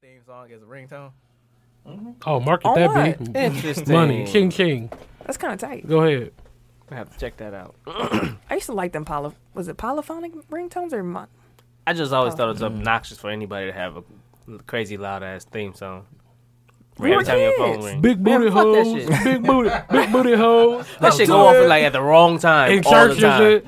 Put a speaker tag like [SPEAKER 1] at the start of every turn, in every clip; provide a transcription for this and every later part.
[SPEAKER 1] theme song as a ringtone.
[SPEAKER 2] Oh, market
[SPEAKER 3] All
[SPEAKER 2] that
[SPEAKER 3] right.
[SPEAKER 2] beat.
[SPEAKER 3] Interesting.
[SPEAKER 2] Money, King King.
[SPEAKER 3] That's kind of tight.
[SPEAKER 2] Go ahead.
[SPEAKER 3] I have to check that out.
[SPEAKER 4] I used to like them poly. Was it polyphonic ringtones or mon-
[SPEAKER 3] I just
[SPEAKER 4] Oh.
[SPEAKER 3] always thought it was obnoxious for anybody to have a crazy loud ass theme song.
[SPEAKER 4] We were
[SPEAKER 3] Every time your phone
[SPEAKER 4] kids.
[SPEAKER 3] rings,
[SPEAKER 2] Big
[SPEAKER 3] Man,
[SPEAKER 2] booty
[SPEAKER 3] fuck that
[SPEAKER 2] hoes.
[SPEAKER 3] shit.
[SPEAKER 2] Big booty. Big booty hoes.
[SPEAKER 3] That shit go off at, like at the wrong time,
[SPEAKER 2] in
[SPEAKER 3] all the
[SPEAKER 2] church and
[SPEAKER 3] time,
[SPEAKER 2] shit.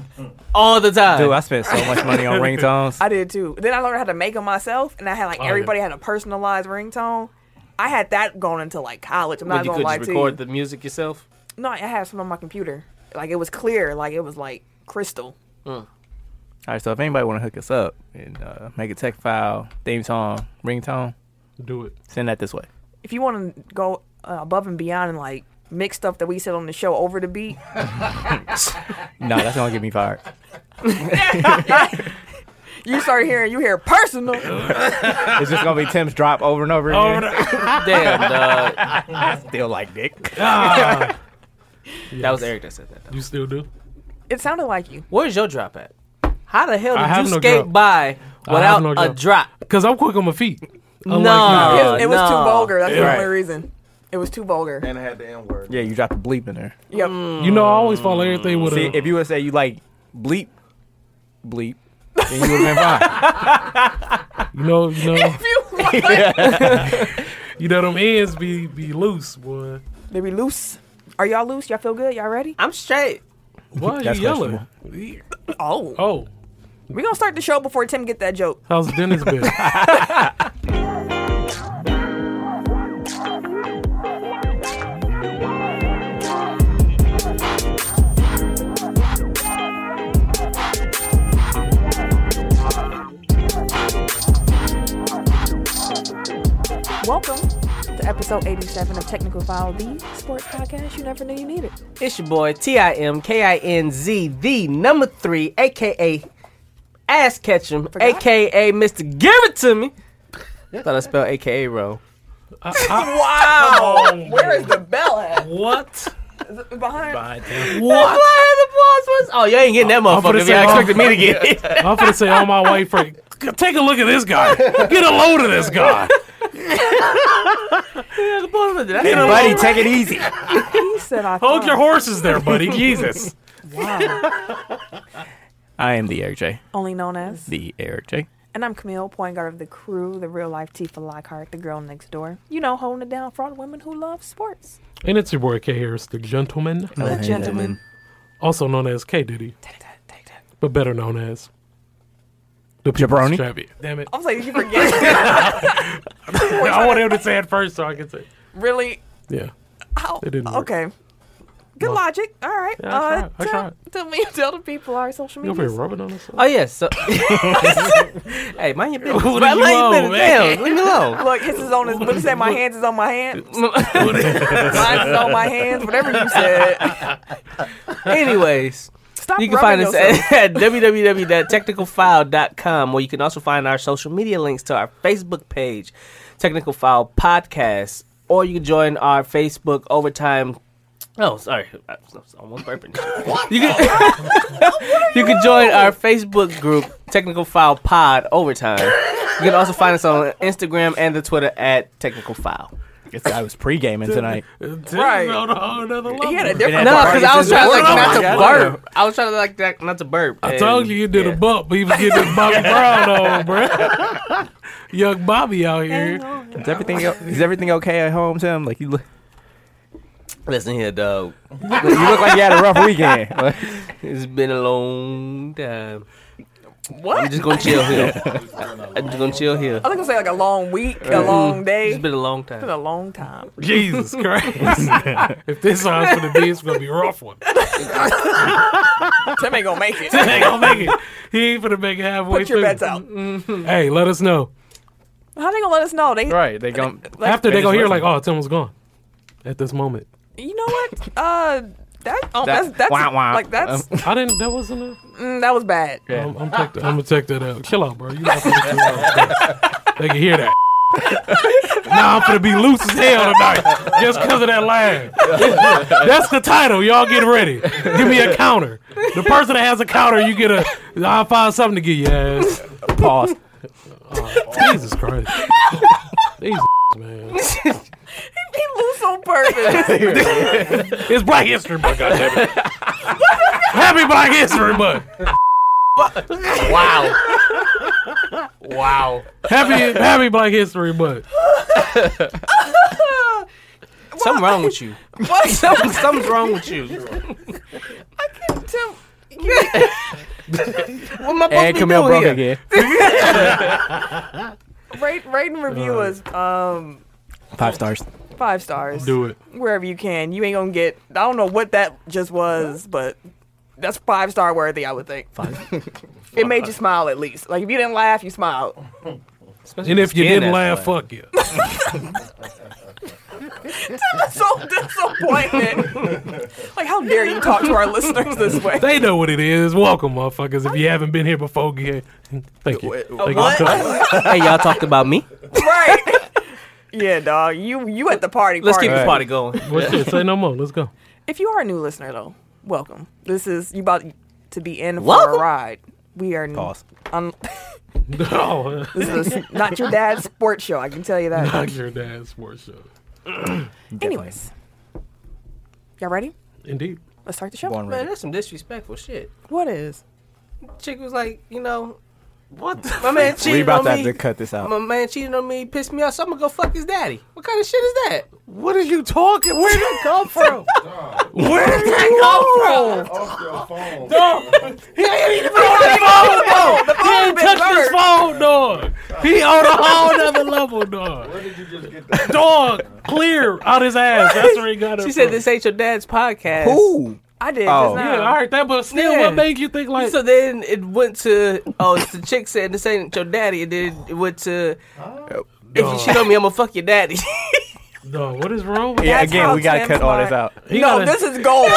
[SPEAKER 3] all the time.
[SPEAKER 1] Dude, I spent so much money on ringtones.
[SPEAKER 4] I did too. Then I learned how to make them myself, and I had like
[SPEAKER 2] Oh, yeah.
[SPEAKER 4] everybody had a personalized ringtone. I had that going into like college. I'm
[SPEAKER 3] but
[SPEAKER 4] not
[SPEAKER 3] you
[SPEAKER 4] gonna
[SPEAKER 3] could
[SPEAKER 4] lie
[SPEAKER 3] just
[SPEAKER 4] to you.
[SPEAKER 3] record the music yourself.
[SPEAKER 4] no, I had some on my computer. Like it was clear. Like it was like crystal.
[SPEAKER 1] All right, so if anybody want to hook us up and uh, make a tech file, theme song, ringtone,
[SPEAKER 2] Do it.
[SPEAKER 1] send that this way.
[SPEAKER 4] If you want to go uh, above and beyond and like mix stuff that we said on the show over the beat,
[SPEAKER 1] No, that's gonna get me fired.
[SPEAKER 4] you start hearing you hear personal.
[SPEAKER 1] It's just gonna be Tim's drop over and over again.
[SPEAKER 3] Damn, dog.
[SPEAKER 1] Still like Dick.
[SPEAKER 3] that was Eric that said that. Though.
[SPEAKER 2] You still do?
[SPEAKER 4] it sounded like you.
[SPEAKER 3] Where's your drop at? How the hell
[SPEAKER 2] I
[SPEAKER 3] did
[SPEAKER 2] have
[SPEAKER 3] you
[SPEAKER 2] no
[SPEAKER 3] skate
[SPEAKER 2] drop.
[SPEAKER 3] by
[SPEAKER 2] have
[SPEAKER 3] without
[SPEAKER 2] no
[SPEAKER 3] a
[SPEAKER 2] drop.
[SPEAKER 3] drop?
[SPEAKER 2] Cause I'm quick on my feet. Unlike
[SPEAKER 3] Uh, Nah.
[SPEAKER 2] you.
[SPEAKER 4] It, it was too
[SPEAKER 3] no.
[SPEAKER 4] vulgar. That's the
[SPEAKER 1] Right.
[SPEAKER 4] only reason. It was too vulvulgar.
[SPEAKER 5] And I had the N word.
[SPEAKER 1] Yeah, you dropped a bleep in there.
[SPEAKER 4] Yep.
[SPEAKER 3] Mm.
[SPEAKER 2] You know, I always follow everything with
[SPEAKER 1] See,
[SPEAKER 2] a.
[SPEAKER 1] if you would say you like bleep, bleep, then you would have been fine.
[SPEAKER 2] you know, you know,
[SPEAKER 4] If you
[SPEAKER 2] you know them ends be be loose, boy.
[SPEAKER 4] They be loose. Are y'all loose? Y'all feel good? Y'all ready?
[SPEAKER 3] I'm straight.
[SPEAKER 2] Why are
[SPEAKER 1] That's
[SPEAKER 2] you yelling?
[SPEAKER 4] Oh.
[SPEAKER 2] Oh,
[SPEAKER 4] We're gonna start the show before Tim get that joke.
[SPEAKER 2] how's Dennis been?
[SPEAKER 4] Welcome to episode 87 of Technical File, the sports podcast you never knew you needed.
[SPEAKER 3] It's your boy T I M K I N Z the number three, aka Ass Ketchum,
[SPEAKER 4] Forgot?
[SPEAKER 3] aka Mr. Give It To Me. Thought I spelled AKA wrong.
[SPEAKER 4] Wow! Where is the bell at?
[SPEAKER 2] what?
[SPEAKER 4] Behind.
[SPEAKER 3] What? the pause was? Oh, you ain't getting that
[SPEAKER 2] finna
[SPEAKER 3] motherfucker. if
[SPEAKER 2] say,
[SPEAKER 3] y'all
[SPEAKER 2] oh.
[SPEAKER 3] expected me to get it.
[SPEAKER 2] I'm gonna say all my white friends. Take a look at this guy. Get a load of this guy.
[SPEAKER 3] the pause was. That's
[SPEAKER 1] Hey, buddy, take it easy.
[SPEAKER 4] He said I
[SPEAKER 2] Hold
[SPEAKER 4] thought.
[SPEAKER 2] your horses there, buddy. Jesus.
[SPEAKER 1] I am the Eric J.
[SPEAKER 4] Only known as.
[SPEAKER 1] The Eric J.
[SPEAKER 4] And I'm Camille, point guard of the crew, the real life Tifa Lockhart, the girl next door. You know, holding it down for all the women who love sports.
[SPEAKER 2] And it's your boy K Harris, the gentleman,
[SPEAKER 4] The gentleman.
[SPEAKER 2] also known as K Diddy,
[SPEAKER 4] Take that, take that.
[SPEAKER 2] but better known as the People's
[SPEAKER 1] Jabroni?
[SPEAKER 2] Champion. Damn it!
[SPEAKER 4] I'm saying you forget.
[SPEAKER 2] I want him to say it first, so I can say.
[SPEAKER 4] really?
[SPEAKER 2] Yeah.
[SPEAKER 4] How?
[SPEAKER 2] It didn't work.
[SPEAKER 4] Okay. Good
[SPEAKER 2] Well-
[SPEAKER 4] logic. All right.
[SPEAKER 2] Yeah, I
[SPEAKER 4] uh,
[SPEAKER 2] tried. I
[SPEAKER 4] tell,
[SPEAKER 2] tried.
[SPEAKER 4] tell me, tell the people our social
[SPEAKER 2] You over here
[SPEAKER 4] media.
[SPEAKER 2] rubbing on us?
[SPEAKER 3] Oh, yes. So, hey, mind your business.
[SPEAKER 2] What
[SPEAKER 3] man.
[SPEAKER 2] are you
[SPEAKER 3] Mind your
[SPEAKER 2] on,
[SPEAKER 3] business.
[SPEAKER 2] man?
[SPEAKER 3] Damn, leave me alone.
[SPEAKER 4] Look, his is on his. What you say? My hands is on my hands. Mine's is on my hands. Whatever you said.
[SPEAKER 3] Anyways.
[SPEAKER 4] Stop.
[SPEAKER 3] You can find us at, at www.technicalfile.com, where you can also find our social media links to our Facebook page, Technical File Podcast, or you can join our Facebook Overtime. Oh, sorry, I was almost burping. You can, you can join our Facebook group, Technical File Pod Overtime. You can also find us on Instagram and the Twitter at Technical File.
[SPEAKER 1] This guy was pre gaming tonight.
[SPEAKER 4] Right.
[SPEAKER 2] Uh, On a whole nother level.
[SPEAKER 4] He had a
[SPEAKER 1] It
[SPEAKER 4] different.
[SPEAKER 1] had
[SPEAKER 3] No,
[SPEAKER 1] parties
[SPEAKER 3] because I was
[SPEAKER 1] in
[SPEAKER 3] trying
[SPEAKER 1] the
[SPEAKER 3] like
[SPEAKER 1] world. Yeah, I
[SPEAKER 3] not to
[SPEAKER 1] know.
[SPEAKER 3] burp. I was trying to like that, not to burp.
[SPEAKER 2] I told you you did a bump, but he was getting his Bobby Brown on, bruh. Young Bobby out here.
[SPEAKER 1] Is everything o- is everything okay at home, Tim? Like you look
[SPEAKER 3] Listen here, dog.
[SPEAKER 1] you look like you had a rough weekend. Like,
[SPEAKER 3] It's been a long time. What? I'm just gonna chill here. I'm just gonna chill here.
[SPEAKER 4] I was gonna say like a long week, a long day.
[SPEAKER 3] It's
[SPEAKER 4] It's
[SPEAKER 3] been a long time.
[SPEAKER 4] been a long time.
[SPEAKER 2] Jesus Christ. if this song's for the B, it's going to be a rough one.
[SPEAKER 4] Tim ain't gonna make it.
[SPEAKER 2] He ain't going to make it. He ain't going to make it halfway
[SPEAKER 4] Put
[SPEAKER 2] through.
[SPEAKER 4] your bets out.
[SPEAKER 2] Hey, let us know.
[SPEAKER 4] How they gonna let us know? They,
[SPEAKER 1] right. They gonna
[SPEAKER 2] After
[SPEAKER 1] finish
[SPEAKER 2] they going to hear, like,
[SPEAKER 1] listening.
[SPEAKER 2] oh, Tim was gone at this moment.
[SPEAKER 4] you know what? Uh, that oh,
[SPEAKER 1] That-
[SPEAKER 4] that's that's
[SPEAKER 1] wah, wah.
[SPEAKER 4] like that's
[SPEAKER 2] I didn't, that wasn't a.
[SPEAKER 4] mm, that was bad.
[SPEAKER 1] Yeah.
[SPEAKER 2] I'm, I'm, check that, I'm gonna check that out. Chill out, bro. You not finna chill out. bro. They can hear that. nah, I'm finna be loose as hell tonight just because of that line. That's the title. Y'all get ready. Give me a counter. The person that has a counter, you get a. I'll find something to get your ass.
[SPEAKER 1] pause.
[SPEAKER 2] Jesus Christ. These man.
[SPEAKER 4] He loose on purpose.
[SPEAKER 2] It's Black History Month, goddammit. Happy Black History Month.
[SPEAKER 5] Wow. wow.
[SPEAKER 2] Happy Happy Black History Month.
[SPEAKER 3] Something wrong with you.
[SPEAKER 4] what?
[SPEAKER 3] Something, something's wrong with you.
[SPEAKER 4] Tim,
[SPEAKER 3] What am I
[SPEAKER 1] And
[SPEAKER 3] supposed to be
[SPEAKER 1] Camille
[SPEAKER 3] doing
[SPEAKER 1] broke
[SPEAKER 3] here?
[SPEAKER 1] again.
[SPEAKER 4] rate, rate and review us um,
[SPEAKER 1] Five stars.
[SPEAKER 4] five stars.
[SPEAKER 2] Do it.
[SPEAKER 4] Wherever you can. You ain't going to get, I don't know what that just was, but that's five star worthy, I would think. It made you smile at least. Like if you didn't laugh, you smiled.
[SPEAKER 2] And if you
[SPEAKER 3] Skin
[SPEAKER 2] didn't
[SPEAKER 3] that
[SPEAKER 2] laugh,
[SPEAKER 3] way.
[SPEAKER 2] fuck you.
[SPEAKER 4] so disappointed. like, how dare you talk to our listeners this way?
[SPEAKER 2] They know what it is. Welcome, motherfuckers. If you haven't been here before, yeah. thank you. Thank you.
[SPEAKER 4] what?
[SPEAKER 3] Hey, y'all talked about me.
[SPEAKER 4] right. Yeah, dog. You you at the party.
[SPEAKER 3] Let's
[SPEAKER 4] party.
[SPEAKER 3] keep this party going.
[SPEAKER 2] Well, shit, say no more. Let's go.
[SPEAKER 4] If you are a new listener, though, welcome. This is you about to be in for
[SPEAKER 3] Welcome.
[SPEAKER 4] a ride. We are
[SPEAKER 1] Pause.
[SPEAKER 4] Um,
[SPEAKER 2] No,
[SPEAKER 4] this is not your dad's sports show. I can tell you that.
[SPEAKER 2] not your dad's sports show.
[SPEAKER 4] Anyways, y'all ready?
[SPEAKER 2] Indeed.
[SPEAKER 4] Let's start the show.
[SPEAKER 1] Born
[SPEAKER 3] Man,
[SPEAKER 1] ready.
[SPEAKER 3] that's some disrespectful shit.
[SPEAKER 4] What is?
[SPEAKER 3] Chick was like, you know, what? The my man
[SPEAKER 1] We
[SPEAKER 3] cheated
[SPEAKER 1] about
[SPEAKER 3] on
[SPEAKER 1] to have
[SPEAKER 3] me.
[SPEAKER 1] to cut this out.
[SPEAKER 3] my man cheated on me, pissed me off, so I'm gonna go fuck his daddy. What kind of shit is that?
[SPEAKER 1] What are you talking? Where did it come from?
[SPEAKER 2] Where did that
[SPEAKER 3] Go from
[SPEAKER 5] Off your phone.
[SPEAKER 3] he ain't even
[SPEAKER 4] Oh, the
[SPEAKER 2] He
[SPEAKER 4] phone
[SPEAKER 2] ain't
[SPEAKER 4] been
[SPEAKER 2] touched his
[SPEAKER 4] burnt.
[SPEAKER 2] phone, dog. He on a whole nother level, dog.
[SPEAKER 5] Where did you just get that?
[SPEAKER 2] Dog, clear out his ass. That's where he got it.
[SPEAKER 3] She said
[SPEAKER 2] from.
[SPEAKER 3] this ain't your dad's podcast.
[SPEAKER 1] Who?
[SPEAKER 4] I did.
[SPEAKER 1] Oh.
[SPEAKER 4] just
[SPEAKER 2] Yeah,
[SPEAKER 4] now.
[SPEAKER 2] I heard that, but still,
[SPEAKER 3] Yeah.
[SPEAKER 2] what made you think like?
[SPEAKER 3] So then it went to oh, it's the chick said this ain't your daddy, and then it went to if you cheat on me, I'm gonna fuck your daddy.
[SPEAKER 2] dog, what is wrong with
[SPEAKER 1] Yeah,
[SPEAKER 4] That's
[SPEAKER 1] again,
[SPEAKER 4] how
[SPEAKER 1] we gotta
[SPEAKER 4] Tim's
[SPEAKER 1] cut all this
[SPEAKER 4] like-
[SPEAKER 1] out.
[SPEAKER 2] He
[SPEAKER 4] no,
[SPEAKER 2] gotta-
[SPEAKER 4] this is gold.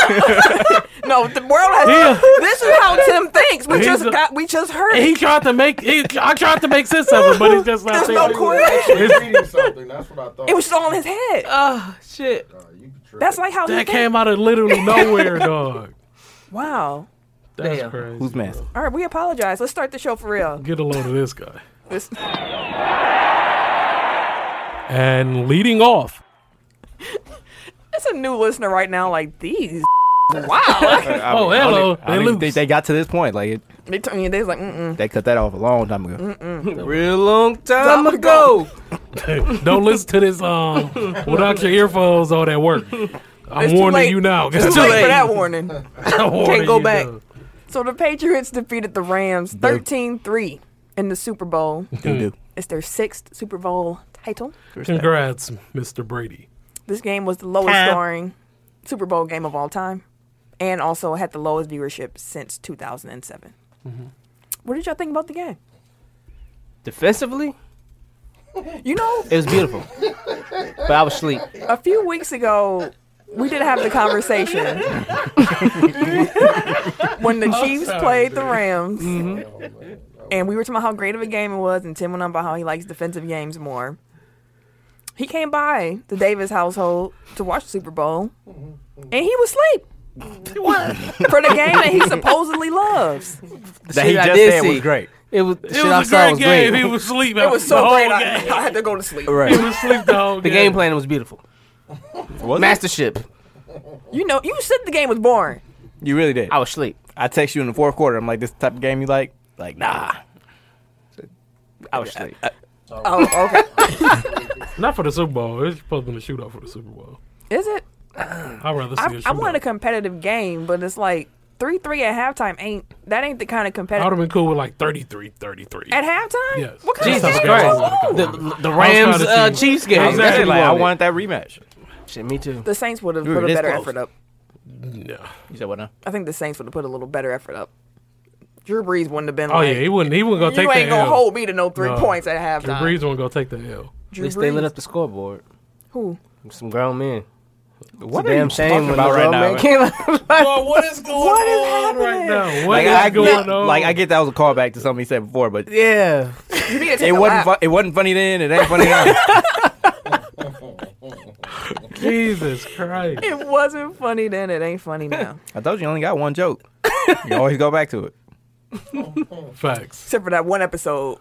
[SPEAKER 4] no, the world has.
[SPEAKER 2] Yeah.
[SPEAKER 4] This is how Tim thinks. We
[SPEAKER 2] He's
[SPEAKER 4] just
[SPEAKER 2] a-
[SPEAKER 4] got. We just heard.
[SPEAKER 2] And he
[SPEAKER 4] it.
[SPEAKER 2] tried to make. He, I tried to make sense of it, but it's just not
[SPEAKER 4] There's no
[SPEAKER 2] there.
[SPEAKER 4] correlation.
[SPEAKER 5] It's reading something. That's what I thought.
[SPEAKER 4] It was just on his head.
[SPEAKER 3] oh shit!
[SPEAKER 5] Nah, you tripping.
[SPEAKER 4] That's like how he
[SPEAKER 2] that
[SPEAKER 4] thinks.
[SPEAKER 2] came out of literally nowhere, dog.
[SPEAKER 4] Wow.
[SPEAKER 2] That's
[SPEAKER 3] Damn.
[SPEAKER 2] crazy.
[SPEAKER 1] Who's mad?
[SPEAKER 4] All right, we apologize. Let's start the show for real.
[SPEAKER 2] Get a load of this guy.
[SPEAKER 4] This,
[SPEAKER 2] And leading off,
[SPEAKER 4] it's a new listener right now. Like these. wow.
[SPEAKER 2] Oh, hello.
[SPEAKER 1] I don't
[SPEAKER 2] They
[SPEAKER 1] even
[SPEAKER 2] lose.
[SPEAKER 1] think they got to this point. Like, it,
[SPEAKER 4] they told me they was like, mm
[SPEAKER 1] they cut that off a long time ago.
[SPEAKER 3] Real long time
[SPEAKER 4] Time ago.
[SPEAKER 3] ago.
[SPEAKER 2] don't listen to this um without your earphones on at work. I'm
[SPEAKER 4] It's too
[SPEAKER 2] warning
[SPEAKER 4] late.
[SPEAKER 2] you now.
[SPEAKER 4] It's too late for that warning.
[SPEAKER 2] Can't
[SPEAKER 3] go back.
[SPEAKER 4] So the Patriots defeated the Rams 13-3 in the Super Bowl.
[SPEAKER 1] Doo-doo.
[SPEAKER 4] It's their sixth Super Bowl title.
[SPEAKER 2] Congrats, Mr. Brady.
[SPEAKER 4] This game was the lowest scoring Super Bowl game of all time, and also had the lowest viewership since 2007. What did y'all think about the game?
[SPEAKER 3] Defensively,
[SPEAKER 4] You know,
[SPEAKER 3] it was beautiful, but I was asleep.
[SPEAKER 4] a few weeks ago we did have the conversation when the Chiefs played the Rams,
[SPEAKER 2] Mm-hmm.
[SPEAKER 4] and we were talking about how great of a game it was, and Tim went on about how he likes defensive games more. He came by the Davis household to watch the Super Bowl,
[SPEAKER 2] Mm-hmm.
[SPEAKER 4] and he was asleep. For the game that he supposedly loves.
[SPEAKER 1] That he
[SPEAKER 3] Shit, I
[SPEAKER 1] just
[SPEAKER 3] did
[SPEAKER 1] said
[SPEAKER 3] see.
[SPEAKER 1] was great.
[SPEAKER 3] It was,
[SPEAKER 2] It
[SPEAKER 3] shit I
[SPEAKER 2] was a
[SPEAKER 3] saw
[SPEAKER 2] great
[SPEAKER 3] was
[SPEAKER 2] game.
[SPEAKER 3] great.
[SPEAKER 2] He was asleep.
[SPEAKER 4] It was so
[SPEAKER 2] the
[SPEAKER 4] great,
[SPEAKER 2] Whole
[SPEAKER 4] I,
[SPEAKER 2] game.
[SPEAKER 4] I had to go to sleep.
[SPEAKER 2] He
[SPEAKER 1] Right.
[SPEAKER 2] was asleep the whole
[SPEAKER 3] The game plan was beautiful.
[SPEAKER 1] Was it?
[SPEAKER 3] Mastership.
[SPEAKER 4] You know, you said the game was boring.
[SPEAKER 1] You really did.
[SPEAKER 3] I was asleep.
[SPEAKER 1] I text you in the fourth quarter. I'm like, this type of game you like? Like, nah.
[SPEAKER 3] I was asleep.
[SPEAKER 4] Oh, okay.
[SPEAKER 2] Not for the Super Bowl. It's supposed to be a shootout for the Super Bowl.
[SPEAKER 4] Is it?
[SPEAKER 2] I'd rather see a
[SPEAKER 4] I,
[SPEAKER 2] shootout.
[SPEAKER 4] I want a competitive game, but it's like three three at halftime ain't that ain't the kind of
[SPEAKER 2] I would
[SPEAKER 4] competitive
[SPEAKER 2] have been cool with like 33 33.
[SPEAKER 4] at halftime.
[SPEAKER 2] Yes.
[SPEAKER 4] What kind
[SPEAKER 2] Jesus
[SPEAKER 4] of game?
[SPEAKER 2] Christ.
[SPEAKER 3] The, the Rams
[SPEAKER 2] trying to
[SPEAKER 3] uh,
[SPEAKER 2] see-
[SPEAKER 3] Chiefs game.
[SPEAKER 2] Exactly.
[SPEAKER 1] Like, I
[SPEAKER 2] wanted it.
[SPEAKER 1] wanted that rematch.
[SPEAKER 3] Shit, me too.
[SPEAKER 4] The Saints would have
[SPEAKER 1] We were
[SPEAKER 4] put a
[SPEAKER 1] this
[SPEAKER 4] better
[SPEAKER 1] close.
[SPEAKER 4] effort up.
[SPEAKER 2] No.
[SPEAKER 1] You said what now?
[SPEAKER 4] I think the Saints would have put a little better effort up. Drew Brees wouldn't have been.
[SPEAKER 2] Oh,
[SPEAKER 4] like,
[SPEAKER 2] yeah. He wouldn't, he wouldn't go
[SPEAKER 4] you
[SPEAKER 2] take
[SPEAKER 4] ain't
[SPEAKER 2] that
[SPEAKER 4] gonna
[SPEAKER 2] L.
[SPEAKER 4] hold me to no three
[SPEAKER 2] No.
[SPEAKER 4] points at
[SPEAKER 2] Drew
[SPEAKER 4] halftime.
[SPEAKER 2] Breeze won't go take that L.
[SPEAKER 4] Drew
[SPEAKER 3] At least they
[SPEAKER 4] Brees.
[SPEAKER 3] lit up the scoreboard.
[SPEAKER 4] Who?
[SPEAKER 3] Some grown men.
[SPEAKER 1] What
[SPEAKER 3] It's a damn shame when the grown man came out.
[SPEAKER 2] what is going
[SPEAKER 4] What is on right happening? now?
[SPEAKER 2] now?
[SPEAKER 1] Like, I,
[SPEAKER 2] going
[SPEAKER 1] get,
[SPEAKER 2] on?
[SPEAKER 1] like I get that was a callback to something he said before, but
[SPEAKER 3] yeah.
[SPEAKER 4] You need to
[SPEAKER 1] it
[SPEAKER 4] take a
[SPEAKER 1] wasn't
[SPEAKER 4] lap.
[SPEAKER 1] fu- it wasn't funny then. It ain't funny now.
[SPEAKER 2] Jesus Christ.
[SPEAKER 4] It wasn't funny then. It ain't funny now.
[SPEAKER 1] I told you, you only got one joke. You always go back to it.
[SPEAKER 2] Facts.
[SPEAKER 4] Except for that one episode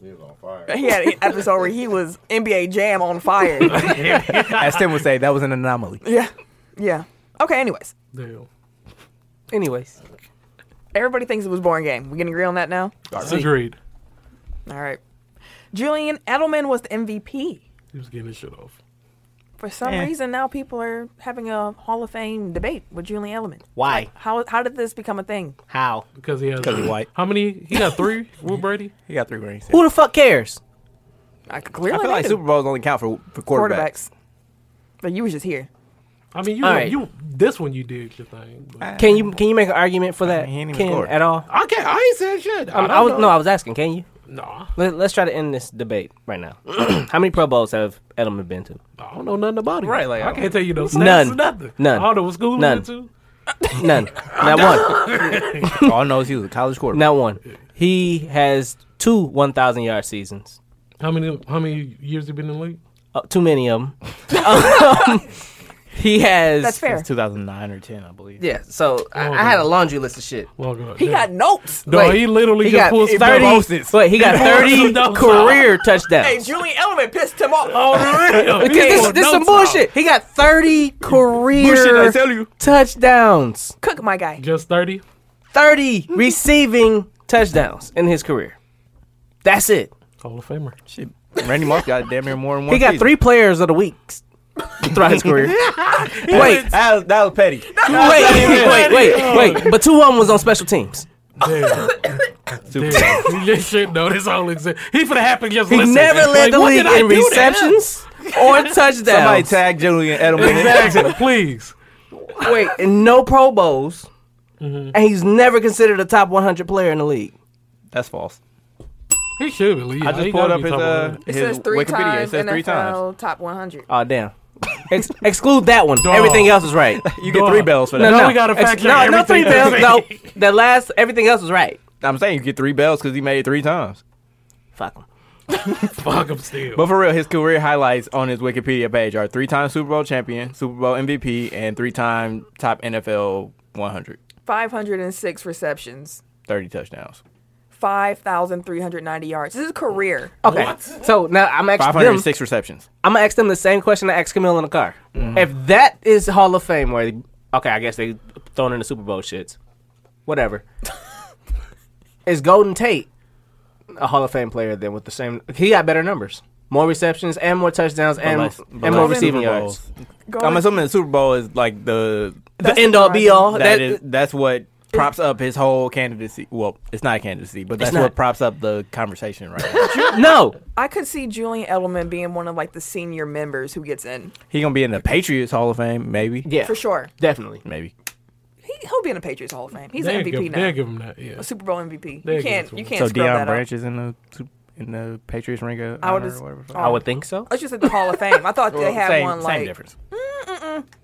[SPEAKER 5] He was on fire.
[SPEAKER 4] He had an episode where he was NBA Jam on fire.
[SPEAKER 1] As Tim would say, that was an anomaly.
[SPEAKER 4] yeah, yeah. Okay. Anyways,
[SPEAKER 2] Damn.
[SPEAKER 3] Anyways,
[SPEAKER 4] everybody thinks it was a boring game. We can agree on that now.
[SPEAKER 2] Agreed.
[SPEAKER 4] All right. Julian Edelman was the MVP.
[SPEAKER 2] He was getting his shit off.
[SPEAKER 4] For some
[SPEAKER 1] Eh.
[SPEAKER 4] reason, now people are having a Hall of Fame debate with Julian Edelman.
[SPEAKER 3] why?
[SPEAKER 4] How how did this become a thing?
[SPEAKER 3] How?
[SPEAKER 2] Because he has
[SPEAKER 1] Because he white.
[SPEAKER 2] How many? He got three with Brady?
[SPEAKER 1] He got three rings.
[SPEAKER 3] Who the fuck cares?
[SPEAKER 4] I clearly
[SPEAKER 1] I feel like
[SPEAKER 4] they
[SPEAKER 1] Super Bowls only count for, for
[SPEAKER 4] do
[SPEAKER 1] quarterbacks.
[SPEAKER 4] quarterbacks. But you was just here.
[SPEAKER 2] I mean, you,
[SPEAKER 3] All right.
[SPEAKER 2] you this one you did your thing. but-
[SPEAKER 3] Can you can you make an argument for that?
[SPEAKER 1] he ain't even
[SPEAKER 3] Can
[SPEAKER 1] scored.
[SPEAKER 3] at all?
[SPEAKER 2] I can't. I ain't saying shit.
[SPEAKER 3] I,
[SPEAKER 2] I,
[SPEAKER 3] I was
[SPEAKER 2] don't
[SPEAKER 3] no,
[SPEAKER 2] know.
[SPEAKER 3] I was asking. Can you?
[SPEAKER 2] Nah,
[SPEAKER 3] Let, let's try to end this debate right now. How many Pro Bowls have Edelman been to?
[SPEAKER 2] I don't know nothing about him.
[SPEAKER 1] Right, like,
[SPEAKER 2] I
[SPEAKER 1] I-
[SPEAKER 2] can't tell you no
[SPEAKER 3] None.
[SPEAKER 2] stats, nothing.
[SPEAKER 3] None.
[SPEAKER 2] I don't know what school he
[SPEAKER 3] None.
[SPEAKER 2] went to.
[SPEAKER 3] None. Not one.
[SPEAKER 1] All I know is he was a college quarterback.
[SPEAKER 3] Not one. He has two 1,000 yard seasons.
[SPEAKER 2] How many? How many years he been in the league?
[SPEAKER 3] Uh, too many of them. he has.
[SPEAKER 4] That's fair.
[SPEAKER 1] 2009 or 10, I believe.
[SPEAKER 3] Yeah, so I,
[SPEAKER 2] Oh,
[SPEAKER 3] I had a laundry list of shit.
[SPEAKER 2] Well, Oh, God,
[SPEAKER 4] He
[SPEAKER 2] damn.
[SPEAKER 4] got notes.
[SPEAKER 2] No,
[SPEAKER 3] Like,
[SPEAKER 2] he literally
[SPEAKER 3] he
[SPEAKER 2] just
[SPEAKER 3] got
[SPEAKER 2] pulls
[SPEAKER 1] it-
[SPEAKER 2] thirty.
[SPEAKER 1] Moses.
[SPEAKER 3] Wait, he got 30
[SPEAKER 2] Those
[SPEAKER 3] career touchdowns.
[SPEAKER 4] Hey, Julian Edelman pissed him off. Oh,
[SPEAKER 3] Because this, this some bullshit. He got 30 career
[SPEAKER 1] you.
[SPEAKER 3] touchdowns.
[SPEAKER 4] Cook my guy.
[SPEAKER 2] Just thirty.
[SPEAKER 3] 30 receiving touchdowns in his career. That's it.
[SPEAKER 2] Hall of Famer.
[SPEAKER 1] Shit. Randy Moss got damn near more than one.
[SPEAKER 3] He got
[SPEAKER 1] season.
[SPEAKER 3] three players of the week throughout his career. wait,
[SPEAKER 1] That was, that was petty.
[SPEAKER 3] wait, wait, wait, wait. But two of them was on special teams.
[SPEAKER 2] Damn.
[SPEAKER 1] Super Bowl.
[SPEAKER 2] Damn. he just should know this all exists. He for the happen just
[SPEAKER 3] He
[SPEAKER 2] listen.
[SPEAKER 3] never led
[SPEAKER 2] Like,
[SPEAKER 3] the
[SPEAKER 2] what
[SPEAKER 3] league
[SPEAKER 2] did I
[SPEAKER 3] in
[SPEAKER 2] do to him?
[SPEAKER 3] receptions or touchdowns.
[SPEAKER 1] Somebody tag Julian Edelman.
[SPEAKER 2] Exactly. Please.
[SPEAKER 3] Wait, and no Pro Bowls,
[SPEAKER 2] Mm-hmm.
[SPEAKER 3] and he's never considered a top 100 player in the league.
[SPEAKER 1] That's false.
[SPEAKER 2] He should believe.
[SPEAKER 1] I just pulled up his, uh,
[SPEAKER 4] It
[SPEAKER 1] his
[SPEAKER 4] says three
[SPEAKER 1] Wikipedia.
[SPEAKER 4] times
[SPEAKER 1] it says
[SPEAKER 4] NFL
[SPEAKER 1] three times. Uh.
[SPEAKER 4] top 100.
[SPEAKER 3] Oh damn. Ex- exclude that one.
[SPEAKER 2] Dog.
[SPEAKER 3] Everything else is right.
[SPEAKER 1] You get three bells for that.
[SPEAKER 2] No, we gotta
[SPEAKER 3] Ex-
[SPEAKER 2] fact check
[SPEAKER 3] No, no three
[SPEAKER 2] everything
[SPEAKER 3] bells. No,
[SPEAKER 2] else.
[SPEAKER 3] the last everything else was right.
[SPEAKER 1] I'm saying you get three bells because he made it three times.
[SPEAKER 3] Fuck him.
[SPEAKER 2] Fuck him still.
[SPEAKER 1] But for real, his career highlights on his Wikipedia page are three-time Super Bowl champion, Super Bowl MVP, and three-time top NFL 100,
[SPEAKER 4] 506 receptions,
[SPEAKER 1] 30 touchdowns.
[SPEAKER 4] 5,390 yards. This is career.
[SPEAKER 3] Okay. So now I'm asking them.
[SPEAKER 1] 506 receptions.
[SPEAKER 3] I'm gonna ask them the same question I asked Camille in the car.
[SPEAKER 1] Mm-hmm.
[SPEAKER 3] If that is Hall of Fame worthy, okay, I guess they thrown in the Super Bowl shits, whatever. is Golden Tate a Hall of Fame player? Then with the same, he got better numbers, more receptions, and more touchdowns, and
[SPEAKER 1] less- but
[SPEAKER 3] and
[SPEAKER 1] less
[SPEAKER 3] more receiving
[SPEAKER 1] Super
[SPEAKER 3] yards.
[SPEAKER 1] Bowls.
[SPEAKER 4] Go
[SPEAKER 1] I'm assuming the Super Bowl is like the
[SPEAKER 3] The end all be all.
[SPEAKER 1] that
[SPEAKER 3] Oh, That
[SPEAKER 1] is that's what props up his whole candidacy. Well, it's not a candidacy, but that's
[SPEAKER 3] not.
[SPEAKER 1] what props up the conversation right now.
[SPEAKER 3] no.
[SPEAKER 4] I could see Julian Edelman being one of like the senior members who gets in
[SPEAKER 1] He gonna be in the Patriots Hall of Fame, maybe.
[SPEAKER 3] Yeah,
[SPEAKER 4] for sure.
[SPEAKER 3] definitely.
[SPEAKER 1] Maybe.
[SPEAKER 4] He, he'll be in the Patriots Hall of Fame. He's
[SPEAKER 2] They'll
[SPEAKER 4] an MVP
[SPEAKER 2] give,
[SPEAKER 4] now.
[SPEAKER 2] They'll give him that. Yeah.
[SPEAKER 4] A Super Bowl MVP.
[SPEAKER 2] They'll
[SPEAKER 4] You
[SPEAKER 2] give
[SPEAKER 4] can't.
[SPEAKER 2] it to
[SPEAKER 4] You
[SPEAKER 2] him.
[SPEAKER 4] can't
[SPEAKER 1] So
[SPEAKER 4] scrub
[SPEAKER 1] Deion
[SPEAKER 4] that
[SPEAKER 1] Branch
[SPEAKER 4] up.
[SPEAKER 1] is in the Sup- in the Patriots ring of
[SPEAKER 4] I would
[SPEAKER 1] honor
[SPEAKER 4] just-
[SPEAKER 1] or whatever.
[SPEAKER 4] oh,
[SPEAKER 3] I would think so.
[SPEAKER 4] Let's just say the Hall of Fame. I thought they had
[SPEAKER 1] same,
[SPEAKER 4] one
[SPEAKER 1] same
[SPEAKER 4] like
[SPEAKER 1] difference.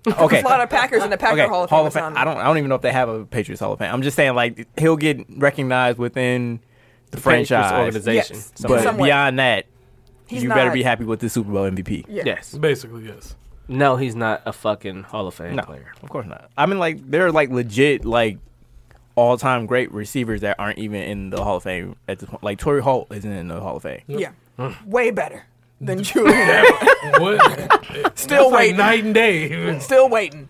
[SPEAKER 1] Okay.
[SPEAKER 4] a lot of Packers in the Packer
[SPEAKER 1] Okay,
[SPEAKER 4] Hall of Fame.
[SPEAKER 1] Hall
[SPEAKER 4] or
[SPEAKER 1] of Fame.
[SPEAKER 4] something.
[SPEAKER 1] I don't. I don't even know if they have a Patriots Hall of Fame. I'm just saying, like he'll get recognized within the,
[SPEAKER 3] Patriots
[SPEAKER 1] franchise
[SPEAKER 3] organization.
[SPEAKER 4] Yes.
[SPEAKER 3] So-
[SPEAKER 1] but
[SPEAKER 4] Some way.
[SPEAKER 1] beyond that,
[SPEAKER 4] He's
[SPEAKER 1] you better
[SPEAKER 4] not-
[SPEAKER 1] be happy with the Super Bowl MVP.
[SPEAKER 4] Yeah.
[SPEAKER 3] yes.
[SPEAKER 2] Basically, yes.
[SPEAKER 3] No, he's not a fucking Hall of Fame
[SPEAKER 1] No,
[SPEAKER 3] player.
[SPEAKER 1] of course not. I mean, like there are like legit like all time great receivers that aren't even in the Hall of Fame at this point. Like Torrey Holt isn't in the Hall of Fame.
[SPEAKER 4] Yeah.
[SPEAKER 2] Mm.
[SPEAKER 4] Way better than Julian.
[SPEAKER 2] What?
[SPEAKER 4] Still
[SPEAKER 2] like
[SPEAKER 4] waiting.
[SPEAKER 2] night and day.
[SPEAKER 4] Still waiting.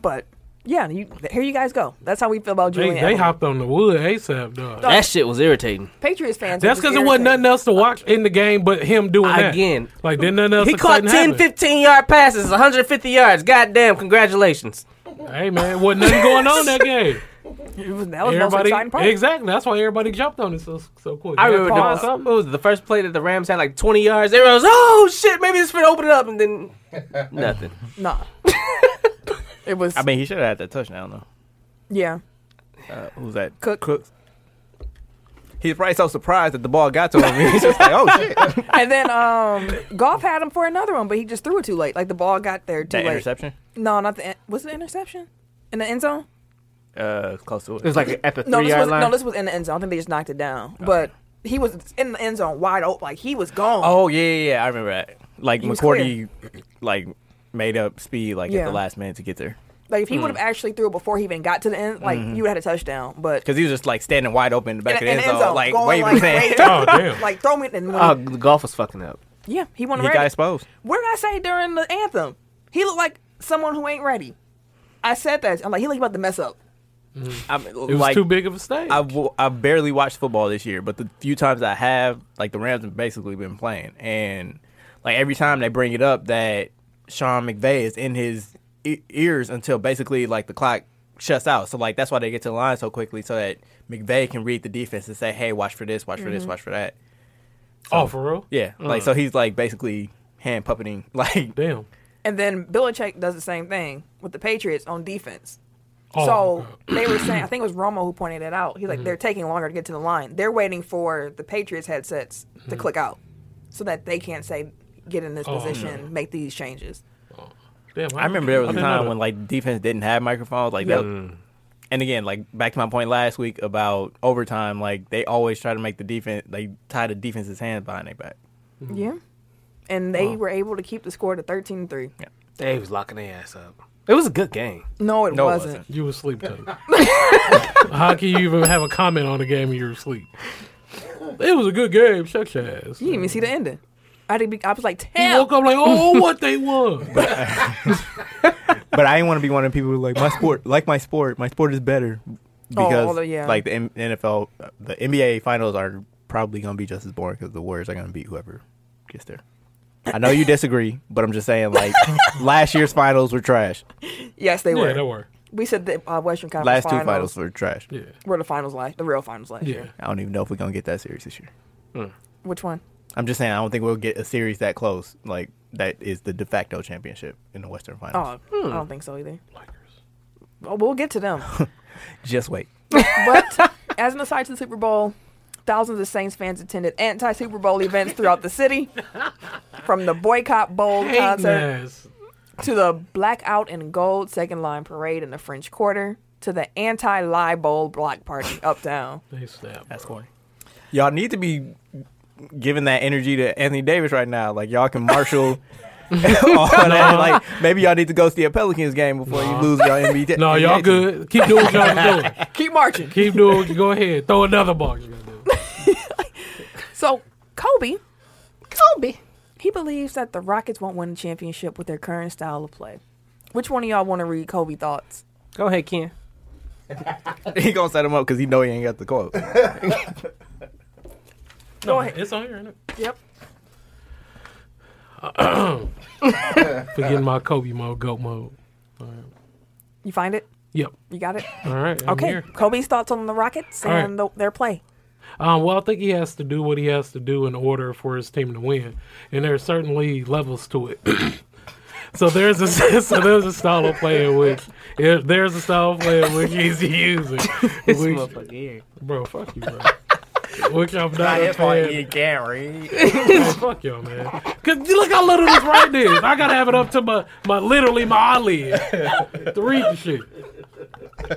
[SPEAKER 4] But yeah, you, here you guys go. That's how we feel about
[SPEAKER 2] They,
[SPEAKER 4] Julian.
[SPEAKER 2] they
[SPEAKER 4] Edelman.
[SPEAKER 2] hopped on the wood ASAP, dog.
[SPEAKER 3] That shit was irritating.
[SPEAKER 4] Patriots fans.
[SPEAKER 2] That's because
[SPEAKER 4] because
[SPEAKER 2] there wasn't nothing else to watch in the game but him doing that.
[SPEAKER 3] Again.
[SPEAKER 2] Like, then nothing else
[SPEAKER 3] He caught 10, 15 yard passes, 150 yards. Goddamn, congratulations.
[SPEAKER 2] Hey, man, wasn't nothing going on that game.
[SPEAKER 4] That was the most
[SPEAKER 2] Everybody,
[SPEAKER 4] exciting part.
[SPEAKER 2] exactly. That's why everybody jumped on it so, so quick.
[SPEAKER 3] I
[SPEAKER 2] You had
[SPEAKER 3] remember
[SPEAKER 2] to
[SPEAKER 3] the,
[SPEAKER 2] find
[SPEAKER 3] what
[SPEAKER 2] something.
[SPEAKER 3] was it, the first play that the Rams had like 20 yards. Everyone was, oh shit, maybe it's finna open it up. And then nothing.
[SPEAKER 4] Nah. it was.
[SPEAKER 1] I mean, he should have had that touchdown though.
[SPEAKER 4] yeah.
[SPEAKER 1] Uh, who's that?
[SPEAKER 4] Cook.
[SPEAKER 1] He's probably so surprised that the ball got to him. He's just like, "Oh shit!" that
[SPEAKER 4] And then um, golf had him for another one, but he just threw it too late. Like the ball got there too late.
[SPEAKER 1] interception.
[SPEAKER 4] No, not the. in- Was it an interception? In the end zone?
[SPEAKER 1] Uh, close to it.
[SPEAKER 3] It was like at the
[SPEAKER 4] No,
[SPEAKER 3] three
[SPEAKER 4] this
[SPEAKER 3] yard
[SPEAKER 4] was
[SPEAKER 3] line.
[SPEAKER 4] no, this was in the end zone. I think they just knocked it down. But he was in the end zone, wide open. Like he was gone.
[SPEAKER 1] Oh yeah, yeah, yeah. I remember that. Like
[SPEAKER 4] He was
[SPEAKER 1] McCourty, like made up speed like
[SPEAKER 4] Yeah.
[SPEAKER 1] at the last minute to get there.
[SPEAKER 4] Like if he would have actually threw it before he even got to the end, like
[SPEAKER 1] Mm-hmm.
[SPEAKER 4] you would have had a touchdown. But
[SPEAKER 1] Because he was just like standing wide open in the back
[SPEAKER 4] in
[SPEAKER 1] of the
[SPEAKER 4] the
[SPEAKER 1] end zone, like waving his hand.
[SPEAKER 4] wait,
[SPEAKER 2] Oh, damn.
[SPEAKER 4] like throw me and
[SPEAKER 3] Oh, the golf was fucking up.
[SPEAKER 4] yeah, he won.
[SPEAKER 1] He got exposed.
[SPEAKER 4] Where did I say during the anthem? He looked like someone who ain't ready. I said that. I'm like, he looked about to mess up.
[SPEAKER 1] I'm,
[SPEAKER 2] It was
[SPEAKER 1] like,
[SPEAKER 2] too big of a stage.
[SPEAKER 1] I, w- I barely watched football this year, but the few times I have, like the Rams have basically been playing, and like every time they bring it up that Sean McVay is in his e- ears until basically like the clock shuts out. So like that's why they get to the line so quickly so that McVay can read the defense and say, "Hey, watch for this, watch for this, watch for that."
[SPEAKER 2] oh, for real?
[SPEAKER 1] Yeah, like so he's like basically hand puppeting like
[SPEAKER 2] Damn.
[SPEAKER 4] And then Belichick does the same thing with the Patriots on defense.
[SPEAKER 2] Oh, Mm-hmm.
[SPEAKER 4] so they were saying, I think it was Romo who pointed that out. He's like, they're taking longer to get to the line. They're waiting for the Patriots headsets to click out so that they can't say, get in this
[SPEAKER 2] Mm-hmm. Oh,
[SPEAKER 4] position, make these changes.
[SPEAKER 2] Damn.
[SPEAKER 1] I remember there was a
[SPEAKER 2] didn't know
[SPEAKER 1] time
[SPEAKER 2] that.
[SPEAKER 1] when like defense didn't have microphones like
[SPEAKER 4] Yep.
[SPEAKER 1] that. And again, like back to my point last week about overtime, like they always try to make the defense, they tie the defense's hands behind their back.
[SPEAKER 2] Mm-hmm.
[SPEAKER 4] Yeah. And they were able to keep the score to 13 3.
[SPEAKER 3] They was locking their ass up. It was a good game.
[SPEAKER 4] No, it
[SPEAKER 1] No, it
[SPEAKER 4] wasn't.
[SPEAKER 1] wasn't.
[SPEAKER 2] You were asleep too. How can you even have a comment on the game when you're asleep? It was a good game. Shut your ass.
[SPEAKER 4] You didn't even see the ending. I, did be, I was like,
[SPEAKER 2] He Mm-hmm.
[SPEAKER 4] damn.
[SPEAKER 2] woke up like, oh, what they won.
[SPEAKER 1] But I didn't want to be one of the people who like my sport, like my sport, my sport is better because
[SPEAKER 4] Oh, although, yeah.
[SPEAKER 1] like the M- NFL, the NBA finals are probably going to be just as boring because the Warriors are going to beat whoever gets there. I know you disagree, but I'm just saying like last year's finals were trash.
[SPEAKER 4] Yes, they
[SPEAKER 2] yeah,
[SPEAKER 4] were.
[SPEAKER 2] that worked.
[SPEAKER 4] We said the uh, Western Conference
[SPEAKER 1] Last
[SPEAKER 4] finals,
[SPEAKER 1] two finals were trash.
[SPEAKER 2] Yeah,
[SPEAKER 4] were the finals last, the real finals last
[SPEAKER 2] yeah.
[SPEAKER 4] year.
[SPEAKER 1] I don't even know if we're going to get that series this year.
[SPEAKER 4] Which one?
[SPEAKER 1] I'm just saying I don't think we'll get a series that close. Like that is the de facto championship in the Western Finals.
[SPEAKER 4] Oh, I don't think so either.
[SPEAKER 2] Lakers.
[SPEAKER 4] Well, we'll get to them.
[SPEAKER 1] Just wait.
[SPEAKER 4] But as an aside to the Super Bowl, thousands of Saints fans attended anti Super Bowl events throughout the city, from the boycott bowl
[SPEAKER 2] Hating
[SPEAKER 4] concert
[SPEAKER 2] ass.
[SPEAKER 4] to the blackout and gold second line parade in the French Quarter to the anti lie bowl block party uptown.
[SPEAKER 2] They snap.
[SPEAKER 1] That's corny. Y'all need to be giving that energy to Anthony Davis right now. Like y'all can marshal all that. Like maybe y'all need to go see a Pelicans game before you lose y'all NBA.
[SPEAKER 2] No, y'all good. Keep doing what y'all was doing.
[SPEAKER 4] Keep marching.
[SPEAKER 2] Keep doing what you go ahead. Throw another ball. You gotta do.
[SPEAKER 4] So Kobe, Kobe, he believes that the Rockets won't win the championship with their current style of play. Which one of y'all want to read Kobe thoughts?
[SPEAKER 3] Go ahead, Ken.
[SPEAKER 1] he gonna set him up because he know he ain't got the quote.
[SPEAKER 4] Go ahead.
[SPEAKER 2] It's on here, isn't it?
[SPEAKER 4] Yep.
[SPEAKER 2] Forgetting my Kobe mode, goat mode. All right.
[SPEAKER 4] You find it?
[SPEAKER 2] Yep.
[SPEAKER 4] You got it?
[SPEAKER 2] All right. I'm
[SPEAKER 4] Okay.
[SPEAKER 2] Here.
[SPEAKER 4] Kobe's thoughts on the Rockets
[SPEAKER 2] All right.
[SPEAKER 4] and the, their play.
[SPEAKER 2] Um, well, I think he has to do what he has to do in order for his team to win, and there are certainly levels to it. so there's a so there's a style of play in which yeah, there's a style of play in which he's using, which,
[SPEAKER 3] Motherfucker here.
[SPEAKER 2] bro, fuck you, bro. Which I'm not a fan. Oh, fuck y'all, man. Cause you look how little this right is. I gotta have it up to my, my literally my eyelid to read the shit.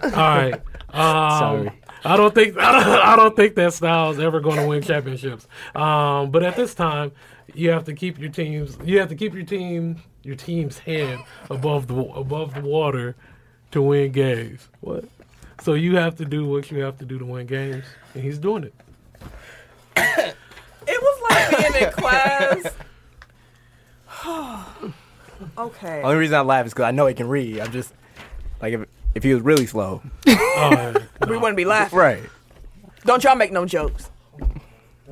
[SPEAKER 2] All right. Um, I don't think I don't, I don't think that style's ever going to win championships. Um, but at this time, you have to keep your teams. You have to keep your team your team's head above the above the water to win games. What? So you have to do what you have to do to win games, and he's doing it.
[SPEAKER 4] It was like being in class. okay.
[SPEAKER 1] Only reason I laugh is because I know he can read. I'm just like if if he was really slow,
[SPEAKER 2] All right.
[SPEAKER 4] We wouldn't be laughing.
[SPEAKER 1] right
[SPEAKER 4] Don't y'all make no jokes.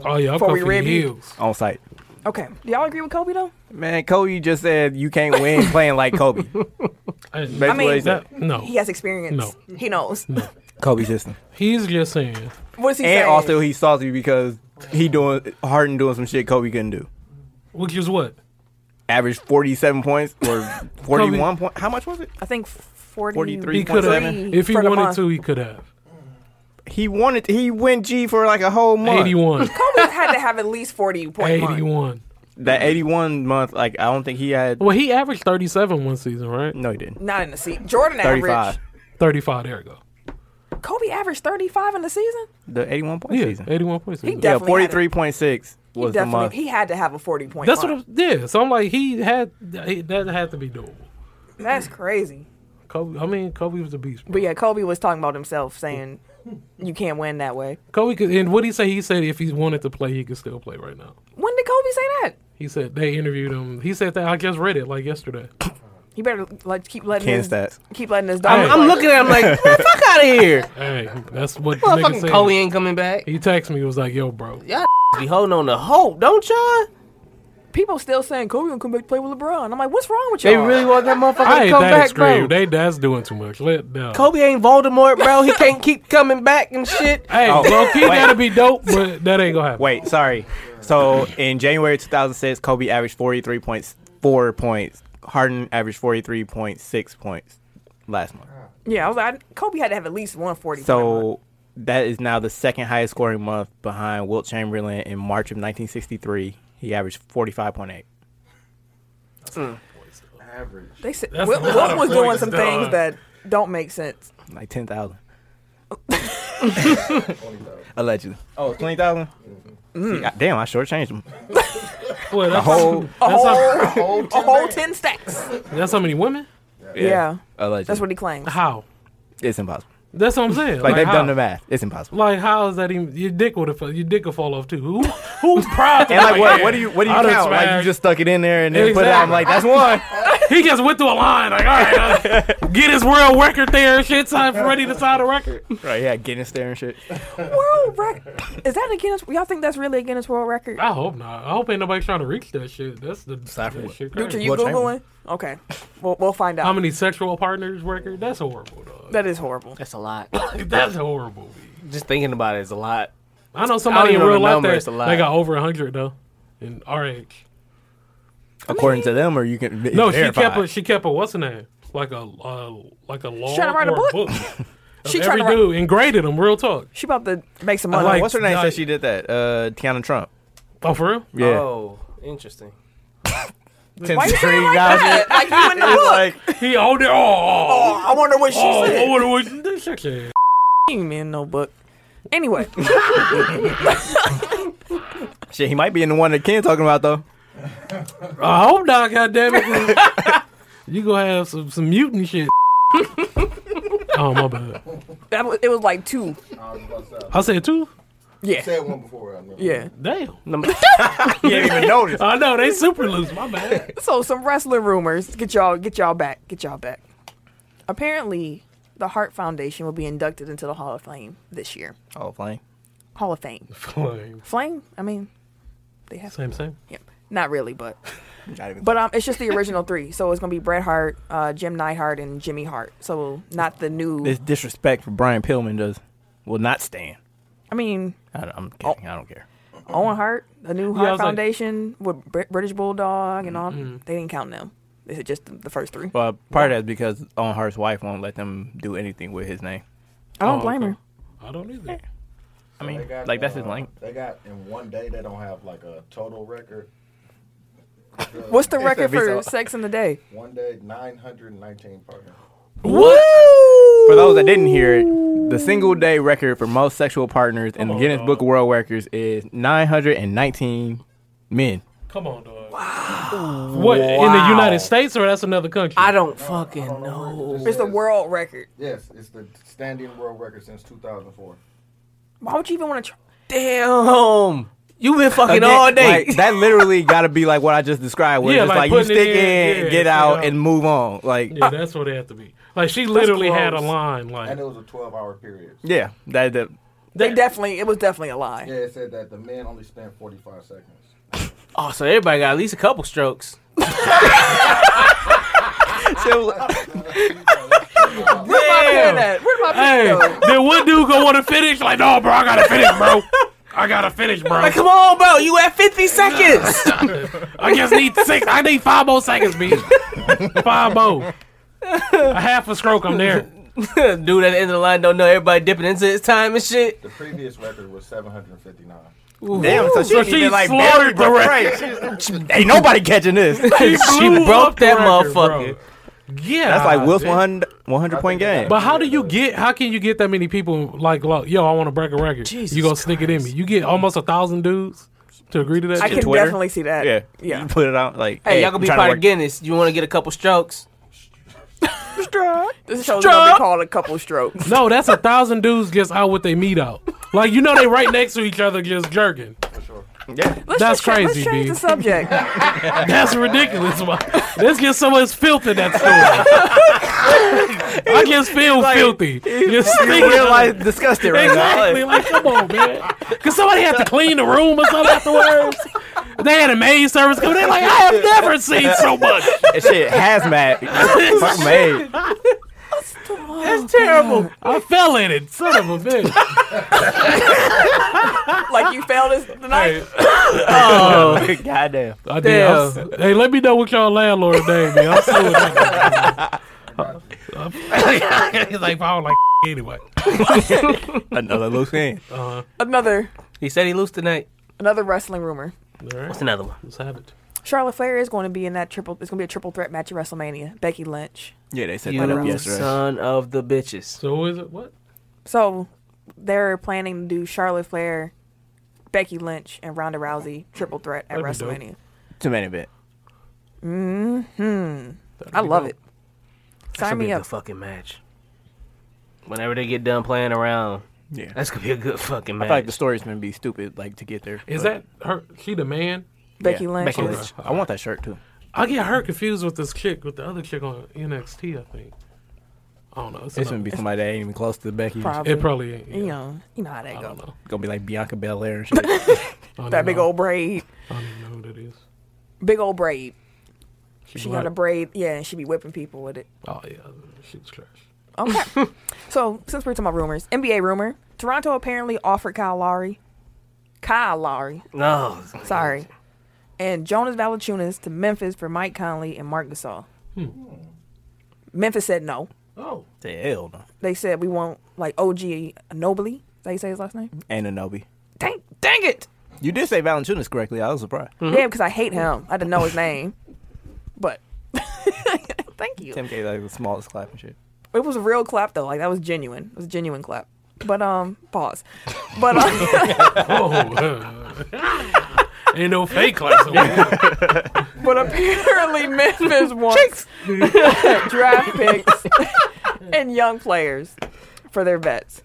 [SPEAKER 2] Oh yeah, I'm
[SPEAKER 4] Before we
[SPEAKER 2] coming for your
[SPEAKER 4] rib you.
[SPEAKER 2] heels.
[SPEAKER 1] on site.
[SPEAKER 4] Okay. Do y'all agree with Kobe though?
[SPEAKER 1] Man, Kobe just said you can't win playing like Kobe.
[SPEAKER 2] I-
[SPEAKER 1] Basically,
[SPEAKER 4] mean-
[SPEAKER 1] what he said.
[SPEAKER 2] That- no,
[SPEAKER 4] He has experience.
[SPEAKER 2] No.
[SPEAKER 4] He knows.
[SPEAKER 1] Kobe system.
[SPEAKER 2] he's just saying.
[SPEAKER 4] What's he
[SPEAKER 1] And
[SPEAKER 4] saying?
[SPEAKER 1] also he's salty because he doing Harden doing some shit Kobe couldn't do.
[SPEAKER 2] Which is what?
[SPEAKER 1] Averaged forty seven points or forty one point. How much was it?
[SPEAKER 4] I think 40,
[SPEAKER 1] 43.
[SPEAKER 2] He could have,
[SPEAKER 1] 3.7.
[SPEAKER 2] if he
[SPEAKER 4] for the
[SPEAKER 2] wanted
[SPEAKER 4] month.
[SPEAKER 2] to, he could have.
[SPEAKER 1] He wanted. He went G for like a whole month.
[SPEAKER 2] Eighty-one.
[SPEAKER 4] Kobe had to have at least 40 point mark.
[SPEAKER 2] Eighty-one.
[SPEAKER 1] That eighty one month. Like I don't think he had.
[SPEAKER 2] Well, he averaged thirty-seven one season, right?
[SPEAKER 4] Mm.
[SPEAKER 1] No, he didn't.
[SPEAKER 4] Not in the seat. Jordan
[SPEAKER 1] Thirty
[SPEAKER 4] averaged.
[SPEAKER 1] five.
[SPEAKER 2] Thirty-five. There we go.
[SPEAKER 4] Kobe averaged 35 in the season.
[SPEAKER 1] The eighty one point
[SPEAKER 2] Yeah,
[SPEAKER 1] season.
[SPEAKER 2] eighty-one points.
[SPEAKER 4] He
[SPEAKER 1] Yeah,
[SPEAKER 4] definitely
[SPEAKER 1] forty three point six
[SPEAKER 4] He
[SPEAKER 1] was the month.
[SPEAKER 4] definitely. He had to have a 40 point.
[SPEAKER 2] That's what.
[SPEAKER 4] mark.
[SPEAKER 2] I'm, yeah. So I'm like, he had he, that had to be doable.
[SPEAKER 4] That's crazy.
[SPEAKER 2] Kobe. I mean, Kobe was a beast.
[SPEAKER 4] But yeah, Kobe was talking about himself saying you can't win that way.
[SPEAKER 2] Kobe could. And what he say? He said if he wanted to play, he could still play right now.
[SPEAKER 4] When did Kobe say that?
[SPEAKER 2] He said they interviewed him. He said that I just read it like yesterday.
[SPEAKER 4] He better like keep letting
[SPEAKER 1] Ken
[SPEAKER 4] his
[SPEAKER 1] stats.
[SPEAKER 4] keep letting his dog.
[SPEAKER 2] Hey.
[SPEAKER 3] I'm, I'm looking at him like, man, fuck out of here.
[SPEAKER 2] hey, that's what the nigga
[SPEAKER 3] Motherfucking
[SPEAKER 2] said.
[SPEAKER 3] Kobe ain't coming back.
[SPEAKER 2] He texted me. He was like, "Yo, bro,
[SPEAKER 3] Y'all be holding on to hope, don't y'all?
[SPEAKER 4] People still saying Kobe gonna come back to play with LeBron. I'm like, what's wrong with you?
[SPEAKER 3] They really want that motherfucker
[SPEAKER 2] I
[SPEAKER 3] to
[SPEAKER 2] ain't
[SPEAKER 3] come
[SPEAKER 2] that
[SPEAKER 3] back,
[SPEAKER 2] extreme.
[SPEAKER 3] bro.
[SPEAKER 2] They that's doing too much. Let down.
[SPEAKER 3] Kobe ain't Voldemort, bro. He can't keep coming back and shit.
[SPEAKER 2] Hey,
[SPEAKER 1] Oh,
[SPEAKER 2] low key,
[SPEAKER 1] wait.
[SPEAKER 2] that'd be dope, but that ain't gonna happen.
[SPEAKER 1] Wait, sorry. So in January 2006, Kobe averaged 43.4 points. Harden averaged 43.6 points last month.
[SPEAKER 4] Yeah, I was like, Kobe had to have at least 140.
[SPEAKER 1] So that is now the second highest scoring month behind Wilt Chamberlain in March of 1963. He averaged 45.8.
[SPEAKER 5] Average.
[SPEAKER 4] they said
[SPEAKER 2] That's
[SPEAKER 4] Wilt
[SPEAKER 2] a lot
[SPEAKER 4] Wilt
[SPEAKER 2] of
[SPEAKER 4] was doing
[SPEAKER 2] points,
[SPEAKER 4] some
[SPEAKER 2] dog.
[SPEAKER 4] things that don't make sense.
[SPEAKER 1] Like 10,000. Allegedly. Oh, 20,000? See, I- damn, I shortchanged him.
[SPEAKER 2] Boy, that's,
[SPEAKER 1] whole-
[SPEAKER 2] that's,
[SPEAKER 4] A
[SPEAKER 2] how,
[SPEAKER 4] whole,
[SPEAKER 5] Whole
[SPEAKER 4] a
[SPEAKER 5] ten
[SPEAKER 4] whole
[SPEAKER 5] man.
[SPEAKER 4] ten stacks.
[SPEAKER 2] that's how many women.
[SPEAKER 4] Yeah.
[SPEAKER 1] Allegedly.
[SPEAKER 4] that's what he claims.
[SPEAKER 2] How?
[SPEAKER 1] it's impossible.
[SPEAKER 2] That's what I'm saying.
[SPEAKER 1] Like, they've
[SPEAKER 2] how?
[SPEAKER 1] done the math. It's impossible.
[SPEAKER 2] Like how is that even? Your dick would have. Your dick would fall off too. Who? Who's proud? to
[SPEAKER 1] And like,
[SPEAKER 2] be
[SPEAKER 1] what,
[SPEAKER 2] yeah.
[SPEAKER 1] what do you what do you
[SPEAKER 2] I'd have
[SPEAKER 1] count? Like you
[SPEAKER 2] smashed.
[SPEAKER 1] just stuck it in there and then put it out. I'm like, that's one.
[SPEAKER 2] He just went through a line. Like, all right, uh, get his world record there. and Shit, time ready to sign a record.
[SPEAKER 1] right? Yeah, Guinness there and shit.
[SPEAKER 4] World record is that a Guinness? Y'all think that's really a Guinness World Record?
[SPEAKER 2] I hope not. I hope ain't nobody trying to reach that shit. That's the
[SPEAKER 1] Aside from
[SPEAKER 2] that
[SPEAKER 1] what-
[SPEAKER 2] shit
[SPEAKER 4] Due to
[SPEAKER 2] crazy.
[SPEAKER 4] you
[SPEAKER 1] Wilt
[SPEAKER 4] googling,
[SPEAKER 1] Chamberlain.
[SPEAKER 4] okay, we'll, we'll find out.
[SPEAKER 2] How many sexual partners record? That's horrible, dog.
[SPEAKER 4] that is horrible.
[SPEAKER 3] That's a lot.
[SPEAKER 2] That's horrible. B.
[SPEAKER 3] Just thinking about it is a lot.
[SPEAKER 2] I know somebody in
[SPEAKER 3] even know
[SPEAKER 2] real
[SPEAKER 3] the
[SPEAKER 2] life
[SPEAKER 3] number,
[SPEAKER 2] that
[SPEAKER 3] it's a lot.
[SPEAKER 2] they got over hundred though. In RH.
[SPEAKER 1] According to them, or you can
[SPEAKER 2] No,
[SPEAKER 1] verify.
[SPEAKER 2] she kept a she kept a what's her name? Like a uh, like a law
[SPEAKER 4] trying to write a
[SPEAKER 2] or
[SPEAKER 4] book?
[SPEAKER 2] book.
[SPEAKER 4] She
[SPEAKER 2] she
[SPEAKER 4] trying
[SPEAKER 2] every
[SPEAKER 4] to write-
[SPEAKER 2] dude and graded them. Real talk.
[SPEAKER 4] She about to make some
[SPEAKER 2] I
[SPEAKER 4] money.
[SPEAKER 2] like-
[SPEAKER 1] What's her name?
[SPEAKER 2] Nah.
[SPEAKER 1] Said she did that. Uh, Tiana Trump.
[SPEAKER 2] Oh, for real?
[SPEAKER 1] Yeah,
[SPEAKER 3] Oh, interesting.
[SPEAKER 4] Why you saying like that? Like you in the book.
[SPEAKER 1] Like,
[SPEAKER 2] He owned it. Oh, oh,
[SPEAKER 4] I wonder what she
[SPEAKER 2] oh,
[SPEAKER 4] said.
[SPEAKER 2] oh, what was this shit? Yeah.
[SPEAKER 4] Ain't in no book. Anyway,
[SPEAKER 1] shit, he might be in the one that Ken talking about though.
[SPEAKER 2] I hope not. Goddamn it! you gonna have some some mutant shit. oh my bad.
[SPEAKER 4] that was, it was like two.
[SPEAKER 5] I was about to say.
[SPEAKER 2] I said two.
[SPEAKER 5] I
[SPEAKER 4] Yeah,
[SPEAKER 5] said one before. I remember.
[SPEAKER 4] yeah.
[SPEAKER 2] Damn.
[SPEAKER 3] Number
[SPEAKER 1] You didn't even notice.
[SPEAKER 2] I know they super loose. My bad.
[SPEAKER 4] So some wrestling rumors. Get y'all, get y'all back, get y'all back. Apparently, the Hart Foundation will be inducted into the Hall of Fame this year.
[SPEAKER 1] Oh, flame.
[SPEAKER 4] Hall of Fame,
[SPEAKER 2] Fine.
[SPEAKER 4] Flame. I mean, they have
[SPEAKER 2] Same, same.
[SPEAKER 4] yeah. not really, but
[SPEAKER 1] Not even.
[SPEAKER 4] but um, it's just the original three. So it's gonna be Bret Hart, uh, Jim Neidhart, and Jimmy Hart. So not the new.
[SPEAKER 1] this disrespect for Brian Pillman does will not stand.
[SPEAKER 4] I mean,
[SPEAKER 1] I, don't- I'm kidding.
[SPEAKER 4] Oh.
[SPEAKER 1] I don't care.
[SPEAKER 4] Owen Hart, the new
[SPEAKER 2] I
[SPEAKER 4] Hart
[SPEAKER 2] was like- Mm-hmm.
[SPEAKER 4] Foundation with Br- British Bulldog and all. They didn't count them. They said just the, the first three.
[SPEAKER 1] Well, part of that is because Owen Hart's wife won't let them do anything with his name.
[SPEAKER 4] I don't
[SPEAKER 2] Oh,
[SPEAKER 4] blame
[SPEAKER 2] okay.
[SPEAKER 4] her.
[SPEAKER 2] I don't either.
[SPEAKER 1] I
[SPEAKER 5] They
[SPEAKER 1] mean,
[SPEAKER 5] got,
[SPEAKER 1] like that's his
[SPEAKER 5] uh,
[SPEAKER 1] lane.
[SPEAKER 5] They got in one day. They don't have like a total record.
[SPEAKER 4] What's the
[SPEAKER 1] It's a
[SPEAKER 4] record for
[SPEAKER 1] result.
[SPEAKER 4] sex in the day?
[SPEAKER 5] One day, nine hundred nineteen partners.
[SPEAKER 1] For those that didn't hear it, the single day record for most sexual partners in the
[SPEAKER 2] on,
[SPEAKER 1] Guinness
[SPEAKER 2] dog.
[SPEAKER 1] Book of World Records is 919 men.
[SPEAKER 2] Come on, dog. What in the United States or that's another country?
[SPEAKER 3] I don't fucking know.
[SPEAKER 4] It's the world record.
[SPEAKER 5] Yes, it's the standing world record since two thousand four.
[SPEAKER 4] Why would you even want to try?
[SPEAKER 3] Damn. You been fucking
[SPEAKER 1] Again,
[SPEAKER 3] all day.
[SPEAKER 1] like, that literally got to be like what I just described, where
[SPEAKER 2] Yeah,
[SPEAKER 1] it's
[SPEAKER 2] like
[SPEAKER 1] like, you
[SPEAKER 2] putting it
[SPEAKER 1] stick
[SPEAKER 2] in,
[SPEAKER 1] in,
[SPEAKER 2] yeah,
[SPEAKER 1] get
[SPEAKER 2] yeah.
[SPEAKER 1] out, and move on. Like, yeah,
[SPEAKER 2] Yeah, that's what it had to be. Like she literally had a
[SPEAKER 4] close.
[SPEAKER 2] line. Like
[SPEAKER 5] And it was a twelve hour period.
[SPEAKER 1] that, that
[SPEAKER 4] They definitely, it was definitely a lie.
[SPEAKER 5] Yeah, it said that the men only spent forty five seconds.
[SPEAKER 3] oh, so everybody got at least a couple strokes.
[SPEAKER 4] Where am I
[SPEAKER 2] Damn.
[SPEAKER 4] putting that? Where am I
[SPEAKER 2] Hey,
[SPEAKER 4] putting that?
[SPEAKER 2] then one dude gonna want to finish? Like, no, bro, I gotta finish, bro. I gotta finish, bro.
[SPEAKER 3] Come on, bro. You at 50 seconds.
[SPEAKER 2] I just need six. I need five more seconds, bitch. Five more. A half a stroke, I'm there.
[SPEAKER 3] Dude at the end of the line don't know everybody dipping into his time and shit.
[SPEAKER 5] The previous record was seven hundred fifty nine.
[SPEAKER 1] damn. So she,
[SPEAKER 2] So
[SPEAKER 1] even,
[SPEAKER 2] she
[SPEAKER 1] like
[SPEAKER 2] slaughtered
[SPEAKER 1] slaughtered
[SPEAKER 2] the
[SPEAKER 1] the right. Ain't nobody catching this. That's
[SPEAKER 2] She
[SPEAKER 3] broke that motherfucker.
[SPEAKER 2] Yeah,
[SPEAKER 1] like Wilt's
[SPEAKER 2] dude.
[SPEAKER 1] 100, 100 point game.
[SPEAKER 2] But how do you get? How can you get that many people? Like, like yo, I want to break a record.
[SPEAKER 3] Jesus
[SPEAKER 2] you gonna stick it in me? You get almost a thousand dudes to agree to that.
[SPEAKER 4] I
[SPEAKER 2] shit?
[SPEAKER 4] can
[SPEAKER 1] Twitter?
[SPEAKER 4] definitely see that.
[SPEAKER 1] yeah,
[SPEAKER 4] Yeah.
[SPEAKER 1] You put it out like,
[SPEAKER 3] Hey, y'all gonna
[SPEAKER 1] I'm
[SPEAKER 3] be
[SPEAKER 1] trying
[SPEAKER 3] part
[SPEAKER 1] work-
[SPEAKER 3] of Guinness. You want to get a couple strokes? Struck.
[SPEAKER 4] This show's gonna be
[SPEAKER 3] Stroke.
[SPEAKER 4] called a couple strokes.
[SPEAKER 2] No, that's a thousand dudes just out with their meat out. Like you know, they right next to each other just jerking.
[SPEAKER 4] Let's
[SPEAKER 2] That's
[SPEAKER 4] just cha-
[SPEAKER 2] crazy,
[SPEAKER 4] Let's change
[SPEAKER 2] B.
[SPEAKER 4] the subject.
[SPEAKER 2] That's ridiculous. Why- Let's get someone's filth in that story. I just feel filthy. Just thinking
[SPEAKER 1] Real
[SPEAKER 2] of-
[SPEAKER 1] life disgusting right
[SPEAKER 2] Exactly.
[SPEAKER 1] now. Like,
[SPEAKER 2] Like, come on, man. Cause somebody had to clean the room or something afterwards. They had a maid service come. They're like, I have never seen so much.
[SPEAKER 1] that shit, hazmat. Fuck made.
[SPEAKER 3] That's terrible.
[SPEAKER 2] I fell in it, son of a bitch.
[SPEAKER 4] like you failed us tonight.
[SPEAKER 1] Oh, goddamn.
[SPEAKER 2] I did. I was- hey, let me know what y'all landlord name is. I'm suing that guy. He's like, I don't like anyway.
[SPEAKER 1] Another loose end.
[SPEAKER 4] Another
[SPEAKER 3] He said he loose tonight.
[SPEAKER 4] another wrestling rumor.
[SPEAKER 2] All right,
[SPEAKER 3] What's another one?
[SPEAKER 2] let's have it.
[SPEAKER 4] Charlotte Flair is going to be in that triple. It's going to be a triple threat match at WrestleMania. Becky Lynch.
[SPEAKER 1] Yeah, they set that up
[SPEAKER 3] You
[SPEAKER 1] yesterday.
[SPEAKER 3] son of the bitches.
[SPEAKER 2] So is it what?
[SPEAKER 4] So they're planning to do Charlotte Flair, Becky Lynch, and Ronda Rousey triple threat at
[SPEAKER 2] That'd be dope.
[SPEAKER 4] WrestleMania.
[SPEAKER 1] Too many bit.
[SPEAKER 4] I love
[SPEAKER 2] dope.
[SPEAKER 4] it. Sign
[SPEAKER 3] That'll be
[SPEAKER 4] me
[SPEAKER 3] a
[SPEAKER 4] up.
[SPEAKER 3] good fucking match. Whenever they get done playing around,
[SPEAKER 1] Yeah.
[SPEAKER 3] that's gonna be a good fucking
[SPEAKER 1] I
[SPEAKER 3] match.
[SPEAKER 1] feel like the story's gonna be stupid, like to get there.
[SPEAKER 2] Is
[SPEAKER 1] but-
[SPEAKER 2] that her? She the man?
[SPEAKER 4] Becky
[SPEAKER 1] Yeah,
[SPEAKER 4] Lynch.
[SPEAKER 1] Becky
[SPEAKER 4] is-
[SPEAKER 1] Lynch. I want that shirt too.
[SPEAKER 2] I get her confused with this chick, with the other chick on NXT. I think. I don't know.
[SPEAKER 1] It's
[SPEAKER 2] It's another-
[SPEAKER 1] gonna be somebody that ain't even close to Becky. It's
[SPEAKER 4] Probably.
[SPEAKER 2] It probably ain't.
[SPEAKER 4] You
[SPEAKER 2] yeah.
[SPEAKER 4] know, you know how that
[SPEAKER 2] I
[SPEAKER 4] goes.
[SPEAKER 2] don't know.
[SPEAKER 1] gonna be like Bianca Belair and shit.
[SPEAKER 2] I don't
[SPEAKER 4] That big
[SPEAKER 2] know.
[SPEAKER 4] old braid.
[SPEAKER 2] I don't even know who that is.
[SPEAKER 4] Big old braid.
[SPEAKER 2] She,
[SPEAKER 4] She
[SPEAKER 2] black.
[SPEAKER 4] got a braid. Yeah, and she be whipping people with it.
[SPEAKER 2] Oh yeah, she was trash.
[SPEAKER 4] Okay. so since we're talking about rumors, NBA rumor. Toronto apparently offered Kyle Lowry. Kyle Lowry.
[SPEAKER 3] no.
[SPEAKER 4] Sorry. And Jonas Valanciunas to Memphis for Mike Conley and Mark Gasol.
[SPEAKER 2] Hmm.
[SPEAKER 4] Memphis said no.
[SPEAKER 2] Oh,
[SPEAKER 1] The hell no.
[SPEAKER 4] They said we want like OG Nobly. Is that how you say his last name?
[SPEAKER 1] Ananobi.
[SPEAKER 4] Dang, dang it!
[SPEAKER 1] You did say Valanciunas correctly. I was surprised.
[SPEAKER 3] Hmm.
[SPEAKER 4] Yeah, because I hate him. I didn't know his name, but thank you.
[SPEAKER 1] Tim gave like the smallest clap and shit.
[SPEAKER 4] It was a real clap though. Like that was genuine. It was a genuine clap. But um, pause. But um,
[SPEAKER 2] oh, ain't no fake class. over here.
[SPEAKER 4] but apparently Memphis wants draft picks and young players for their vets.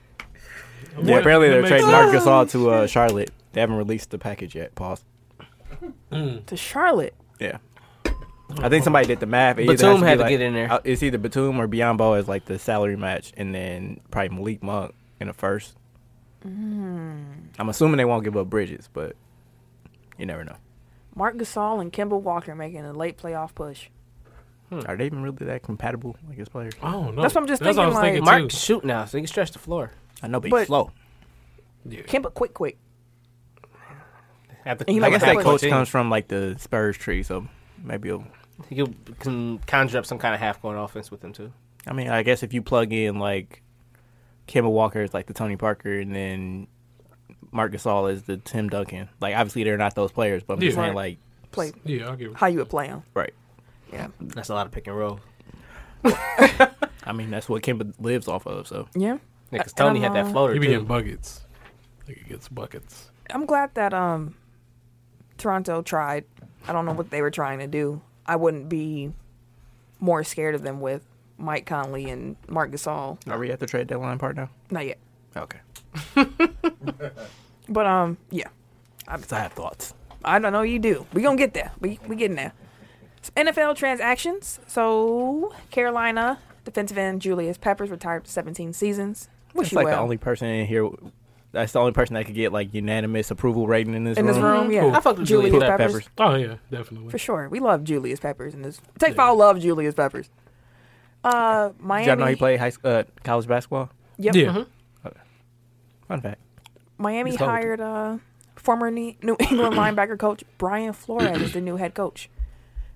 [SPEAKER 1] Yeah, apparently they're
[SPEAKER 2] That
[SPEAKER 1] trading
[SPEAKER 2] makes
[SPEAKER 1] Marc Gasol to uh, Charlotte. They haven't released the package yet. Pause.
[SPEAKER 4] to Charlotte.
[SPEAKER 1] Yeah. I think somebody did the math. It either
[SPEAKER 3] Batum
[SPEAKER 1] has be
[SPEAKER 3] had to
[SPEAKER 1] like-
[SPEAKER 3] get in there.
[SPEAKER 1] uh, It's either Batum or Biombo as like the salary match, and then probably Malik Monk in the first.
[SPEAKER 3] Hmm.
[SPEAKER 1] I'm assuming they won't give up Bridges, but you never know.
[SPEAKER 4] Mark Gasol and Kimball Walker making a late playoff push.
[SPEAKER 1] Are they even really that compatible, like as players?
[SPEAKER 2] I don't know.
[SPEAKER 4] That's what I'm just
[SPEAKER 2] That's what I was thinking
[SPEAKER 4] thinking, like-
[SPEAKER 2] too.
[SPEAKER 3] Mark can shoot now, so he can stretch the floor.
[SPEAKER 1] I know, but,
[SPEAKER 4] But-
[SPEAKER 1] he's slow.
[SPEAKER 4] Kimball, quick, quick.
[SPEAKER 3] Have to-
[SPEAKER 4] He
[SPEAKER 1] I
[SPEAKER 4] like
[SPEAKER 1] guess
[SPEAKER 4] That's
[SPEAKER 1] that
[SPEAKER 4] what-
[SPEAKER 1] coach comes from like the Spurs tree, so maybe. It'll,
[SPEAKER 3] He can, can conjure up some kind of half court offense with him too.
[SPEAKER 1] I mean, I guess if you plug in like Kemba Walker is like the Tony Parker, and then Marc Gasol is the Tim Duncan. Like obviously they're not those players, but I'm just
[SPEAKER 2] Yeah.
[SPEAKER 1] saying like
[SPEAKER 4] Play
[SPEAKER 2] Yeah, I get it.
[SPEAKER 4] how you would play him.
[SPEAKER 1] right.
[SPEAKER 4] Yeah.
[SPEAKER 3] That's a lot of pick and roll.
[SPEAKER 1] I mean that's what Kemba lives off of. So
[SPEAKER 4] Yeah.
[SPEAKER 3] Because
[SPEAKER 4] I- I
[SPEAKER 3] Tony
[SPEAKER 4] don't
[SPEAKER 3] had that
[SPEAKER 4] know.
[SPEAKER 3] floater
[SPEAKER 2] He be getting
[SPEAKER 3] too.
[SPEAKER 2] buckets. Like he gets buckets.
[SPEAKER 4] I'm glad that um Toronto tried. I don't know what they were trying to do. I wouldn't be more scared of them with Mike Conley and Mark Gasol.
[SPEAKER 1] are we at the trade deadline part now?
[SPEAKER 4] Not yet.
[SPEAKER 1] Okay,
[SPEAKER 4] But um yeah.
[SPEAKER 1] because I have thoughts.
[SPEAKER 4] I don't know you do. We gonna get there. We we getting there. NFL transactions. So Carolina defensive end Julius Peppers retired for 17 seasons. Wish
[SPEAKER 1] It's
[SPEAKER 4] you
[SPEAKER 1] like
[SPEAKER 4] well.
[SPEAKER 1] the only person in here. That's the only person that could get like unanimous approval rating in this
[SPEAKER 4] in
[SPEAKER 1] room.
[SPEAKER 4] this room, yeah.
[SPEAKER 3] I fucked with
[SPEAKER 4] Julius
[SPEAKER 3] Julius
[SPEAKER 4] Peppers.
[SPEAKER 1] Peppers.
[SPEAKER 2] Oh yeah, definitely.
[SPEAKER 4] For sure. We love Julius Peppers in this. Take Five love Julius Peppers. Uh, Miami.
[SPEAKER 1] Did y'all know he played high sc- uh, college basketball?
[SPEAKER 4] Yep. Mm-hmm.
[SPEAKER 2] Yeah.
[SPEAKER 1] Fun fact.
[SPEAKER 4] Miami
[SPEAKER 1] He's old.
[SPEAKER 4] hired uh, former Ne- New England linebacker coach Brian Flores as the new head coach.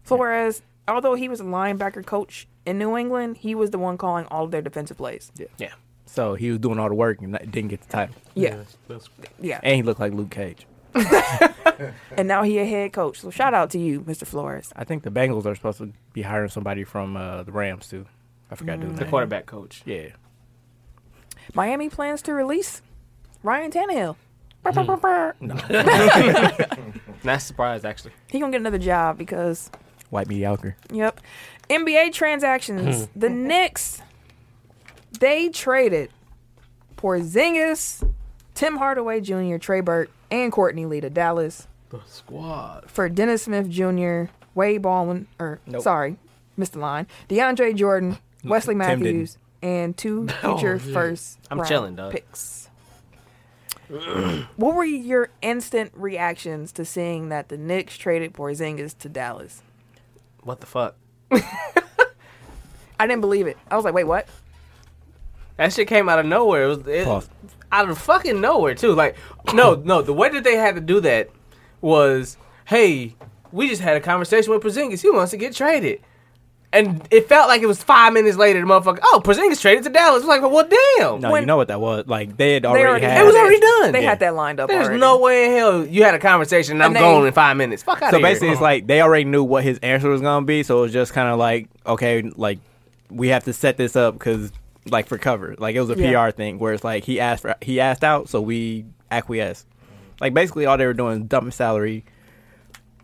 [SPEAKER 4] Flores, although he was a linebacker coach in New England, he was the one calling all of their defensive plays. Yeah.
[SPEAKER 1] Yeah. So he was doing all the work and not- didn't get the title,
[SPEAKER 4] Yeah.
[SPEAKER 2] That's
[SPEAKER 1] and he looked like Luke Cage.
[SPEAKER 4] And now he a head coach. So shout out to you, Mr. Flores.
[SPEAKER 1] I think the Bengals are supposed to be hiring somebody from uh, the Rams too. I forgot dude.
[SPEAKER 3] The quarterback coach.
[SPEAKER 1] Yeah.
[SPEAKER 4] Miami plans to release Ryan Tannehill. Brr, brr, brr, brr.
[SPEAKER 3] Not surprised actually.
[SPEAKER 4] He gonna get another job because
[SPEAKER 1] White mediocre.
[SPEAKER 4] Yep. NBA transactions. the Knicks, they traded Porzingis, Tim Hardaway Jr., Trey Burke, and Courtney Lee to Dallas
[SPEAKER 2] The squad.
[SPEAKER 4] for Dennis Smith Jr., Wade Baldwin, or
[SPEAKER 1] Nope.
[SPEAKER 4] sorry, missed the line, DeAndre Jordan, Wesley
[SPEAKER 1] Tim didn't.
[SPEAKER 4] Matthews, and two future
[SPEAKER 2] Oh, yeah.
[SPEAKER 4] first
[SPEAKER 3] I'm
[SPEAKER 4] round
[SPEAKER 3] chilling, dog.
[SPEAKER 4] picks. what were your instant reactions to seeing that the Knicks traded Porzingis to Dallas?
[SPEAKER 3] What the fuck?
[SPEAKER 4] I didn't believe it. I was like, wait, what?
[SPEAKER 3] That shit came out of nowhere. It was it,
[SPEAKER 1] Pause.
[SPEAKER 3] out of fucking nowhere too. Like, no, no. The way that they had to do that was, hey, we just had a conversation with Porzingis. He wants to get traded, and it felt like it was five minutes later. The motherfucker, oh, Porzingis traded to Dallas. Like, well, damn.
[SPEAKER 1] No,
[SPEAKER 4] When-
[SPEAKER 1] you know what that was. Like they had
[SPEAKER 4] They
[SPEAKER 1] already,
[SPEAKER 4] already
[SPEAKER 1] had.
[SPEAKER 4] had
[SPEAKER 3] It was
[SPEAKER 4] that-
[SPEAKER 3] already done.
[SPEAKER 4] They
[SPEAKER 1] Yeah.
[SPEAKER 4] had that lined up.
[SPEAKER 3] There's
[SPEAKER 4] already.
[SPEAKER 3] no way in hell you had a conversation and I'm
[SPEAKER 4] And they-
[SPEAKER 3] gone in five minutes. Fuck out
[SPEAKER 1] so
[SPEAKER 3] of here.
[SPEAKER 1] basically, it's like they already knew what his answer was gonna be. So it was just kind of like, okay, like we have to set this up because, like, for cover, like it was a
[SPEAKER 4] Yeah.
[SPEAKER 1] PR thing where it's like he asked for, he asked out, so we acquiesced. Like basically, all they were doing is dumping salary.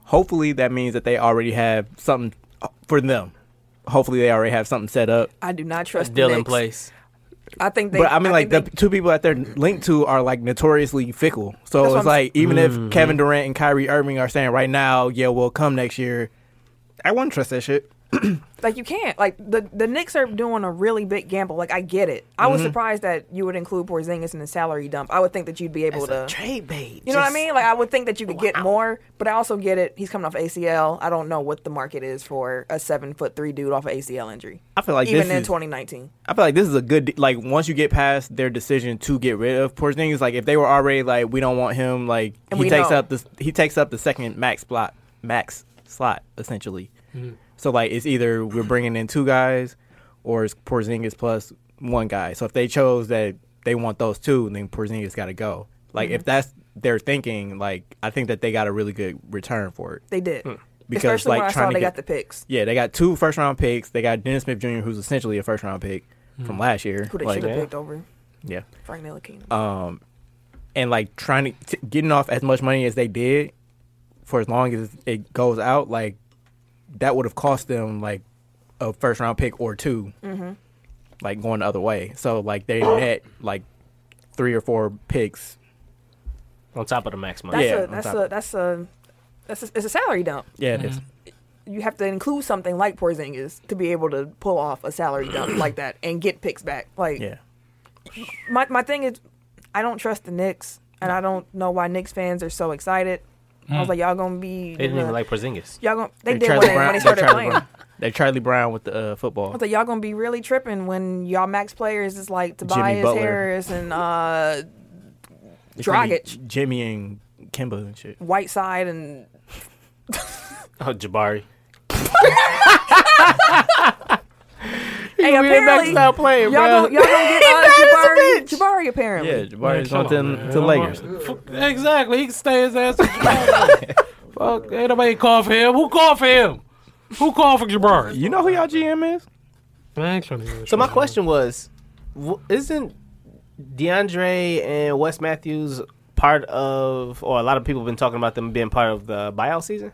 [SPEAKER 1] Hopefully, that means that they already have something uh, for them. Hopefully, they already have something set up.
[SPEAKER 4] I do not trust
[SPEAKER 3] deal
[SPEAKER 4] the
[SPEAKER 3] in
[SPEAKER 4] Knicks.
[SPEAKER 3] place.
[SPEAKER 4] I think they.
[SPEAKER 1] But I mean, like
[SPEAKER 4] think
[SPEAKER 1] the
[SPEAKER 4] they-
[SPEAKER 1] two people that they're linked to are like notoriously fickle.
[SPEAKER 4] That's
[SPEAKER 1] So
[SPEAKER 4] what
[SPEAKER 1] it's
[SPEAKER 4] I'm-
[SPEAKER 1] like even if Kevin Durant and Kyrie Irving are saying right now, "Yeah, we'll come next year," I wouldn't trust that shit.
[SPEAKER 4] like you can't like the the Knicks are doing a really big gamble. Like I get it. I
[SPEAKER 1] Mm-hmm.
[SPEAKER 4] was surprised that you would include Porzingis in the salary dump. I would think that you'd be able to
[SPEAKER 3] trade bait.
[SPEAKER 4] You know what I mean? Like I would think that you could get more, but I also get it. He's coming off ACL. I don't know what the market is for a seven foot three dude off of ACL injury.
[SPEAKER 1] I feel like
[SPEAKER 4] even
[SPEAKER 1] this
[SPEAKER 4] in
[SPEAKER 1] is-
[SPEAKER 4] 2019.
[SPEAKER 1] I feel like this is a good de- like once you get past their decision to get rid of Porzingis, like if they were already like we don't want him, like
[SPEAKER 4] And
[SPEAKER 1] he
[SPEAKER 4] we
[SPEAKER 1] takes
[SPEAKER 4] know.
[SPEAKER 1] up the he takes up the second max slot max slot essentially. So like it's either we're bringing in two guys or it's Porzingis plus one guy. So if they chose that they want those two, then Porzingis got to go. Like
[SPEAKER 4] Mm-hmm.
[SPEAKER 1] if that's their thinking, like I think that they got a really good return for it.
[SPEAKER 4] They did,
[SPEAKER 1] Hmm. Because,
[SPEAKER 4] especially
[SPEAKER 1] like,
[SPEAKER 4] when I
[SPEAKER 1] trying
[SPEAKER 4] saw
[SPEAKER 1] to
[SPEAKER 4] they
[SPEAKER 1] get-
[SPEAKER 4] got the picks.
[SPEAKER 1] Yeah, they got two first round picks. They got Dennis Smith Jr., who's essentially a first round pick from last year.
[SPEAKER 4] Who they
[SPEAKER 1] Like,
[SPEAKER 4] should have picked over
[SPEAKER 1] yeah.
[SPEAKER 4] Frank Ntilikina.
[SPEAKER 1] and like trying to t- getting off as much money as they did for as long as it goes out, like that would have cost them like a first round pick or 2
[SPEAKER 4] Mm-hmm.
[SPEAKER 1] like going the other way. So like they net like three or four picks.
[SPEAKER 3] On top of the max money.
[SPEAKER 4] that's
[SPEAKER 1] yeah,
[SPEAKER 4] a
[SPEAKER 1] on
[SPEAKER 4] that's
[SPEAKER 1] top
[SPEAKER 4] a
[SPEAKER 1] of-
[SPEAKER 4] that's a that's a, it's a salary dump.
[SPEAKER 1] Yeah, it is.
[SPEAKER 4] you have to include something like Porzingis to be able to pull off a salary dump like that and get picks back. Like
[SPEAKER 1] Yeah,
[SPEAKER 4] my my thing is, I don't trust the Knicks, and I don't know why Knicks fans are so excited. I
[SPEAKER 1] Mm.
[SPEAKER 4] was like, y'all gonna be
[SPEAKER 3] They didn't even like Porzingis.
[SPEAKER 4] y'all gonna they
[SPEAKER 1] They're
[SPEAKER 4] did when
[SPEAKER 1] Charlie
[SPEAKER 4] they, when
[SPEAKER 1] Brown-
[SPEAKER 4] they started
[SPEAKER 1] they're Charlie
[SPEAKER 4] playing.
[SPEAKER 1] Brown.
[SPEAKER 4] I
[SPEAKER 1] They're Charlie Brown with the uh, football.
[SPEAKER 4] was like, y'all gonna be really tripping when y'all max players is like Tobias
[SPEAKER 1] Butler.
[SPEAKER 4] Harris and uh,
[SPEAKER 1] It's gonna be
[SPEAKER 4] Dragic.
[SPEAKER 1] Jimmy and Kimba and shit.
[SPEAKER 4] Whiteside and
[SPEAKER 3] Oh, Jabari.
[SPEAKER 4] hey, apparently y'all
[SPEAKER 3] playing,
[SPEAKER 4] gonna, y'all gonna get uh, Jabari, Jabari apparently.
[SPEAKER 1] Yeah, Jabari's
[SPEAKER 2] Man,
[SPEAKER 1] on
[SPEAKER 2] come
[SPEAKER 1] them
[SPEAKER 2] man.
[SPEAKER 1] to Lakers.
[SPEAKER 2] Fuck- Exactly. He can stay his ass. in Chicago. Fuck. Ain't nobody call for him. Who called for him? Who called for Jabari?
[SPEAKER 1] You know who y'all GM is?
[SPEAKER 2] I ain't trying to hear that
[SPEAKER 3] So my
[SPEAKER 2] shit.
[SPEAKER 3] question was, w- isn't DeAndre and Wes Matthews part of, or a lot of people have been talking about them being part of the buyout season?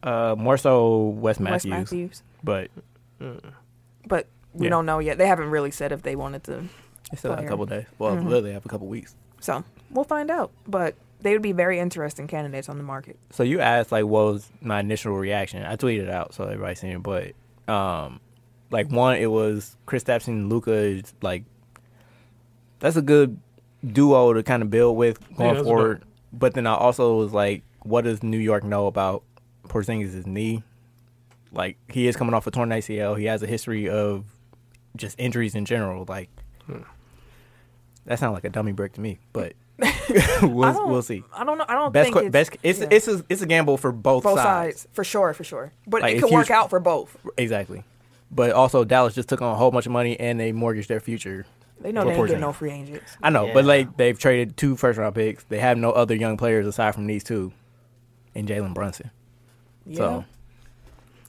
[SPEAKER 1] Uh, more so Wes
[SPEAKER 4] Wes
[SPEAKER 1] Matthews,
[SPEAKER 4] Matthews,
[SPEAKER 1] but
[SPEAKER 4] but we
[SPEAKER 1] Yeah.
[SPEAKER 4] don't know yet. They haven't really said if they wanted to.
[SPEAKER 1] They still have a
[SPEAKER 4] Player. Mm-hmm.
[SPEAKER 1] couple days. Well, literally have a couple weeks.
[SPEAKER 4] So we'll find out. But they would be very interesting candidates on the market.
[SPEAKER 1] So you asked like what was my initial reaction. I tweeted it out so everybody seen it, but um like one it was Chris Stapps and Luca like that's a good duo to kind of build with going
[SPEAKER 2] that's
[SPEAKER 1] forward. But then I also was like, what does New York know about Porzingis' knee? Like he is coming off a torn ACL. He has a history of just injuries in general. Like
[SPEAKER 4] Hmm.
[SPEAKER 1] that sounds like a dummy brick to me, but
[SPEAKER 4] I
[SPEAKER 1] we'll,
[SPEAKER 4] don't-
[SPEAKER 1] we'll see.
[SPEAKER 4] I don't know. I don't
[SPEAKER 1] Best,
[SPEAKER 4] think
[SPEAKER 1] que-
[SPEAKER 4] it's,
[SPEAKER 1] best. It's
[SPEAKER 4] yeah.
[SPEAKER 1] it's a, it's a gamble for both,
[SPEAKER 4] both
[SPEAKER 1] sides.
[SPEAKER 4] sides. for sure, for sure. But
[SPEAKER 1] Like,
[SPEAKER 4] it
[SPEAKER 1] it's
[SPEAKER 4] could work
[SPEAKER 1] huge-
[SPEAKER 4] out for both.
[SPEAKER 1] Exactly, but also Dallas just took on a whole bunch of money and they mortgaged their future.
[SPEAKER 4] They know
[SPEAKER 1] For
[SPEAKER 4] they ain't
[SPEAKER 1] Porzingis.
[SPEAKER 4] getting no free agents.
[SPEAKER 1] I know, but
[SPEAKER 3] Yeah.
[SPEAKER 1] like they've traded two first round picks. They have no other young players aside from these two, and Jalen Brunson.
[SPEAKER 4] Yeah.
[SPEAKER 1] So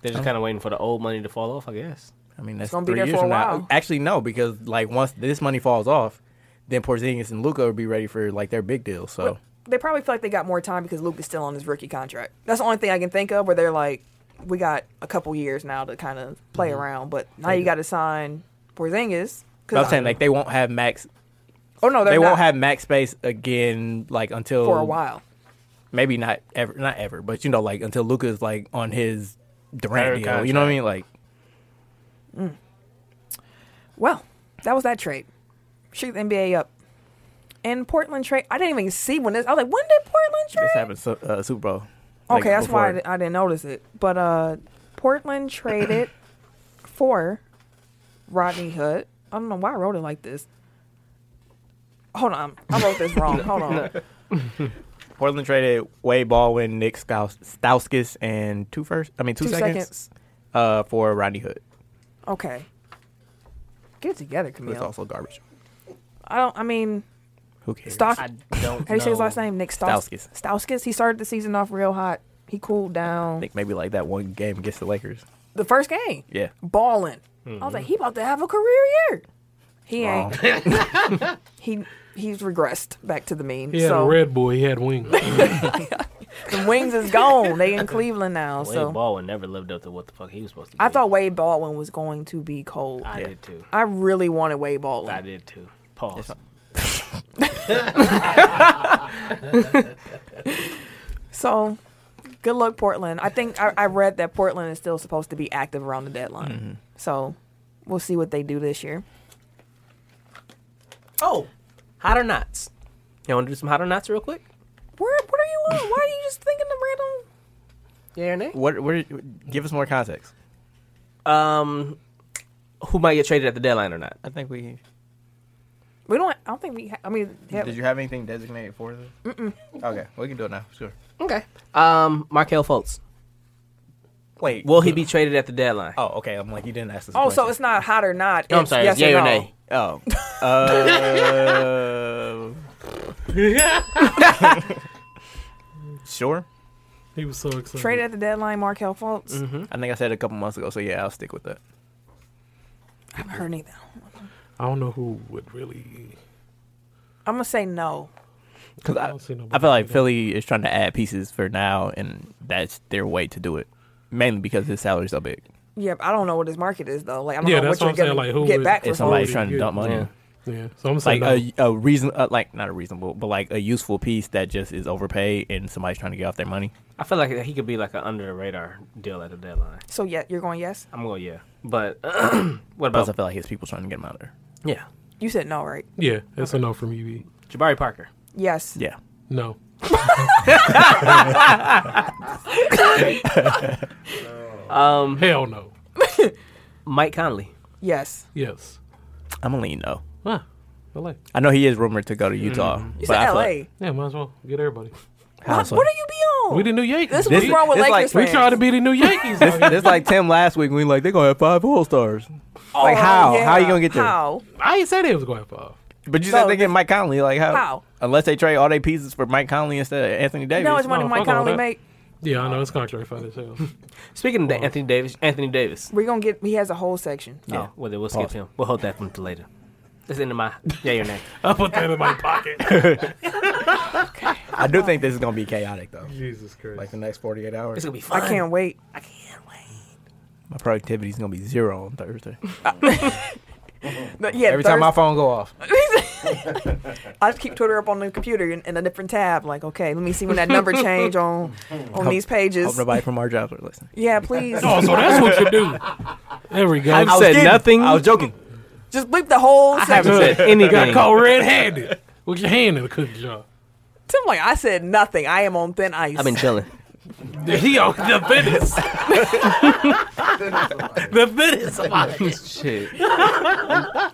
[SPEAKER 3] They're just kind of waiting for the old money to fall off, I guess.
[SPEAKER 1] I mean, that's
[SPEAKER 4] gonna be
[SPEAKER 1] three
[SPEAKER 4] there
[SPEAKER 1] years
[SPEAKER 4] for
[SPEAKER 1] from
[SPEAKER 4] a
[SPEAKER 1] now.
[SPEAKER 4] while.
[SPEAKER 1] Actually, no, because like once this money falls off, then Porzingis and Luca will be ready for like their big deal. So
[SPEAKER 4] They probably feel like they got more time because Luke is still on his rookie contract. That's the only thing I can think of where they're like, we got a couple years now to kind of play
[SPEAKER 1] Mm-hmm.
[SPEAKER 4] around, but now you got to sign Porzingis.
[SPEAKER 1] But I'm saying like they won't have max.
[SPEAKER 4] oh no,
[SPEAKER 1] They
[SPEAKER 4] they're
[SPEAKER 1] won't
[SPEAKER 4] not
[SPEAKER 1] have max space again, like until
[SPEAKER 4] for a while.
[SPEAKER 1] Maybe not ever, not ever, but you know, like until Luca's like on his
[SPEAKER 3] Fair
[SPEAKER 1] Durant deal. You know what I mean? Like,
[SPEAKER 4] Well, that was that trade. Shoot the NBA up. And Portland trade, I didn't even see when this. I was like, when did Portland trade?
[SPEAKER 1] this happened Su- uh, Super Bowl. Like,
[SPEAKER 4] Okay, that's why I,
[SPEAKER 1] before-
[SPEAKER 4] di- I didn't notice it. But uh, Portland traded for Rodney Hood. I don't know why I wrote it like this. Hold on, I wrote this wrong. Hold on.
[SPEAKER 1] Portland traded Wade Baldwin, Nick Staus- Stauskas, and two first. I mean, two,
[SPEAKER 4] Two
[SPEAKER 1] seconds,
[SPEAKER 4] seconds.
[SPEAKER 1] Uh, for Rodney Hood.
[SPEAKER 4] Okay. Get it together,
[SPEAKER 1] Who's
[SPEAKER 4] Camille.
[SPEAKER 1] also garbage.
[SPEAKER 4] I don't. I mean,
[SPEAKER 1] Who cares?
[SPEAKER 4] Stock.
[SPEAKER 3] I
[SPEAKER 4] How
[SPEAKER 3] don't.
[SPEAKER 4] do you say his
[SPEAKER 3] know.
[SPEAKER 4] last name? Nick Staus-
[SPEAKER 1] Stauskas.
[SPEAKER 4] Stauskas. He started the season off real hot. He cooled
[SPEAKER 1] I
[SPEAKER 4] down.
[SPEAKER 1] think maybe like that one game against the Lakers.
[SPEAKER 4] The first game,
[SPEAKER 1] Yeah.
[SPEAKER 4] balling. I was like, he about to have a career year. He ain't. He he's regressed back to the mean.
[SPEAKER 2] He had
[SPEAKER 4] so
[SPEAKER 2] a Red Bull. He had wings.
[SPEAKER 4] the wings is gone. They in Cleveland now.
[SPEAKER 3] Wade
[SPEAKER 4] so
[SPEAKER 3] Baldwin never lived up to what the fuck he was supposed to.
[SPEAKER 4] I
[SPEAKER 3] be.
[SPEAKER 4] thought Wade Baldwin was going to be cold.
[SPEAKER 3] I
[SPEAKER 4] I,
[SPEAKER 3] did too.
[SPEAKER 4] really wanted Wade
[SPEAKER 3] I
[SPEAKER 4] Baldwin.
[SPEAKER 3] did too. Pause.
[SPEAKER 4] So good luck, Portland. I think I, I read that Portland is still supposed to be active around the deadline.
[SPEAKER 2] Mm-hmm.
[SPEAKER 4] So we'll see what they do this year.
[SPEAKER 3] Oh, hot or knots. You want to do some hot or knots real quick?
[SPEAKER 4] Where what are you on? Why are you just thinking of random?
[SPEAKER 3] Yeah, Renee.
[SPEAKER 1] What? What? Give us more context.
[SPEAKER 3] Um, who might get traded at the deadline or not?
[SPEAKER 1] I think we.
[SPEAKER 4] We don't. I don't think we. Ha- I mean, yeah,
[SPEAKER 1] Did you have anything designated for this? Mm-mm. Okay, we can do it now. Sure.
[SPEAKER 3] Okay. Um, Markel Fultz.
[SPEAKER 1] Wait.
[SPEAKER 3] Will he be traded at the deadline?
[SPEAKER 1] Oh, okay. I'm like you didn't ask this.
[SPEAKER 4] oh, so
[SPEAKER 1] question.
[SPEAKER 4] it's not hot or not.
[SPEAKER 3] No, I'm
[SPEAKER 4] it's
[SPEAKER 3] sorry.
[SPEAKER 4] Yes
[SPEAKER 3] it's yay
[SPEAKER 4] or
[SPEAKER 3] or
[SPEAKER 4] no.
[SPEAKER 3] nay?
[SPEAKER 1] oh. Uh, sure.
[SPEAKER 2] He was so excited.
[SPEAKER 4] Traded at the deadline, Markel Fultz.
[SPEAKER 1] I think I said a couple months ago. So yeah, I'll stick with that.
[SPEAKER 4] I haven't heard anything.
[SPEAKER 2] I don't know who would really.
[SPEAKER 4] I'm gonna say no.
[SPEAKER 1] Because
[SPEAKER 2] I
[SPEAKER 1] I,
[SPEAKER 2] don't see nobody
[SPEAKER 1] I feel like
[SPEAKER 2] do that.
[SPEAKER 1] Philly is trying to add pieces for now, and that's their way to do it. Mainly because his salary's so big.
[SPEAKER 4] Yeah, I don't know what his market is though. Like I don't
[SPEAKER 2] Yeah,
[SPEAKER 4] know
[SPEAKER 2] that's
[SPEAKER 4] what you're
[SPEAKER 2] what I'm
[SPEAKER 4] gonna
[SPEAKER 2] saying, like, who
[SPEAKER 4] get
[SPEAKER 2] would-
[SPEAKER 4] back for
[SPEAKER 1] If somebody's
[SPEAKER 2] Fultz.
[SPEAKER 1] trying to dump money.
[SPEAKER 3] Yeah.
[SPEAKER 2] Yeah, so I'm saying
[SPEAKER 1] like
[SPEAKER 2] no.
[SPEAKER 1] a, a reason, uh, like not a reasonable, but like a useful piece that just is overpaid and somebody's trying to get off their money.
[SPEAKER 3] I feel like he could be like an under the radar deal at the deadline.
[SPEAKER 4] So yeah, you're going yes.
[SPEAKER 3] I'm going yeah, but
[SPEAKER 1] Plus,
[SPEAKER 3] what about
[SPEAKER 1] I feel like his people trying to get him out of there.
[SPEAKER 3] yeah,
[SPEAKER 4] You said no, right?
[SPEAKER 2] yeah, that's a no from you. E.
[SPEAKER 3] Jabari Parker?
[SPEAKER 4] Yes.
[SPEAKER 1] Yeah,
[SPEAKER 2] No.
[SPEAKER 3] Um,
[SPEAKER 2] Hell no.
[SPEAKER 3] Mike Conley.
[SPEAKER 4] Yes.
[SPEAKER 2] Yes.
[SPEAKER 1] I'm gonna lean though.
[SPEAKER 2] Huh. LA.
[SPEAKER 1] I know he is rumored to go to Utah,
[SPEAKER 4] Mm-hmm. You
[SPEAKER 1] but I
[SPEAKER 4] said
[SPEAKER 1] feel
[SPEAKER 4] LA.
[SPEAKER 1] like
[SPEAKER 2] Yeah, might as well get everybody.
[SPEAKER 1] how
[SPEAKER 4] what,
[SPEAKER 1] so?
[SPEAKER 4] what are you be on?
[SPEAKER 2] We the new Yankees.
[SPEAKER 4] This is
[SPEAKER 1] This
[SPEAKER 4] what's
[SPEAKER 1] is-
[SPEAKER 4] wrong with
[SPEAKER 1] it's
[SPEAKER 4] Lakers
[SPEAKER 1] like-
[SPEAKER 2] we
[SPEAKER 4] fans.
[SPEAKER 2] try to be the new Yankees. out here.
[SPEAKER 1] It's like Tim last week when we like they're gonna have five All Stars.
[SPEAKER 4] Oh,
[SPEAKER 1] like how?
[SPEAKER 4] yeah.
[SPEAKER 1] How you gonna get there?
[SPEAKER 4] How?
[SPEAKER 2] I ain't say they was going five.
[SPEAKER 1] But you
[SPEAKER 4] No,
[SPEAKER 1] said they get Mike Conley. Like how?
[SPEAKER 4] How?
[SPEAKER 1] Unless they trade all their pieces for Mike Conley instead of Anthony
[SPEAKER 4] You
[SPEAKER 1] Davis.
[SPEAKER 4] know how much money
[SPEAKER 2] No,
[SPEAKER 4] Mike
[SPEAKER 2] fuck all
[SPEAKER 4] Conley
[SPEAKER 2] that.
[SPEAKER 4] make?
[SPEAKER 2] Yeah, I know it's contrary fight as hell.
[SPEAKER 3] Speaking of Anthony Davis, Anthony Davis.
[SPEAKER 4] We're gonna get. He has a whole section.
[SPEAKER 3] Yeah. Oh, well, then we'll skip
[SPEAKER 1] Pause.
[SPEAKER 3] him. We'll hold that one to later. That's into my yay or nay.
[SPEAKER 2] I put that in my pocket.
[SPEAKER 1] I do think this is gonna be chaotic though.
[SPEAKER 2] Jesus Christ.
[SPEAKER 1] Like the next 48
[SPEAKER 3] It's
[SPEAKER 1] hours,
[SPEAKER 3] gonna be fun.
[SPEAKER 4] I can't wait.
[SPEAKER 3] I can't wait.
[SPEAKER 1] my productivity is gonna be zero on Thursday.
[SPEAKER 4] But yeah.
[SPEAKER 1] Every time my phone go off,
[SPEAKER 4] I just keep Twitter up on the computer in, in a different tab. Like, okay, let me see when that number change on on these
[SPEAKER 1] hope
[SPEAKER 4] pages.
[SPEAKER 1] nobody from our jobs are listening.
[SPEAKER 4] Yeah, please.
[SPEAKER 2] Oh, so that's what you do. There we go.
[SPEAKER 3] I said nothing.
[SPEAKER 1] I was joking.
[SPEAKER 4] Just bleep the whole
[SPEAKER 3] I haven't
[SPEAKER 4] section.
[SPEAKER 3] said
[SPEAKER 2] got
[SPEAKER 3] anything.
[SPEAKER 2] caught red-handed with your hand in the cookie jar.
[SPEAKER 4] Tim, like I said nothing. I am on thin ice.
[SPEAKER 3] I've been chilling.
[SPEAKER 2] He on the fitness. the fitness.
[SPEAKER 3] Shit.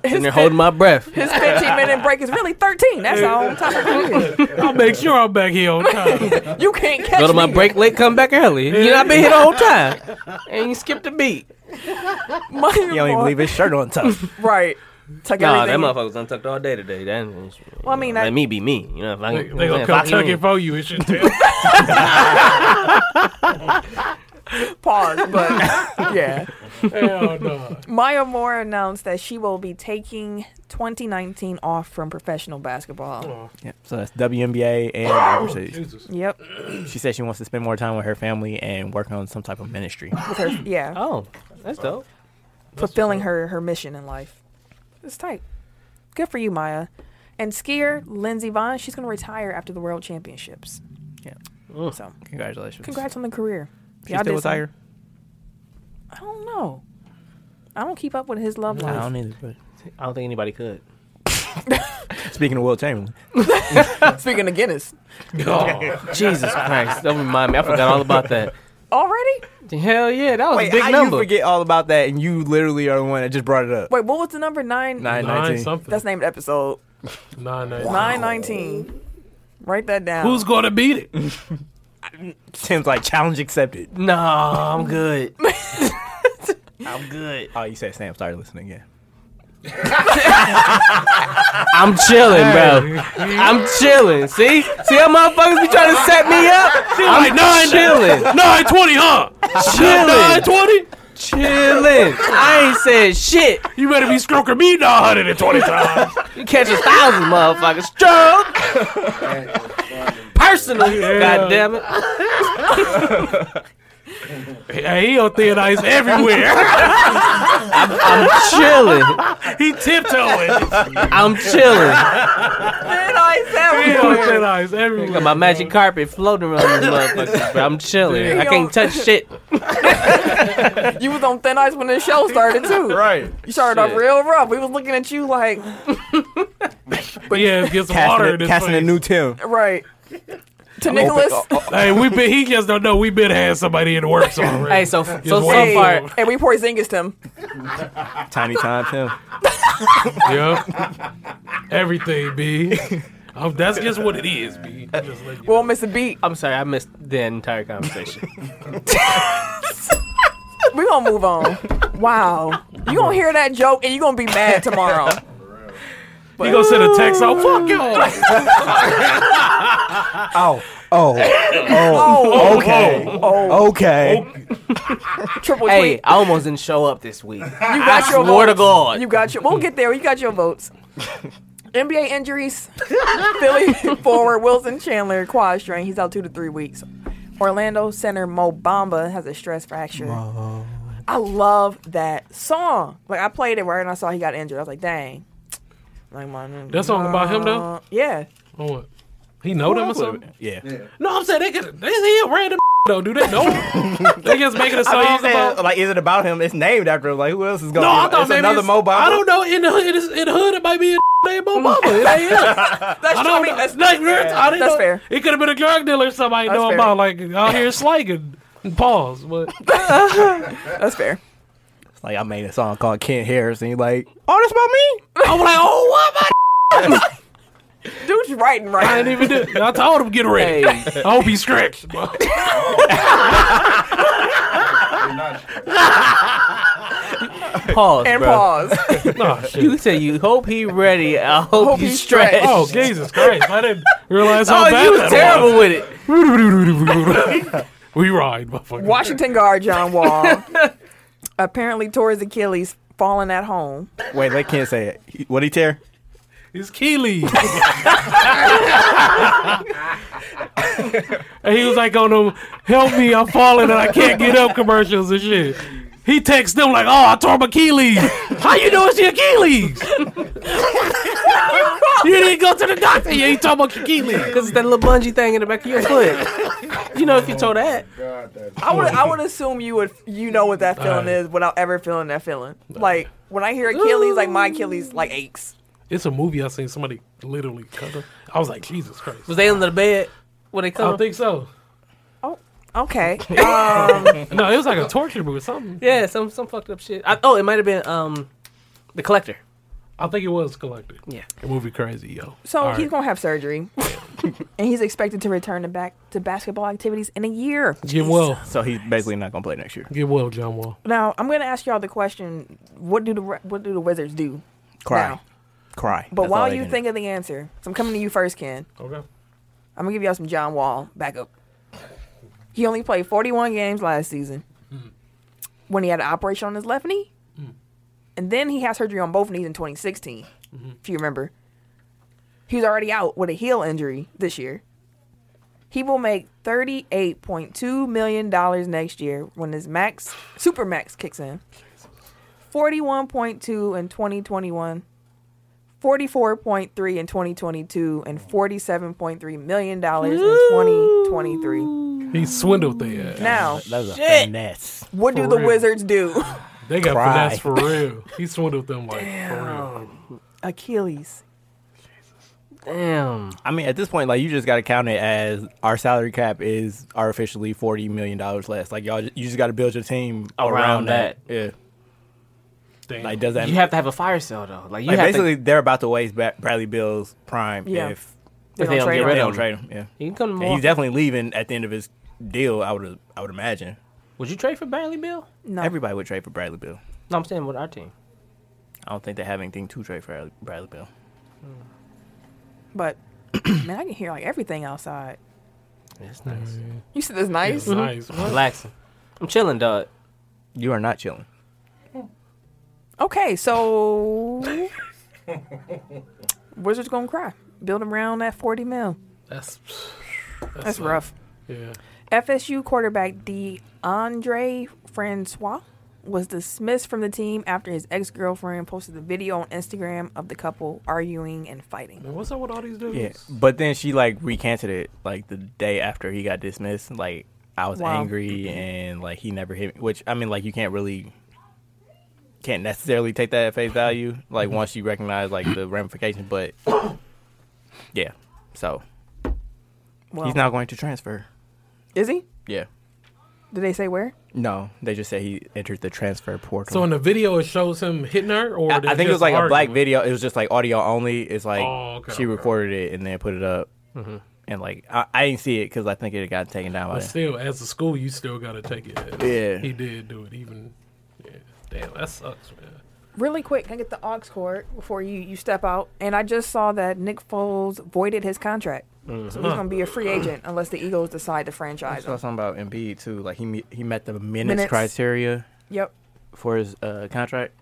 [SPEAKER 3] And they're holding my breath.
[SPEAKER 4] His 15 minute break is really 13. That's all I'm talking about.
[SPEAKER 2] I'll make sure I'm back here on time.
[SPEAKER 4] You can't catch
[SPEAKER 3] Go to my
[SPEAKER 4] me.
[SPEAKER 3] break late, come back early. You know, I've been here the whole time. And you skipped a beat.
[SPEAKER 4] My
[SPEAKER 1] He don't even leave his shirt on top.
[SPEAKER 4] Right. Tuck
[SPEAKER 3] Nah, that
[SPEAKER 4] everything.
[SPEAKER 3] motherfucker's untucked all day today. That, well,
[SPEAKER 4] I mean, I-
[SPEAKER 3] let me be me. You know, if I
[SPEAKER 2] They
[SPEAKER 3] can,
[SPEAKER 2] gonna
[SPEAKER 3] if
[SPEAKER 2] come
[SPEAKER 3] I
[SPEAKER 2] tuck
[SPEAKER 3] can-
[SPEAKER 2] it for you and shit.
[SPEAKER 4] Pause, but yeah.
[SPEAKER 2] Hell no.
[SPEAKER 4] Maya Moore announced that she will be taking 2019 off from professional basketball.
[SPEAKER 3] Oh.
[SPEAKER 1] Yeah, so that's WNBA and overseas.
[SPEAKER 2] Jesus.
[SPEAKER 4] Yep.
[SPEAKER 1] She said she wants to spend more time with her family and work on some type of ministry.
[SPEAKER 4] With her, yeah.
[SPEAKER 3] Oh, that's dope.
[SPEAKER 4] fulfilling her her mission in life. It's tight. Good for you, Maya. And skier Lindsey Vaughn, she's going to retire after the World Championships.
[SPEAKER 1] Yeah.
[SPEAKER 4] So,
[SPEAKER 1] Congratulations.
[SPEAKER 4] congrats on the career.
[SPEAKER 1] She
[SPEAKER 4] Y'all
[SPEAKER 1] still
[SPEAKER 4] did
[SPEAKER 1] retire?
[SPEAKER 4] some- I don't know. I don't keep up with his love
[SPEAKER 1] I
[SPEAKER 4] life.
[SPEAKER 1] don't either. But
[SPEAKER 3] I don't think anybody could.
[SPEAKER 1] speaking of Will Chamberlain,
[SPEAKER 4] Speaking of Guinness,
[SPEAKER 2] Oh.
[SPEAKER 3] Jesus Christ, don't remind me. I forgot all about that.
[SPEAKER 1] e-
[SPEAKER 4] already?
[SPEAKER 3] Hell yeah, that was
[SPEAKER 1] Wait,
[SPEAKER 3] a big
[SPEAKER 1] how
[SPEAKER 3] number.
[SPEAKER 1] you forget all about that and you literally are the one that just brought it up?
[SPEAKER 4] Wait, what was the number nine?
[SPEAKER 1] Nine
[SPEAKER 2] Nine
[SPEAKER 1] nineteen.
[SPEAKER 2] something.
[SPEAKER 4] That's named episode
[SPEAKER 2] nine nine.
[SPEAKER 4] nine nineteen. Write that down.
[SPEAKER 2] Who's gonna beat it?
[SPEAKER 1] Tim's like challenge accepted.
[SPEAKER 3] No, I'm good. I'm good.
[SPEAKER 1] Oh, you said Sam started listening again.
[SPEAKER 3] I'm chilling, bro. I'm chilling. See, see how motherfuckers be trying to set me up. I'm
[SPEAKER 2] like, nine-
[SPEAKER 3] chilling,
[SPEAKER 2] Nine twenty, huh? Nine
[SPEAKER 3] chilling,
[SPEAKER 2] twenty.
[SPEAKER 3] chilling. I ain't said shit.
[SPEAKER 2] You better be stroking me nine hundred and twenty times.
[SPEAKER 3] You catch a thousand motherfuckers. Stroke. Personal. God damn it.
[SPEAKER 2] hey, he on thin ice everywhere.
[SPEAKER 3] I'm chilling.
[SPEAKER 2] he tiptoeing.
[SPEAKER 3] I'm chilling.
[SPEAKER 2] He on thin
[SPEAKER 4] I
[SPEAKER 2] ice everywhere.
[SPEAKER 3] Got my magic carpet floating around these motherfuckers, but I'm chilling. I can't touch shit.
[SPEAKER 4] you was on thin ice when this show started too.
[SPEAKER 1] Right.
[SPEAKER 4] You started off
[SPEAKER 3] Shit.
[SPEAKER 4] real rough. We was looking at you like,
[SPEAKER 2] But yeah, get some
[SPEAKER 1] Casting,
[SPEAKER 2] water in
[SPEAKER 1] a,
[SPEAKER 2] this
[SPEAKER 1] casting a
[SPEAKER 2] face.
[SPEAKER 1] new Tim.
[SPEAKER 4] right. To Nicholas,
[SPEAKER 2] Hey, we been. He just don't know. We been had somebody in the works already.
[SPEAKER 3] Hey, so so so
[SPEAKER 2] wait for
[SPEAKER 3] far,
[SPEAKER 2] him.
[SPEAKER 4] and we Porzingis him.
[SPEAKER 1] Tiny time Tim.
[SPEAKER 2] Yep. Everything, B. Oh, that's just what it is, B. Just let you-
[SPEAKER 4] We won't miss a beat.
[SPEAKER 3] I'm sorry, I missed the entire conversation.
[SPEAKER 4] We're gonna move on. Wow. you gonna hear that joke and you're gonna be mad tomorrow.
[SPEAKER 2] He gonna send a text out. Fuck you.
[SPEAKER 1] Oh. Oh.
[SPEAKER 4] Oh,
[SPEAKER 1] Okay.
[SPEAKER 4] oh,
[SPEAKER 1] Okay.
[SPEAKER 4] triple
[SPEAKER 3] hey,
[SPEAKER 4] tweet.
[SPEAKER 3] I almost didn't show up this week.
[SPEAKER 4] You got your
[SPEAKER 3] Swear to
[SPEAKER 4] votes.
[SPEAKER 3] God.
[SPEAKER 4] You got your we'll get there. You got your votes. NBA injuries. Philly forward Wilson Chandler quad strain. He's out two to three weeks. Orlando center Mo Bamba has a stress fracture. I love that song. Like I played it right and I saw he got injured. I was like, dang. Like my
[SPEAKER 2] That song about him though.
[SPEAKER 4] Yeah.
[SPEAKER 2] Or what? He know them or something?
[SPEAKER 1] Yeah.
[SPEAKER 2] No, I'm saying they could. They he a random though. Do they know? him? they just making a song
[SPEAKER 1] But you said,
[SPEAKER 2] about.
[SPEAKER 1] like, is it about him? It's named after him. Like, who else is going?
[SPEAKER 2] no, I thought
[SPEAKER 1] it's
[SPEAKER 2] maybe
[SPEAKER 1] another
[SPEAKER 2] it's,
[SPEAKER 1] mobile.
[SPEAKER 2] I don't know. In the hood, it is, in the hood, it might be a named Mo Bamba. It ain't him.
[SPEAKER 4] That's
[SPEAKER 2] I
[SPEAKER 4] true. I
[SPEAKER 2] don't
[SPEAKER 4] mean,
[SPEAKER 2] know.
[SPEAKER 4] that's-
[SPEAKER 2] Like, I didn't
[SPEAKER 4] That's
[SPEAKER 2] know-
[SPEAKER 4] fair.
[SPEAKER 2] It could have been a drug dealer. Somebody
[SPEAKER 4] That's
[SPEAKER 2] know
[SPEAKER 4] fair.
[SPEAKER 2] about like out here slanging. Pause. But
[SPEAKER 4] that's fair.
[SPEAKER 1] It's like I made a song called Kent Harris, and you're like, oh, that's about me.
[SPEAKER 2] I'm like, oh, what? My
[SPEAKER 4] Dude's writing
[SPEAKER 2] I
[SPEAKER 4] right.
[SPEAKER 2] didn't even do. It. I told him get ready.
[SPEAKER 3] Hey.
[SPEAKER 2] I hope he stretched. bro.
[SPEAKER 3] Pause,
[SPEAKER 4] And
[SPEAKER 3] bro.
[SPEAKER 4] pause.
[SPEAKER 2] Nah, shit.
[SPEAKER 3] You said you hope he ready. I hope,
[SPEAKER 4] Hope
[SPEAKER 3] he
[SPEAKER 4] he
[SPEAKER 3] stretched.
[SPEAKER 4] stretched.
[SPEAKER 2] Oh Jesus Christ! I didn't realize how
[SPEAKER 3] Oh,
[SPEAKER 2] bad
[SPEAKER 3] you
[SPEAKER 2] that
[SPEAKER 3] was terrible with it.
[SPEAKER 2] was. we ride, motherfucker.
[SPEAKER 4] Washington guard John Wall apparently tore his Achilles falling at home.
[SPEAKER 1] Wait, they can't say it. He- What he tear?
[SPEAKER 2] His Keely. and he was like on them, help me, I'm falling and I can't get up commercials and shit. He texts them like, oh, I tore my Keelys. How you know it's your Keelys? you didn't go to the doctor. You ain't talking about your Keelys.
[SPEAKER 3] Because it's that little bungee thing in the back of your foot. You know, if you told that.
[SPEAKER 5] God, that's
[SPEAKER 4] I would I would assume you would you know what that feeling is without ever feeling that feeling. Like when I hear Achilles, like my Achilles like aches.
[SPEAKER 2] It's a movie I seen somebody literally cut up. I was like, Jesus Christ.
[SPEAKER 3] Was they under the bed when they
[SPEAKER 2] I
[SPEAKER 3] come?
[SPEAKER 2] don't think so.
[SPEAKER 4] Oh, okay.
[SPEAKER 2] No, it was like a torture movie or something.
[SPEAKER 3] yeah, some some fucked up shit. I, oh, it might have been um, the collector.
[SPEAKER 2] I think it was collected.
[SPEAKER 3] Yeah.
[SPEAKER 2] The movie crazy, yo.
[SPEAKER 4] So
[SPEAKER 2] All
[SPEAKER 4] he's
[SPEAKER 2] right.
[SPEAKER 4] gonna have surgery, and he's expected to return to back to basketball activities in a year.
[SPEAKER 2] Get well.
[SPEAKER 1] So he's basically not gonna play next year.
[SPEAKER 2] Get well, John Wall.
[SPEAKER 4] Now I'm gonna ask y'all the question: What do the Ra- what do the Wizards do?
[SPEAKER 1] Cry,
[SPEAKER 4] Now.
[SPEAKER 1] cry.
[SPEAKER 4] But
[SPEAKER 1] That's all
[SPEAKER 4] while
[SPEAKER 1] they
[SPEAKER 4] you
[SPEAKER 1] can
[SPEAKER 4] think of the answer, so I'm coming to you first, Ken.
[SPEAKER 2] Okay.
[SPEAKER 4] I'm gonna give y'all some John Wall backup. He only played 41 games last season when he had an operation on his left knee. And then he had surgery on both knees in 2016, if you remember. He was already out with a heel injury this year. He will make $38.2 million next year when his max, super max kicks in. 41.2 in 2021, 44.3 in 2022, and
[SPEAKER 3] Oh.
[SPEAKER 4] 47.3 million dollars in 2023.
[SPEAKER 2] He swindled their ass.
[SPEAKER 4] Now,
[SPEAKER 1] That was a
[SPEAKER 3] Shit.
[SPEAKER 1] finesse.
[SPEAKER 4] what do
[SPEAKER 2] For
[SPEAKER 4] the
[SPEAKER 2] real.
[SPEAKER 4] Wizards do?
[SPEAKER 2] They got
[SPEAKER 1] Cry.
[SPEAKER 2] finesse for real. He swindled them like for real.
[SPEAKER 4] Achilles.
[SPEAKER 3] Damn.
[SPEAKER 1] I mean, at this point, like you just got to count it as our salary cap is artificially forty million dollars less. Like y'all, you just got to build your team
[SPEAKER 3] Around
[SPEAKER 1] around, that. Yeah.
[SPEAKER 2] Damn.
[SPEAKER 1] Like does that?
[SPEAKER 3] You have to have a fire sale though. Like you
[SPEAKER 1] like
[SPEAKER 3] have
[SPEAKER 1] basically, they're about to waste Ba- Bradley Bill's prime
[SPEAKER 4] Yeah.
[SPEAKER 1] if
[SPEAKER 3] to, if they don't
[SPEAKER 4] trade
[SPEAKER 3] get
[SPEAKER 4] him.
[SPEAKER 1] they
[SPEAKER 3] rid
[SPEAKER 1] don't
[SPEAKER 3] of him.
[SPEAKER 1] trade him. Yeah.
[SPEAKER 3] You can come to
[SPEAKER 1] And he's
[SPEAKER 3] Milwaukee.
[SPEAKER 1] definitely leaving at the end of his deal. I would I would imagine
[SPEAKER 3] Would you trade for Bradley Bill?
[SPEAKER 4] No,
[SPEAKER 1] everybody would trade for Bradley Bill.
[SPEAKER 3] No, I'm saying with our team.
[SPEAKER 1] I don't think they have anything to trade for Bradley Bill.
[SPEAKER 4] but man, I can hear like everything outside.
[SPEAKER 3] That's nice.
[SPEAKER 4] You said that's nice.
[SPEAKER 2] It's nice. What?
[SPEAKER 3] Relaxing. I'm chilling, dog.
[SPEAKER 1] You are not chilling.
[SPEAKER 4] Mm-hmm. Okay, so Wizards gonna cry. Build him around that 40 mil.
[SPEAKER 2] That's
[SPEAKER 4] That's
[SPEAKER 2] a-
[SPEAKER 4] rough.
[SPEAKER 2] Yeah.
[SPEAKER 4] FSU quarterback DeAndre Francois was dismissed from the team after his ex girlfriend posted a video on Instagram of the couple arguing and fighting.
[SPEAKER 2] Man, what's up with all these dudes?
[SPEAKER 1] Yeah, but then she like recanted it like the day after he got dismissed. Like I was
[SPEAKER 4] Wow.
[SPEAKER 1] angry and like he never hit me. Which I mean, like you can't really can't necessarily take that at face value. Like once you recognize like the ramifications, but yeah, so
[SPEAKER 4] Well,
[SPEAKER 1] he's not going to transfer.
[SPEAKER 4] is he?
[SPEAKER 1] Yeah,
[SPEAKER 4] Did they say where?
[SPEAKER 1] no, they just said he entered the transfer portal.
[SPEAKER 2] So in the video, it shows him hitting her, or
[SPEAKER 1] I,
[SPEAKER 2] they
[SPEAKER 1] I think it
[SPEAKER 2] just
[SPEAKER 1] was like a black
[SPEAKER 2] arguing?
[SPEAKER 1] video. It was just like audio only. It's like
[SPEAKER 2] Oh, okay, Mm-hmm.
[SPEAKER 1] she
[SPEAKER 2] okay.
[SPEAKER 1] recorded it and then put it up. And like I, I didn't see it because I think it got taken down. By
[SPEAKER 2] But
[SPEAKER 1] then.
[SPEAKER 2] still, as a school, you still gotta take it. as
[SPEAKER 1] Yeah.
[SPEAKER 2] he did do it. Even yeah, damn, that sucks, man.
[SPEAKER 4] Really quick, can I get the aux cord before you, you step out? And I just saw that Nick Foles voided his contract.
[SPEAKER 1] Mm-hmm.
[SPEAKER 4] So he's going to be a free agent unless the Eagles decide to
[SPEAKER 1] I
[SPEAKER 4] franchise
[SPEAKER 1] saw
[SPEAKER 4] him.
[SPEAKER 1] something about Embiid too. Like he me- he met the minutes,
[SPEAKER 4] Minutes.
[SPEAKER 1] criteria
[SPEAKER 4] Yep.
[SPEAKER 1] for his uh, contract.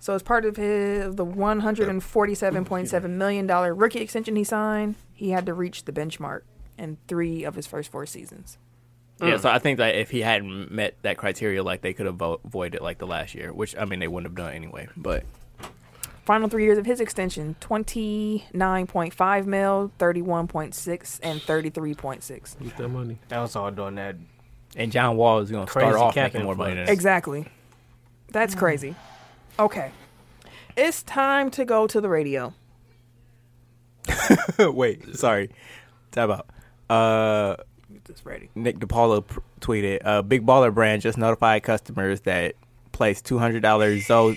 [SPEAKER 4] So as part of his the one hundred and forty seven point seven million dollar rookie extension he signed, he had to reach the benchmark in three of his first four seasons.
[SPEAKER 1] Yeah, so I think that if he hadn't met that criteria, like they could have vo- voided like the last year, which I mean they wouldn't have done anyway. But
[SPEAKER 4] Final three years of his extension, twenty nine point five mil, thirty one point six, and thirty three point six.
[SPEAKER 2] Get that money.
[SPEAKER 3] That was all doing that.
[SPEAKER 1] and John Wall is going to
[SPEAKER 3] Crazy
[SPEAKER 1] start off
[SPEAKER 3] cap
[SPEAKER 1] making more money. Than
[SPEAKER 3] influence.
[SPEAKER 1] this.
[SPEAKER 4] Exactly. That's crazy. Okay. It's time to go to the radio.
[SPEAKER 1] Wait, sorry, time out. Uh,
[SPEAKER 4] Get this ready.
[SPEAKER 1] Nick DiPaolo pr- tweeted, uh, "Big Baller Brand just notified customers that place two hundred dollars Zo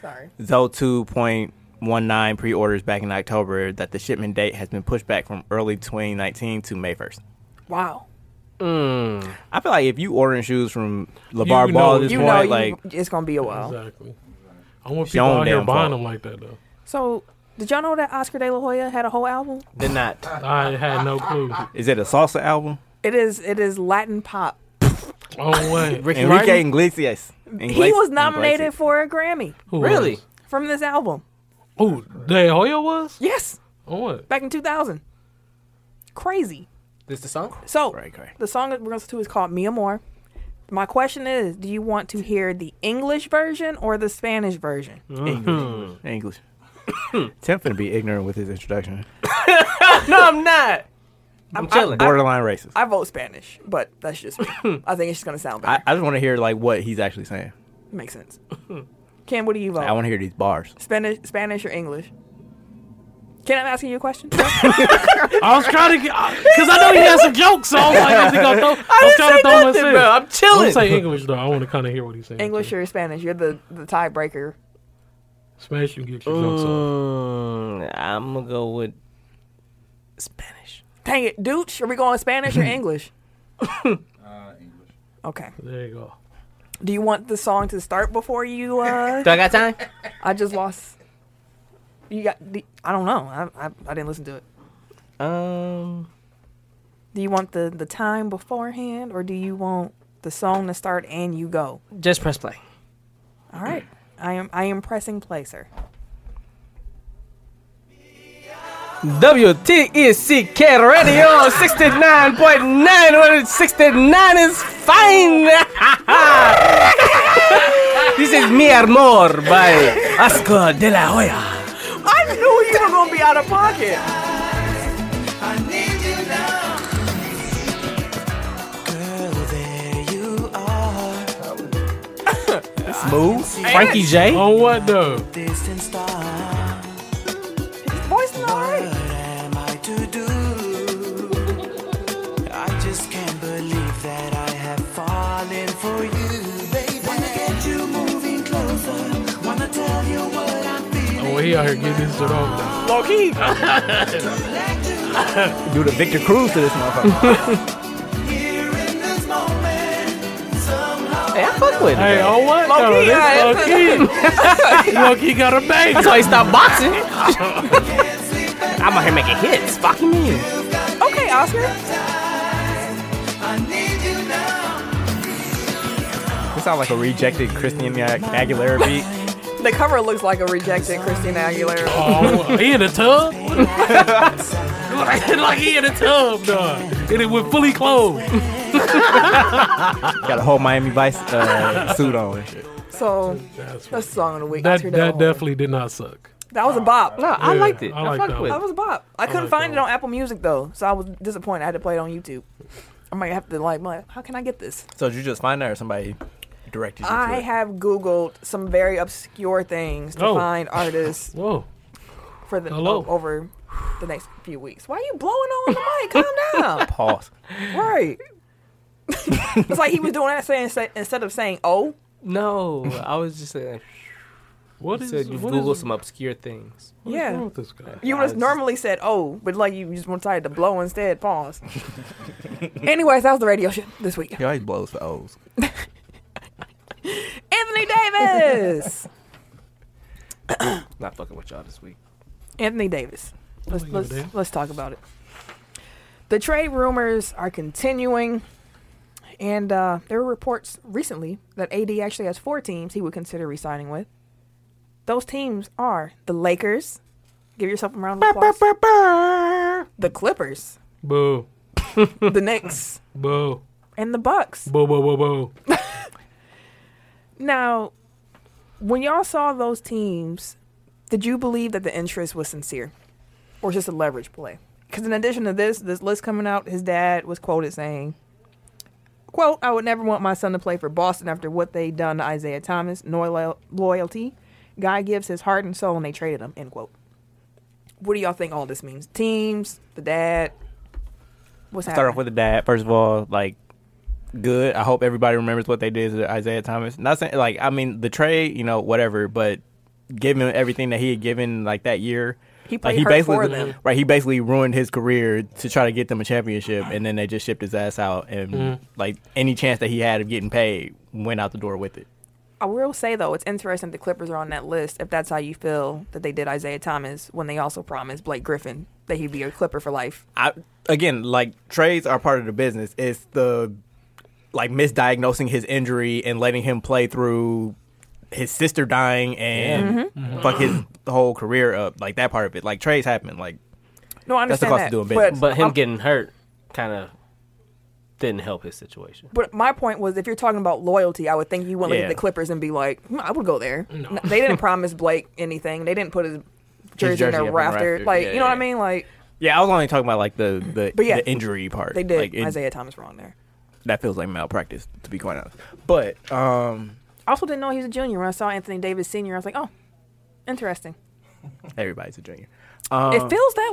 [SPEAKER 4] Sorry.
[SPEAKER 1] Zo two point one nine pre-orders back in October that the shipment date has been pushed back from early 2019 to May 1st.
[SPEAKER 4] Wow.
[SPEAKER 3] Mm.
[SPEAKER 1] I feel like if you ordering shoes from LeVar Ball
[SPEAKER 2] You know-
[SPEAKER 1] at this
[SPEAKER 4] You
[SPEAKER 1] point,
[SPEAKER 4] know, you,
[SPEAKER 1] like
[SPEAKER 4] it's gonna be a while.
[SPEAKER 2] Exactly. I want
[SPEAKER 1] It's
[SPEAKER 2] people
[SPEAKER 1] your own
[SPEAKER 2] out here
[SPEAKER 1] damn fault.
[SPEAKER 2] buying them like that though.
[SPEAKER 4] So, did y'all know that Oscar De La Hoya had a whole album?
[SPEAKER 3] Did not.
[SPEAKER 2] I had no clue.
[SPEAKER 1] is it a salsa album?
[SPEAKER 4] It is. It is Latin pop.
[SPEAKER 2] Oh wait,
[SPEAKER 3] Ricky
[SPEAKER 1] Enrique
[SPEAKER 3] Martin?
[SPEAKER 1] Iglesias.
[SPEAKER 4] he was nominated for a Grammy
[SPEAKER 2] Who
[SPEAKER 3] Really?
[SPEAKER 4] from this album.
[SPEAKER 2] Oh, De Hoya was.
[SPEAKER 4] Yes,
[SPEAKER 2] Oh what?
[SPEAKER 4] back in 2000. Crazy.
[SPEAKER 3] This the song?
[SPEAKER 4] So
[SPEAKER 1] Right, right.
[SPEAKER 4] the song that we're going to do is called "Mia More." My question is, do you want to hear the English version or the Spanish version?
[SPEAKER 1] Hmm. English.
[SPEAKER 2] Mm-hmm.
[SPEAKER 1] English. Tim finna be ignorant with his introduction.
[SPEAKER 3] No, I'm not. I'm, chilling.
[SPEAKER 1] Borderline racist. I,
[SPEAKER 4] I vote Spanish, but that's just me. I think it's just going to sound
[SPEAKER 1] I,
[SPEAKER 4] better.
[SPEAKER 1] just want to hear like what he's actually saying.
[SPEAKER 4] Makes sense. Ken, what do you vote?
[SPEAKER 1] I want to hear these bars.
[SPEAKER 4] Spanish, Spanish or English? Ken, I'm asking you a question.
[SPEAKER 2] I was trying to get because I know he had some jokes, so I was like, is he gonna throw? I, was trying to throw nothing, in.
[SPEAKER 3] bro. I'm
[SPEAKER 2] Don't
[SPEAKER 3] chilling.
[SPEAKER 2] say English though. I want to kind of hear what he's saying.
[SPEAKER 4] English or Spanish? You're the the tiebreaker.
[SPEAKER 2] Smash and get your
[SPEAKER 3] Uh,
[SPEAKER 2] jokes off.
[SPEAKER 3] Mm, I'm gonna go with Spanish.
[SPEAKER 4] Dang it, dude. Are we going Spanish or English?
[SPEAKER 5] Uh, English.
[SPEAKER 4] Okay.
[SPEAKER 2] There you go.
[SPEAKER 4] Do you want the song to start before you? Uh,
[SPEAKER 3] Do I got time?
[SPEAKER 4] I just lost. You got? the- I don't know. I, I I didn't listen to it.
[SPEAKER 3] Um,
[SPEAKER 4] Do you want the the time beforehand, or do you want the song to start and you go?
[SPEAKER 3] Just press play.
[SPEAKER 4] All right, I am I am pressing play, sir.
[SPEAKER 3] WTECK E Radio 69.9 when it's 69 is fine. this is Mi Amor by Oscar De La Hoya.
[SPEAKER 4] I knew you were gonna be out of pocket.
[SPEAKER 1] Smooth.
[SPEAKER 3] Frankie J.
[SPEAKER 2] On what though? Oh,
[SPEAKER 4] His voice not all right.
[SPEAKER 2] Oh, well, he out here getting his shit off though.
[SPEAKER 1] Low key. Do the Victor Cruz to this motherfucker.
[SPEAKER 3] Hey, I fuck with
[SPEAKER 2] Hey,
[SPEAKER 3] it.
[SPEAKER 2] on what
[SPEAKER 4] Low-key,
[SPEAKER 2] though? This low key. low key got a bang.
[SPEAKER 3] That's why he stopped boxing. I'm out here making hits. Fuck you mean.
[SPEAKER 4] Okay, Oscar.
[SPEAKER 1] It sounds like a rejected Christian Aguilera beat.
[SPEAKER 4] The cover looks like a rejected Christina Aguilera.
[SPEAKER 2] Oh, he in the tub? like, like he in the tub, dog. And it went fully clothed.
[SPEAKER 1] Got a whole Miami Vice uh, suit on and shit.
[SPEAKER 4] So that's the song of the week.
[SPEAKER 2] That
[SPEAKER 4] Oscar De La
[SPEAKER 2] that
[SPEAKER 4] Hoya.
[SPEAKER 2] definitely did not suck.
[SPEAKER 4] that was a bop.
[SPEAKER 3] No, I
[SPEAKER 2] Yeah,
[SPEAKER 3] liked it.
[SPEAKER 2] I
[SPEAKER 3] I,
[SPEAKER 2] like
[SPEAKER 3] fucked
[SPEAKER 2] that
[SPEAKER 3] with
[SPEAKER 4] That
[SPEAKER 3] it.
[SPEAKER 4] was a bop. I couldn't
[SPEAKER 2] like
[SPEAKER 4] find
[SPEAKER 2] that
[SPEAKER 4] it on Apple Music though, so I was disappointed. I had to play it on YouTube. I might have to like, like how can I get this?
[SPEAKER 1] So did you just find that or somebody directed you
[SPEAKER 4] I
[SPEAKER 1] to it?
[SPEAKER 4] have Googled some very obscure things to
[SPEAKER 2] Oh.
[SPEAKER 4] find artists
[SPEAKER 2] Whoa.
[SPEAKER 4] for the
[SPEAKER 2] Hello.
[SPEAKER 4] o- over the next few weeks. Why are you blowing on the mic? Calm down.
[SPEAKER 1] Pause.
[SPEAKER 4] Right. it's like he was doing that saying say- instead of saying oh.
[SPEAKER 3] No, I was just saying.
[SPEAKER 2] What
[SPEAKER 3] You
[SPEAKER 2] is
[SPEAKER 3] said you've
[SPEAKER 2] what
[SPEAKER 3] Googled
[SPEAKER 2] is-
[SPEAKER 3] some obscure things.
[SPEAKER 2] what is
[SPEAKER 4] Yeah.
[SPEAKER 2] wrong with this guy?
[SPEAKER 4] You would have normally said oh, but like you just decided to blow instead. Pause. Anyways, that was the radio show this week.
[SPEAKER 1] He always blows for O's.
[SPEAKER 4] Anthony Davis.
[SPEAKER 3] Not fucking with y'all this week.
[SPEAKER 4] Anthony Davis. Let's
[SPEAKER 2] we gonna
[SPEAKER 4] let's,
[SPEAKER 2] do?
[SPEAKER 4] let's talk about it. The trade rumors are continuing, and uh, there were reports recently that AD actually has four teams he would consider resigning with. Those teams are the Lakers. Give yourself a round of applause. The Clippers,
[SPEAKER 2] Boo.
[SPEAKER 4] the Knicks,
[SPEAKER 2] Boo.
[SPEAKER 4] and the Bucks.
[SPEAKER 2] Boo boo boo boo.
[SPEAKER 4] Now, when y'all saw those teams, did you believe that the interest was sincere or just a leverage play? Because in addition to this, this list coming out, his dad was quoted saying, quote, I would never want my son to play for Boston after what they done to Isaiah Thomas, nor lo- loyalty. Guy gives his heart and soul and they traded him, end quote. What do y'all think all this means? Teams, the dad, what's
[SPEAKER 1] Start
[SPEAKER 4] happening?
[SPEAKER 1] off with the dad. First of all, like good. I hope everybody remembers what they did to Isaiah Thomas. Not saying like I mean the trade, you know, whatever, but giving him everything that he had given like that year.
[SPEAKER 4] He
[SPEAKER 1] like,
[SPEAKER 4] played hurt
[SPEAKER 1] basically,
[SPEAKER 4] for them.
[SPEAKER 1] Right, he basically ruined his career to try to get them a championship and then they just shipped his ass out and
[SPEAKER 4] Mm.
[SPEAKER 1] like any chance that he had of getting paid went out the door with it.
[SPEAKER 4] I will say though, it's interesting the Clippers are on that list. If that's how you feel that they did Isaiah Thomas, when they also promised Blake Griffin that he'd be a Clipper for life.
[SPEAKER 1] I again like trades are part of the business. It's the like misdiagnosing his injury and letting him play through his sister dying and
[SPEAKER 4] Mm-hmm.
[SPEAKER 1] fuck his whole career up. Like that part of it. Like trades happen. Like
[SPEAKER 4] No, I
[SPEAKER 1] That's the
[SPEAKER 4] understand
[SPEAKER 1] cost
[SPEAKER 4] that.
[SPEAKER 1] of doing
[SPEAKER 4] but,
[SPEAKER 1] business.
[SPEAKER 3] But him
[SPEAKER 4] I'm-
[SPEAKER 3] getting hurt kind of didn't help his situation.
[SPEAKER 4] but my point was, if you're talking about loyalty, I would think you would look
[SPEAKER 1] Yeah.
[SPEAKER 4] at the Clippers and be like, hmm, I would go there. N- They didn't promise Blake anything. They didn't put his jersey,
[SPEAKER 1] jersey
[SPEAKER 4] in
[SPEAKER 1] up
[SPEAKER 4] their
[SPEAKER 1] in
[SPEAKER 4] rafter.
[SPEAKER 1] rafter.
[SPEAKER 4] Like
[SPEAKER 1] Yeah,
[SPEAKER 4] you know what I
[SPEAKER 1] yeah.
[SPEAKER 4] mean? Like
[SPEAKER 1] yeah, I was only talking about like the the,
[SPEAKER 4] But yeah,
[SPEAKER 1] the injury part.
[SPEAKER 4] they did
[SPEAKER 1] Like, it-
[SPEAKER 4] Isaiah Thomas wrong there.
[SPEAKER 1] that feels like malpractice to be quite honest. But um
[SPEAKER 4] I also didn't know he was a junior when I saw Anthony Davis senior. I was like, oh, interesting.
[SPEAKER 1] everybody's a junior.
[SPEAKER 6] Uh.
[SPEAKER 4] it feels that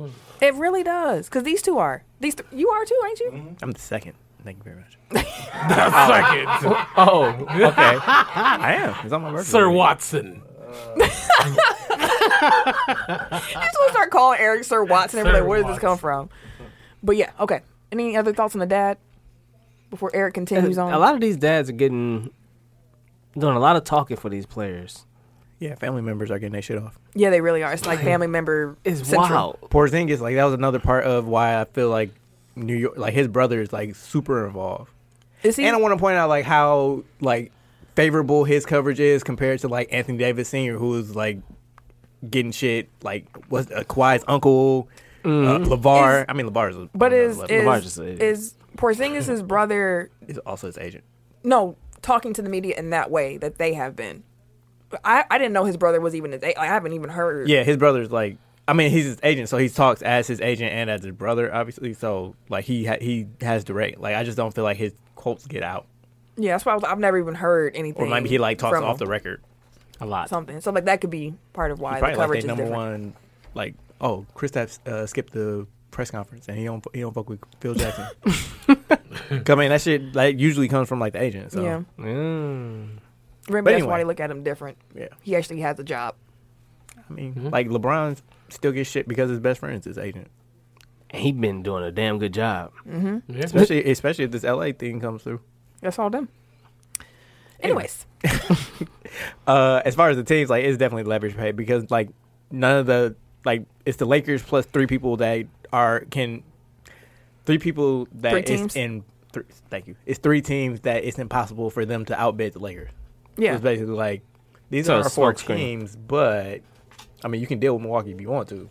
[SPEAKER 4] way. it really does, because these two are these. Th- you are too, ain't you?
[SPEAKER 1] I'm the second. Thank you very much.
[SPEAKER 2] Second.
[SPEAKER 3] Oh,
[SPEAKER 1] Okay. I am. It's on my birthday.
[SPEAKER 2] Sir Watson.
[SPEAKER 4] just want to start calling Eric Sir Watson and be
[SPEAKER 2] Sir
[SPEAKER 4] like, where did this come from? But yeah, okay. Any other thoughts on the dad before Eric continues on?
[SPEAKER 3] Uh, a lot of these dads are getting doing a lot of talking for these players.
[SPEAKER 1] Yeah, family members are getting their shit off.
[SPEAKER 4] Yeah, they really are. It's like family member.
[SPEAKER 3] It's
[SPEAKER 4] central.
[SPEAKER 3] wild.
[SPEAKER 1] Porzingis, like that was another part of why I feel like New York. Like his brother is like super involved.
[SPEAKER 4] Is he?
[SPEAKER 1] And I want to point out like how like favorable his coverage is compared to like Anthony Davis Sr., who is like getting shit like was uh, Kawhi's uncle, uh, Levar.
[SPEAKER 4] Mm-hmm. Is-
[SPEAKER 1] I mean Levar is, a-
[SPEAKER 4] but is
[SPEAKER 1] Le-
[SPEAKER 4] is,
[SPEAKER 1] LeVar
[SPEAKER 6] just said it.
[SPEAKER 4] is Porzingis his brother?
[SPEAKER 1] is also his agent.
[SPEAKER 4] No, talking to the media in that way that they have been. I, I didn't know his brother was even his. a- I haven't even heard.
[SPEAKER 1] Yeah, his brother's like. I mean, he's his agent, so he talks as his agent and as his brother, obviously. So like he ha- he has direct. Like I just don't feel like his quotes get out,
[SPEAKER 4] Yeah, that's why I was, I've never even heard anything.
[SPEAKER 1] or maybe he like talks
[SPEAKER 4] from
[SPEAKER 1] off
[SPEAKER 4] him.
[SPEAKER 1] the record a lot.
[SPEAKER 4] something. So like that could be part of why the
[SPEAKER 1] Probably like
[SPEAKER 4] coverage
[SPEAKER 1] they
[SPEAKER 4] is
[SPEAKER 1] number
[SPEAKER 4] different.
[SPEAKER 1] one. Like oh, Chris uh, skipped the press conference and he don't he don't fuck with Phil Jackson. I mean that shit like usually comes from like the agent. So
[SPEAKER 4] Yeah,
[SPEAKER 3] Mm.
[SPEAKER 4] maybe
[SPEAKER 1] But
[SPEAKER 4] that's why
[SPEAKER 1] anyway.
[SPEAKER 4] they look at him different.
[SPEAKER 1] Yeah.
[SPEAKER 4] He actually has a job.
[SPEAKER 1] I mean like LeBron still gets shit because his best friend is his agent.
[SPEAKER 3] And he been doing a damn good job.
[SPEAKER 2] Yeah.
[SPEAKER 1] Especially especially if this LA thing comes through.
[SPEAKER 4] That's all them. Anyways,
[SPEAKER 1] uh, as far as the teams, like it's definitely leverage pay because like none of the like it's the Lakers plus three people that are can three people that
[SPEAKER 4] Three
[SPEAKER 1] is
[SPEAKER 4] teams?
[SPEAKER 1] in three, thank you. It's three teams that it's impossible for them to outbid the Lakers.
[SPEAKER 4] yeah,
[SPEAKER 1] It's basically like these
[SPEAKER 6] So
[SPEAKER 1] are
[SPEAKER 6] it's
[SPEAKER 1] our four
[SPEAKER 6] smokescreen.
[SPEAKER 1] teams, but I mean you can deal with Milwaukee if you want to.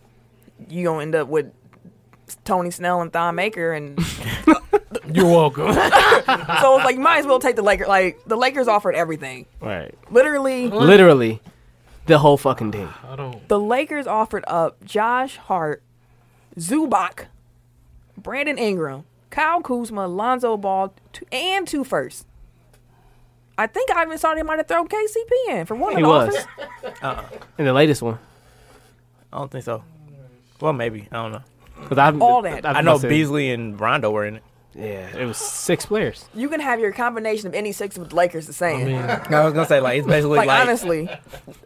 [SPEAKER 4] you gonna end up with Tony Snell and Thon Maker, and
[SPEAKER 2] You're welcome.
[SPEAKER 4] so it's like you might as well take the Lakers. Like the Lakers offered everything.
[SPEAKER 6] Right.
[SPEAKER 4] Literally,
[SPEAKER 3] Literally, the whole fucking team.
[SPEAKER 2] I don't.
[SPEAKER 4] the Lakers offered up Josh Hart, Zubac, Brandon Ingram, Kyle Kuzma, Lonzo Ball, two, and two firsts. I think I even saw they might have thrown KCP in for one of
[SPEAKER 3] He
[SPEAKER 4] the
[SPEAKER 3] was.
[SPEAKER 4] offers.
[SPEAKER 3] And the latest one.
[SPEAKER 1] I don't think so. Well, maybe I don't know.
[SPEAKER 3] Cause I've,
[SPEAKER 4] All that.
[SPEAKER 1] I know
[SPEAKER 3] said-
[SPEAKER 1] Beasley and Rondo were in it.
[SPEAKER 3] Yeah, it was six players.
[SPEAKER 4] You can have your combination of any six with the Lakers the same.
[SPEAKER 1] I was gonna say like it's basically
[SPEAKER 4] like,
[SPEAKER 1] like,
[SPEAKER 4] honestly,